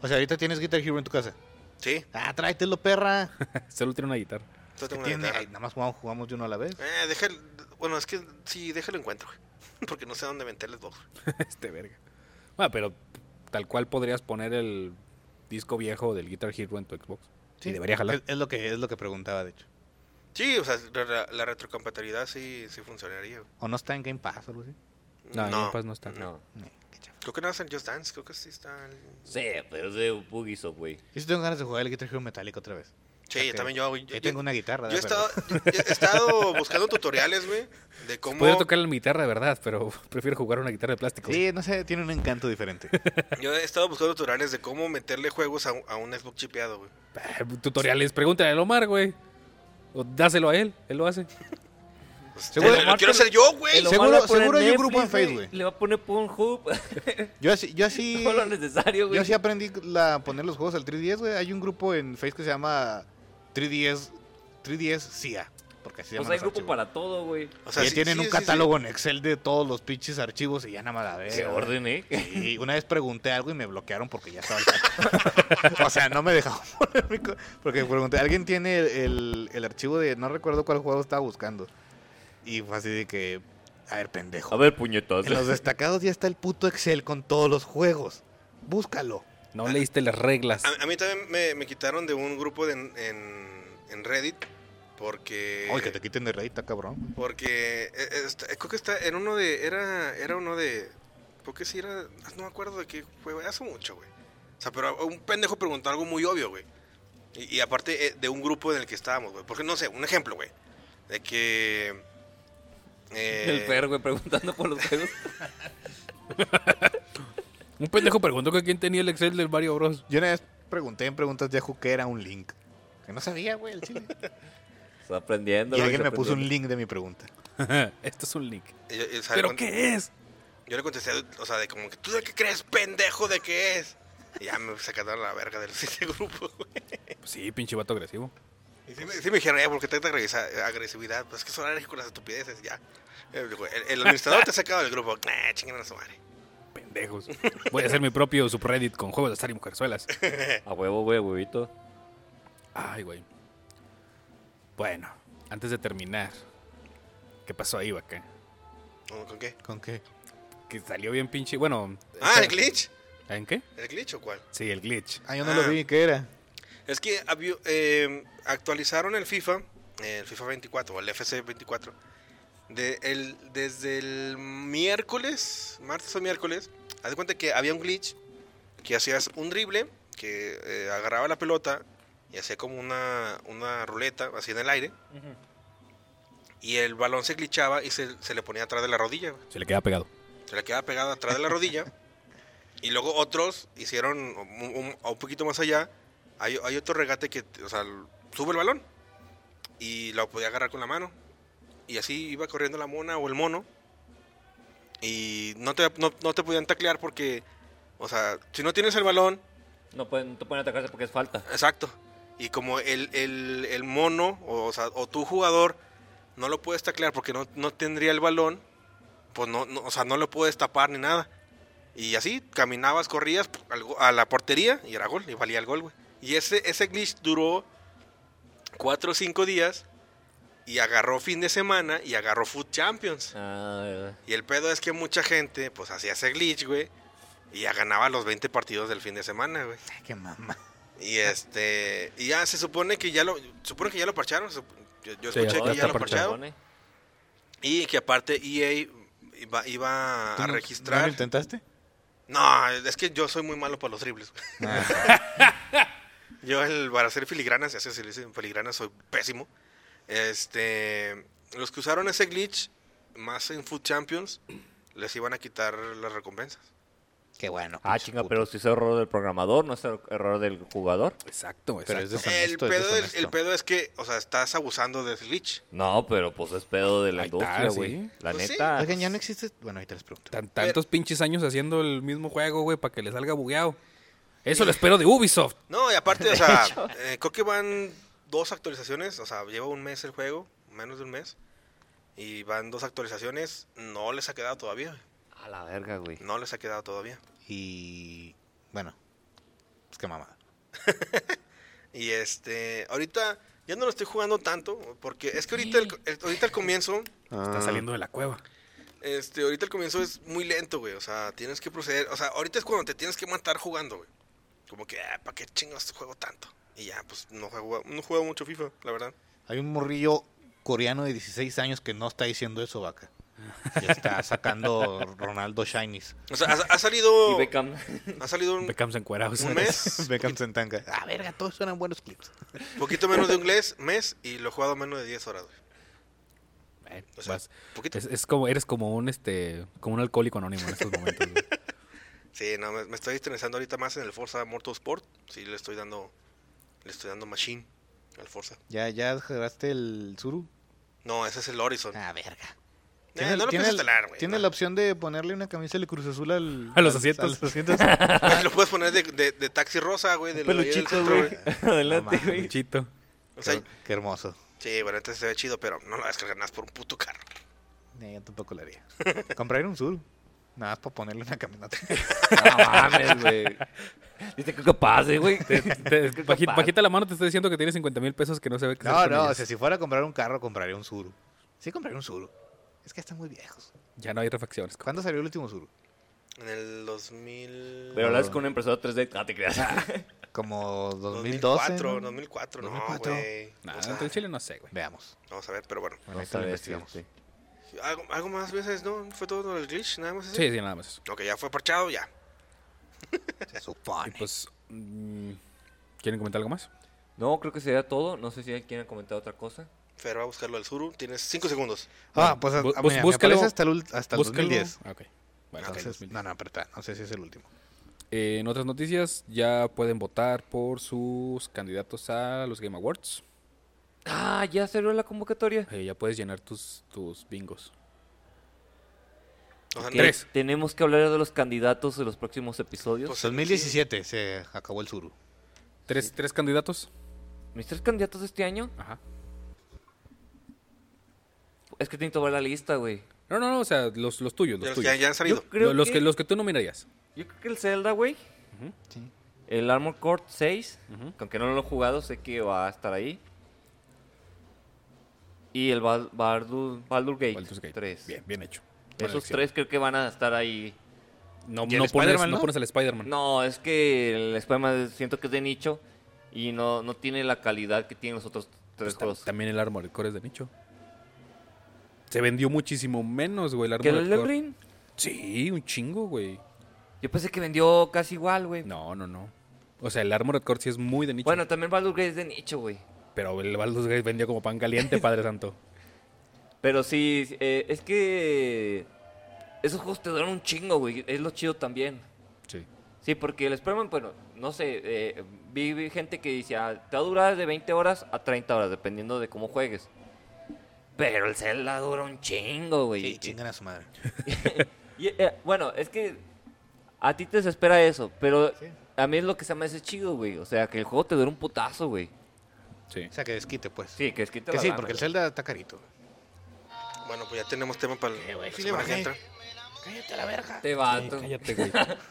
S1: O sea, ahorita tienes Guitar Hero en tu casa.
S2: Sí,
S1: Ah, tráetelo, perra.
S4: Solo tiene una guitarra.
S2: está
S1: Que
S2: tengo una
S1: tiene-
S2: guitarra.
S1: ay, nada más jugamos, jugamos de uno a la vez.
S2: Eh, deja el- bueno, es que sí, déjalo encuentro, güey. Porque no sé dónde meter el Xbox.
S4: Este verga. Bueno, pero tal cual podrías poner el disco viejo del Guitar Hero en tu Xbox. Sí, debería jalar.
S1: Es, es lo que, es lo que preguntaba, de hecho.
S2: Sí, o sea, la, la- la retrocompatibilidad sí, sí funcionaría, güey.
S1: ¿O no está en Game Pass o algo así?
S4: No, en Game Pass no está.
S3: No.
S1: Eh, qué chafa.
S2: Creo que no hacen Just Dance, creo que sí está. el-
S3: Sí, pero es de Bugisoft, güey.
S1: Yo sí tengo ganas de jugar el Guitar Hero Metallica otra vez.
S2: Sí,
S1: Porque
S2: también yo, güey.
S1: Yo, tengo una guitarra.
S2: Yo he
S1: da,
S2: estado,
S1: pero-
S2: yo- yo he estado buscando tutoriales, güey, de cómo...
S4: Podría tocar la guitarra de verdad, pero prefiero jugar una guitarra de plástico.
S1: Sí, no sé, tiene un encanto diferente.
S2: Yo he estado buscando tutoriales de cómo meterle juegos a, un- a un Xbox chipeado, güey.
S4: Ah, Tutoriales, pregúntale a Omar, güey. O dáselo a él, él lo hace.
S2: Pues,
S1: Seguro-
S2: te- lo quiero hacer yo, güey.
S3: El Omar
S1: Seguro-
S3: le va a poner
S1: seguro hay un grupo en
S3: Netflix,
S1: Facebook, güey.
S3: Le va a poner Pornhub.
S1: Yo así, yo así,
S3: Todo lo necesario, güey.
S1: yo así aprendí la, a poner los juegos al 3DS, güey. Hay un grupo en Facebook que se llama 3DS, 3DS CIA. Porque así se
S3: O
S1: llaman
S3: sea, Pues hay
S1: los
S3: grupo
S1: archivos.
S3: para todo, güey.
S2: O
S1: Y ahí
S2: sí-
S1: tienen
S2: sí,
S1: un
S2: sí,
S1: catálogo en Excel de todos los pinches archivos y ya nada más la
S3: Qué
S1: verga.
S3: orden, ¿eh?
S1: Y una vez pregunté algo y me bloquearon porque ya estaba el O sea, no me dejaban poner mi co- Porque pregunté, ¿alguien tiene el, el- el archivo de... No recuerdo cuál juego estaba buscando. Y fue así de que... A ver,
S3: A
S1: pendejo.
S3: ver, puñetas.
S1: En los destacados ya está el puto Excel con todos los juegos. Búscalo.
S4: No leíste las reglas.
S2: sí. A, a mí también me, me quitaron de un grupo de, en, en- en Reddit porque...
S1: Ay, que te quiten de Reddit, está cabrón.
S2: Porque eh, eh, está- creo que está en uno de era era uno de creo que sí era no me acuerdo de qué fue güey, hace mucho, güey. O sea, pero un pendejo preguntó algo muy obvio, güey. Y, y aparte eh, de un grupo en el que estábamos, güey. Porque no sé, un ejemplo, güey, de que eh,
S3: El perro, güey, preguntando por los juegos.
S4: Un pendejo preguntó que quién tenía el Excel del Mario Bros.
S1: Yo una vez pregunté en preguntas de Yahoo que era un link. Que no sabía, güey, el chile.
S3: Está aprendiendo,
S1: Y
S3: güey,
S1: alguien me
S3: está
S1: puso un
S3: aprendiendo.
S1: link de mi pregunta.
S4: Esto es un link.
S2: y- y- o sea,
S4: ¿Pero
S2: con-
S4: qué es?
S2: Yo le contesté, o sea, de como que tú de qué crees, pendejo, de qué es. Y ya me sacaron la verga del ese grupo, güey.
S4: Sí, pinche vato agresivo.
S2: Y sí, me- sí me dijeron, eh, porque tanta agresa- agresividad, pues que son alérgicos a las estupideces, ya. El, el- el administrador te ha sacado del grupo. Nah, chinguen a su madre.
S4: Pendejos. Voy a hacer mi propio subreddit con juegos de azar y mujerzuelas.
S3: A huevo, güey, huevito.
S4: Ay, güey. Bueno, antes de terminar, ¿qué pasó ahí, vaca?
S2: ¿Con con qué?
S1: ¿Con qué?
S4: Que salió bien pinche. Bueno.
S2: Ah,
S4: esa-
S2: el glitch.
S4: ¿En qué?
S2: ¿El glitch o cuál?
S4: Sí, el glitch.
S1: Ah, yo no
S2: Ah.
S1: lo vi, ¿qué era?
S2: Es que había- eh, actualizaron el FIFA, eh, el FIFA 24 o el FC 24. De el, desde el miércoles, martes o miércoles, haz de cuenta que había un glitch que hacías un drible, que eh, agarraba la pelota y hacía como una, una ruleta así en el aire. Y el balón se glitchaba y se, se le ponía atrás de la rodilla. güey.
S4: Se le queda pegado.
S2: Se le quedaba pegado atrás de la rodilla. Y luego otros hicieron un, un- un poquito más allá. Hay, hay otro regate que, o sea, sube el balón y lo podía agarrar con la mano. Y así iba corriendo la mona o el mono. Y no te, no, no te podían taclear porque, o sea, si no tienes el balón,
S3: No, pueden, no te pueden atacarse porque es falta.
S2: Exacto. Y como el, el- el mono, o, sea, o tu jugador, no lo puedes taclear porque no, no tendría el balón, pues no, no, o sea, no lo puedes tapar ni nada. Y así, caminabas, corrías al go- a la portería y era gol, y valía el gol, güey. Y ese, ese glitch duró 4 o 5 días y agarró fin de semana y agarró Food Champions.
S3: Ah,
S2: Y el pedo es que mucha gente, pues, hacía ese glitch, güey. Y ya ganaba los 20 partidos del fin de semana, güey.
S1: Ay, qué mamá.
S2: Y este. Y ya se supone que ya lo. supone que ya lo parcharon. sup- Yo, yo
S4: Sí,
S2: escuché
S4: ahora
S2: que ya
S4: está
S2: lo
S4: parchado.
S2: parcharon. Y que aparte EA iba, iba a
S1: ¿No lo
S2: registrar.
S1: intentaste?
S2: No, es que yo soy muy malo para los dribles. yo el, para hacer filigranas, así se le dicen filigranas, soy pésimo. Este, los que usaron ese glitch, más en Food Champions, les iban a quitar las recompensas.
S1: Qué bueno.
S3: Ah,
S1: pinche
S3: chinga,
S1: puto.
S3: pero si es error del programador, no es er- error del jugador.
S4: Exacto,
S1: Pero es
S2: El
S1: deshonesto. es
S2: pedo, del- el,
S1: deshonesto.
S2: pedo es que, o sea, estás abusando del glitch.
S3: No, pero pues es pedo de la
S4: Ahí está,
S3: industria,
S4: sí.
S3: güey. La
S2: Pues sí.
S3: neta.
S1: Oigan, ya no existe. Bueno, ahorita les pregunto.
S4: Tan- tantos pinches años haciendo el mismo juego, güey, para que le salga bugueado. Eso lo espero de Ubisoft.
S2: No, y aparte, o sea, eh, creo que van dos actualizaciones, o sea, lleva un mes el juego, menos de un mes, y van dos actualizaciones, no les ha quedado todavía,
S3: A la verga, güey.
S2: no les ha quedado todavía.
S1: Y. Bueno. Pues qué mamada.
S2: Y este, ahorita ya no lo estoy jugando tanto, porque es que ahorita el, el- ahorita el comienzo, Ah.
S4: Está saliendo de la cueva.
S2: este, ahorita el comienzo es muy lento, güey, o sea, tienes que proceder, o sea, ahorita es cuando te tienes que matar jugando, güey. Como que, ah, ¿para qué chingados juego tanto? Y ya, pues no juego, no juego mucho FIFA, la verdad.
S1: Hay un morrillo coreano de 16 años que no está diciendo eso, vaca. Ya está sacando Ronaldo Shinies.
S2: O sea, ha, ha salido,
S3: Y Beckham.
S2: ha salido un,
S4: Beckham's encuerados.
S2: un mes,
S1: Beckham Sentanga. Ah, verga, todos eran buenos clips.
S2: Poquito menos de inglés, mes, y lo he jugado menos de 10 horas, güey.
S4: Eh,
S2: O sea,
S4: vas-
S2: poquito.
S4: es, es como, eres como un este, como un alcohólico anónimo en estos momentos. güey.
S2: Sí, no, me, me estoy estresando ahorita más en el Forza Motorsport. Sí, le estoy dando, le estoy dando machine al Forza.
S1: ¿Ya, ya descargaste el Zuru?
S2: No, ese es el Horizon.
S1: Ah, verga.
S2: Eh, no
S1: tiene
S2: lo pienso
S1: el-
S2: instalar, güey.
S1: tiene
S2: no.
S1: la opción de ponerle una camisa de Cruz Azul al,
S4: A los
S1: al-
S4: asientos.
S1: los asientos.
S2: Lo puedes poner de, de- de taxi rosa, güey, de
S3: Un
S2: lo de ahí del
S3: peluchito,
S2: centro,
S3: güey.
S2: güey.
S3: Adelante,
S1: No
S3: güey.
S4: Chito.
S2: O sea,
S1: Qué hermoso.
S2: sí, bueno, entonces se ve chido, pero no lo descargas nada más por un puto carro.
S1: Eh, yo tampoco lo haría. Comprar un Zuru. Nada más para ponerle una camioneta.
S3: No mames, güey. Dice que capaz, eh, güey.
S4: Te-
S3: que
S4: baji-
S3: capaz.
S4: bajita la mano, te estoy diciendo que tienes 50 mil pesos que no se ve que
S1: No, no, o sea, si fuera a comprar un carro, compraría un Zuru. Sí, compraría un Zuru. Es que están muy viejos.
S4: Ya no hay refacciones.
S1: ¿Cuándo salió el último Zuru?
S2: En el 2000...
S3: Pero hablas con una impresora 3D. Ah, te creas.
S1: Como 2012.
S2: 2004,
S1: ¿no?
S2: 2004, no,
S1: 2004.
S2: güey.
S4: Nada,
S2: O sea,
S4: el Chile no sé, güey.
S1: Veamos.
S2: vamos a ver, pero bueno.
S1: Bueno,
S3: Vamos a
S1: ahorita lo
S3: ver,
S1: investigamos.
S3: sí,
S2: Algo, algo más veces, ¿no? ¿Fue todo lo del glitch? ¿Nada más eso?
S4: Sí, sí, nada más. eso.
S2: Ok, ya fue parchado, ya.
S1: Se supone.
S4: Pues, mm, ¿quieren comentar algo más?
S3: sí. No, creo que sería todo. No sé si alguien quiere comentar otra cosa.
S2: Fer va a buscarlo del Zuru. Tienes 5 segundos.
S1: ah, pues a-
S4: Bu-
S1: a-
S4: bus-
S1: mira, me
S4: búscalo.
S1: aparece hasta el, ul- hasta el
S4: Búscalo.
S1: 2010.
S4: Ah, ok. Bueno,
S2: Ok.
S4: entonces,
S1: Entonces, no, no, pero está, no sé si es el último.
S4: Eh, en otras noticias, ya pueden votar por sus candidatos a los Game Awards.
S3: Ah, ya salió la convocatoria.
S4: Eh, ya puedes llenar tus, tus bingos.
S2: O sea,
S3: Que
S4: Tres.
S3: Tenemos que hablar de los candidatos de los próximos episodios.
S2: Pues,
S1: 2017 se acabó el Zuru.
S4: ¿Tres, tres candidatos?
S3: Mis tres candidatos de este año.
S4: Ajá.
S3: Es que tengo que ver la lista, güey.
S4: No, no, no, o sea, los, los tuyos,
S2: de
S4: los
S2: los que ya,
S4: tuyos.
S2: ya han
S3: Yo
S2: salido.
S3: creo
S4: Lo- los, que,
S3: que-
S4: los que tú nominarías.
S3: Yo creo que el Zelda, güey.
S1: Sí.
S3: El Armor Core 6. que Aunque no lo he jugado, sé que va a estar ahí. Y el Bal- Bardur- Baldur Gate.
S4: Baldur's Gate.
S3: 3.
S4: Bien, bien hecho. Buena
S3: Esos
S4: elección.
S3: tres creo que van a estar ahí.
S4: No,
S1: ¿Y el
S4: no, pones,
S1: Spider-Man,
S4: no
S1: no?
S4: pones al Spider-Man.
S3: No, es que el Spider-Man siento que es de nicho y no, no tiene la calidad que tienen los otros tres
S4: Pues, tam-
S3: juegos.
S4: también el Armored Core es de nicho. Se vendió muchísimo menos, güey, el
S3: ¿Que el
S4: Armored
S3: Elden
S4: Core.
S3: Ring?
S4: Sí, un chingo, güey.
S3: Yo pensé que vendió casi igual, güey.
S4: No, no, no. O sea, el Armored Core sí es muy de nicho.
S3: Bueno, también Baldur's Gate es de nicho, güey.
S4: pero el Baldur's Gate vendió como pan caliente, Padre Santo.
S3: Pero sí, eh, es que esos juegos te duran un chingo, güey. Es lo chido también.
S4: Sí.
S3: Sí, porque el Spider-Man, bueno, no sé, eh, vi, vi gente que dice, "Ah, te va a durar de 20 horas a 30 horas, dependiendo de cómo juegues. Pero el Zelda dura un chingo, güey.
S1: Sí, chingan a su madre.
S3: Y, eh, bueno, es que a ti te desespera eso, pero
S1: Sí.
S3: a mí es lo que se me hace chido, güey. O sea, que el juego te dure un putazo, güey.
S4: Sí.
S1: O sea, que desquite, pues.
S3: Sí, que es que te
S1: que
S3: la
S1: sí,
S3: dan,
S1: porque el
S3: güey.
S1: Zelda está carito.
S2: Bueno, pues ya tenemos tema para el- la
S1: Sí le
S2: semana que
S1: bajé.
S2: entra.
S1: Cállate a la verga.
S3: Te Este vato.
S4: Cállate, güey.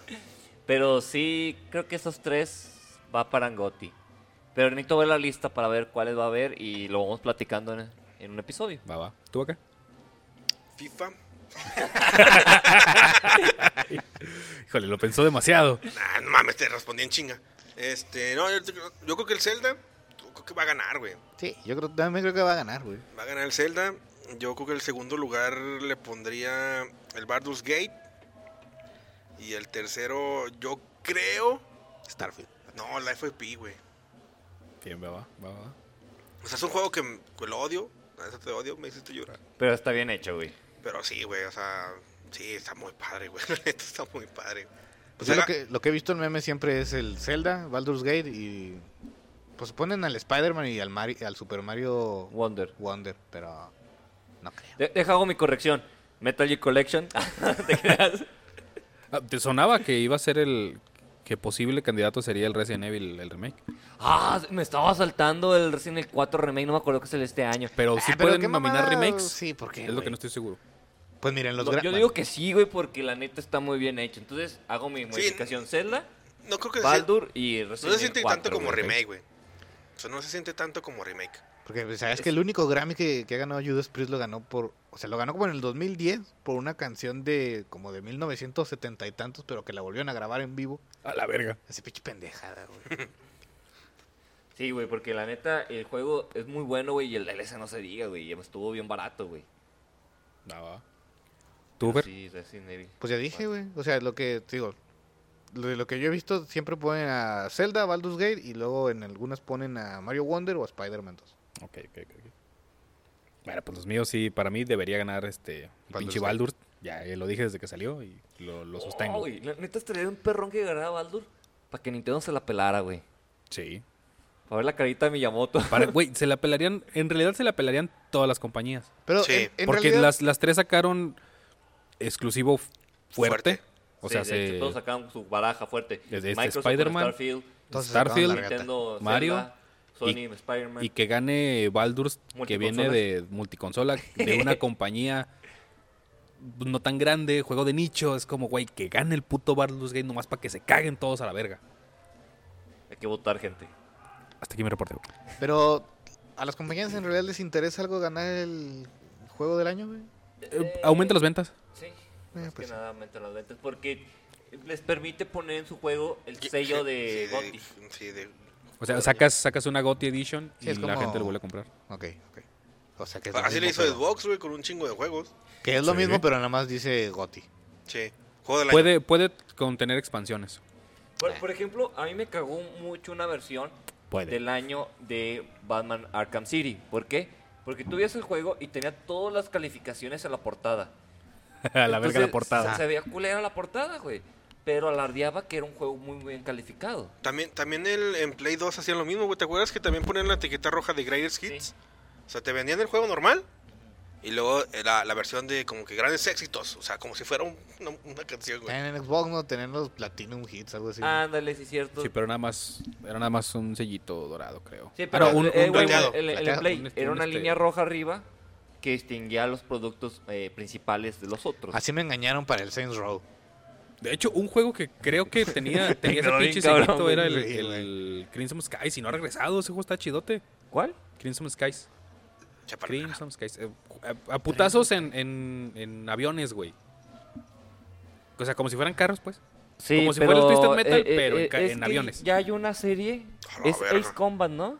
S3: Pero sí, creo que esos tres va para Angoti. Pero necesito ver la lista para ver cuáles va a haber y lo vamos platicando en, en un episodio.
S4: Va, va. ¿Tú acá?
S2: FIFA.
S4: Híjole, lo pensó demasiado.
S2: Nah, no mames, te respondí en chinga. Este, no, yo, yo creo que el Zelda, yo creo que va a ganar, güey.
S1: Sí, yo creo, también creo que va a ganar, güey.
S2: Va a ganar el Zelda. Yo creo que el segundo lugar le pondría el Bardus Gate. Y el tercero, yo creo.
S1: Starfield.
S2: No, el FP, güey.
S4: Bien, va, va, va, va.
S2: O sea, es un juego que, que lo odio. A veces te odio, me hiciste llorar.
S3: Pero está bien hecho, güey.
S2: Pero sí, güey, o sea, sí, está muy padre, güey. La neta está muy padre. O
S1: Yo
S2: sea,
S1: Pues lo, que, lo que he visto en memes siempre es el Zelda, Baldur's Gate y. Pues ponen al Spider-Man y al, Mari- al Super Mario
S3: Wonder.
S1: Wonder, pero. No creo.
S3: De- deja hago mi corrección. Metal Gear Collection. ¿Te creas?
S4: Ah, ¿Te sonaba que iba a ser el que posible candidato sería el Resident Evil, el remake?
S3: Ah, me estaba saltando el Resident Evil 4 remake, no me acuerdo que es el este año.
S4: Pero sí
S1: Ah, pero
S4: pueden
S1: qué
S4: nominar
S1: mamada,
S4: remakes.
S1: sí, ¿por qué,
S4: Es lo
S1: güey?
S4: que no estoy seguro.
S1: Pues miren, los
S3: No,
S1: gra-
S3: yo
S1: bueno,
S3: digo que sí, güey, porque la neta está muy bien hecho. Entonces hago mi modificación Zelda,
S2: no creo que se-
S3: Baldur y
S2: Pues no se
S3: Resident
S2: siente
S3: Evil 4.
S2: tanto como
S3: güey.
S2: remake, güey. O sea, no se siente tanto como remake.
S1: Porque pues, sabes que el único Grammy que, que ha ganado Judas Priest lo ganó por. O sea, lo ganó como en el 2010 por una canción de como de 1970 y tantos, pero que la volvieron a grabar en vivo.
S4: A la verga.
S1: Ese pinche pendejada, güey.
S3: Sí, güey, porque la neta el juego es muy bueno, güey, y el DLC no se diga, güey. y Estuvo bien barato, güey.
S4: Va, va. ¿Tú, Fer?
S3: Sí, Resident Evil.
S1: Pues ya dije, güey. O sea, lo que te digo, lo, de lo que yo he visto siempre ponen a Zelda, Baldur's Gate y luego en algunas ponen a Mario Wonder o a Spider-Man 2.
S4: Ok, ok, ok. ok. Bueno, pues los míos sí, para mí debería ganar este el
S1: Baldur's
S4: pinche
S1: Gate.
S4: Baldur. Ya eh, lo dije desde que salió y lo, lo sostengo.
S3: Oh, güey, la neta estaría un perrón que ganara Baldur para que Nintendo se la pelara, güey.
S4: sí.
S3: Para ver la carita de Miyamoto.
S4: Para- Güey, se la pelarían, en realidad se la pelarían todas las compañías.
S1: Pero
S2: Sí,
S1: en, en
S4: porque
S1: realidad,
S4: las, las tres sacaron exclusivo f- fuerte.
S2: Fuerte.
S4: O
S3: Sí,
S4: sea,
S3: de hecho,
S4: se-
S3: todos sacaron su baraja fuerte.
S4: Desde este
S3: Microsoft con
S4: Spider-Man,
S3: Starfield,
S1: Entonces,
S4: Starfield,
S1: la regata.
S3: Nintendo,
S4: Mario,
S3: Zelda, Sony, Spider-Man.
S4: y que gane Baldur's, que viene de multiconsola, de una compañía no tan grande, juego de nicho. Es como, güey, que gane el puto Baldur's Gate nomás para que se caguen todos a la verga.
S3: Hay que votar, gente.
S4: Hasta aquí mi reporte. güey.
S1: pero a las compañías en realidad les interesa algo ganar el juego del año, güey.
S4: Eh, aumenta las ventas.
S3: Sí,
S1: Eh,
S3: más
S1: pues
S3: que
S1: sí.
S3: nada aumentan las ventas porque les permite poner en su juego el
S2: Yo-
S3: sello
S2: sí,
S3: de
S2: sí,
S3: GOTY.
S2: Sí, de.
S4: O sea, sacas, sacas una GOTY Edition
S1: Sí,
S4: y
S1: es
S4: la
S1: como-
S4: gente lo vuelve a comprar.
S1: Ok, ok. O sea que es lo
S2: Ah, Así le
S1: mismo,
S2: hizo
S1: pero-
S2: Xbox, güey, con un chingo de juegos.
S1: Que es lo
S4: Sí.
S1: mismo, pero nada más dice Gotti.
S2: Sí. Juego del año.
S4: Puede, puede contener expansiones.
S3: Por, por ejemplo, a mí me cagó mucho una versión
S4: Eh. Puede.
S3: del año de Batman Arkham City. ¿Por qué? Porque tú veías el juego y tenía todas las calificaciones en la portada.
S4: a la verga
S3: Entonces,
S4: la portada.
S3: Se, se veía culera la portada, güey. Pero alardeaba que era un juego muy bien calificado.
S2: También, también el, en Play 2 hacían lo mismo, güey. ¿Te acuerdas que también ponían la etiqueta roja de Greatest Hits?
S3: Sí.
S2: O sea, te vendían el juego normal y luego eh, la, la versión de como que grandes éxitos. O sea, como si fuera un- una, una canción,
S3: Eh,
S2: güey.
S1: En el Xbox no tener los Platinum Hits, algo así.
S3: Ándale, sí, cierto.
S4: Sí, pero nada más, era nada más un sellito dorado, creo.
S3: Sí, pero
S4: Era un-
S3: eh,
S4: un
S3: güey,
S2: plateado,
S3: el, el
S1: plateado,
S3: Play
S4: un este-
S3: era
S4: un
S3: una
S4: este-
S3: línea roja arriba que distinguía los productos eh, principales de los otros.
S1: Así me engañaron para el Saints Row.
S4: De hecho, un juego que creo que tenía, tenía ese
S3: Quedó bien
S4: pinche
S3: cabrón,
S4: sellito
S3: güey.
S4: era el,
S1: Sí,
S4: el Crimson Skies y no ha regresado. Ese juego está chidote.
S3: ¿Cuál?
S4: Crimson Skies.
S2: Chapar-
S4: Crimson Skies. Eh, a, a putazos en, en- en aviones, güey. O sea, como si fueran carros, pues.
S3: Sí,
S4: Como si
S3: pero,
S4: fuera el Twisted Metal,
S3: eh, eh,
S4: pero en
S3: eh,
S4: ca-
S3: es
S4: en
S3: que
S4: aviones.
S3: Ya hay una serie.
S2: A la
S3: Es
S2: verga.
S3: Ace Combat, ¿no?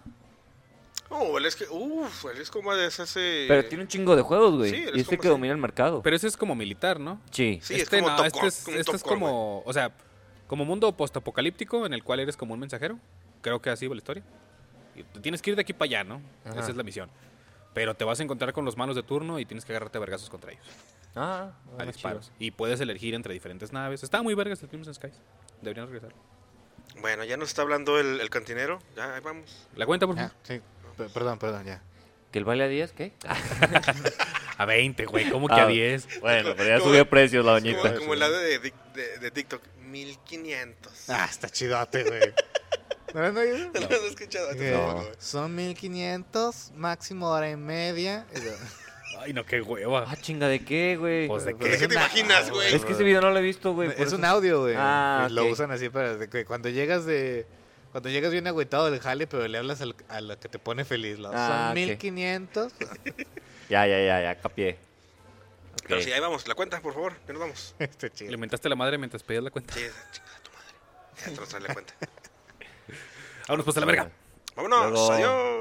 S2: Oh, el es que. Uf, el es como de esas. eh,
S3: Pero tiene un chingo de juegos, güey.
S2: sí, eres
S3: y es el
S2: como
S3: que
S2: así.
S3: domina el mercado.
S4: Pero ese es como militar, ¿no?
S3: Sí.
S2: Sí, es como Top
S4: este
S2: Gun,
S4: es,
S2: como un
S4: este
S2: Top
S4: es
S2: Gun,
S4: como, o sea, como mundo postapocalíptico en el cual eres como un mensajero. Creo que así va la historia. Y tú tienes que ir de aquí para allá, ¿no?
S3: Ajá.
S4: Esa es la misión. Pero te vas a encontrar con los malos de turno y tienes que agarrarte a vergazos contra ellos.
S3: Ah,
S4: a
S3: bueno,
S4: disparos.
S3: chido.
S4: Y puedes elegir entre diferentes naves. Está muy vergas el Crimson Skies. Deberían regresar.
S2: Bueno, ya nos está hablando el, el cantinero. Ya, ahí vamos.
S4: La cuenta, por
S1: Ah,
S4: favor.
S1: sí. P- perdón, perdón, ya.
S3: ¿Que el baile a 10? ¿Qué?
S4: A 20, güey. ¿Cómo
S3: Ah, Bueno,
S2: bueno, pero ya Como-
S3: pero ya subió
S2: subió
S3: precios la
S2: Como,
S3: doñita.
S2: como el lado de, Dic- de, de TikTok. 1500.
S1: Ah, está chidote, güey. ¿No lo han oído?
S2: ¿No lo has escuchado?
S1: Que
S2: No, güey.
S1: Son 1500, máximo hora y media.
S4: Ay, no, qué hueva.
S3: Ah, chinga, ¿de qué, güey?
S4: Pues de
S2: ¿Qué
S4: qué.
S2: te imaginas, güey?
S3: Es que ese video no lo he visto, güey. por
S1: es
S3: eso-
S1: un audio, güey.
S3: Ah,
S1: Lo
S3: ok.
S1: usan así para de que cuando llegas de, Cuando llegas bien agüitado del jale, pero le hablas al- a la que te pone feliz. ¿no?
S3: Ah,
S1: Son
S3: ok.
S1: 1500.
S3: Ya, ya, ya, ya, capié. Ok.
S2: Pero sí, ahí vamos. La cuenta, por favor. Ya nos vamos.
S1: Está chido.
S4: Le mentaste la madre mientras pedías la cuenta.
S2: Sí, chingada tu madre. Ya te vas a traer la cuenta.
S4: Vámonos, pues a la verga.
S2: Vámonos.
S3: Luego.
S2: Adiós.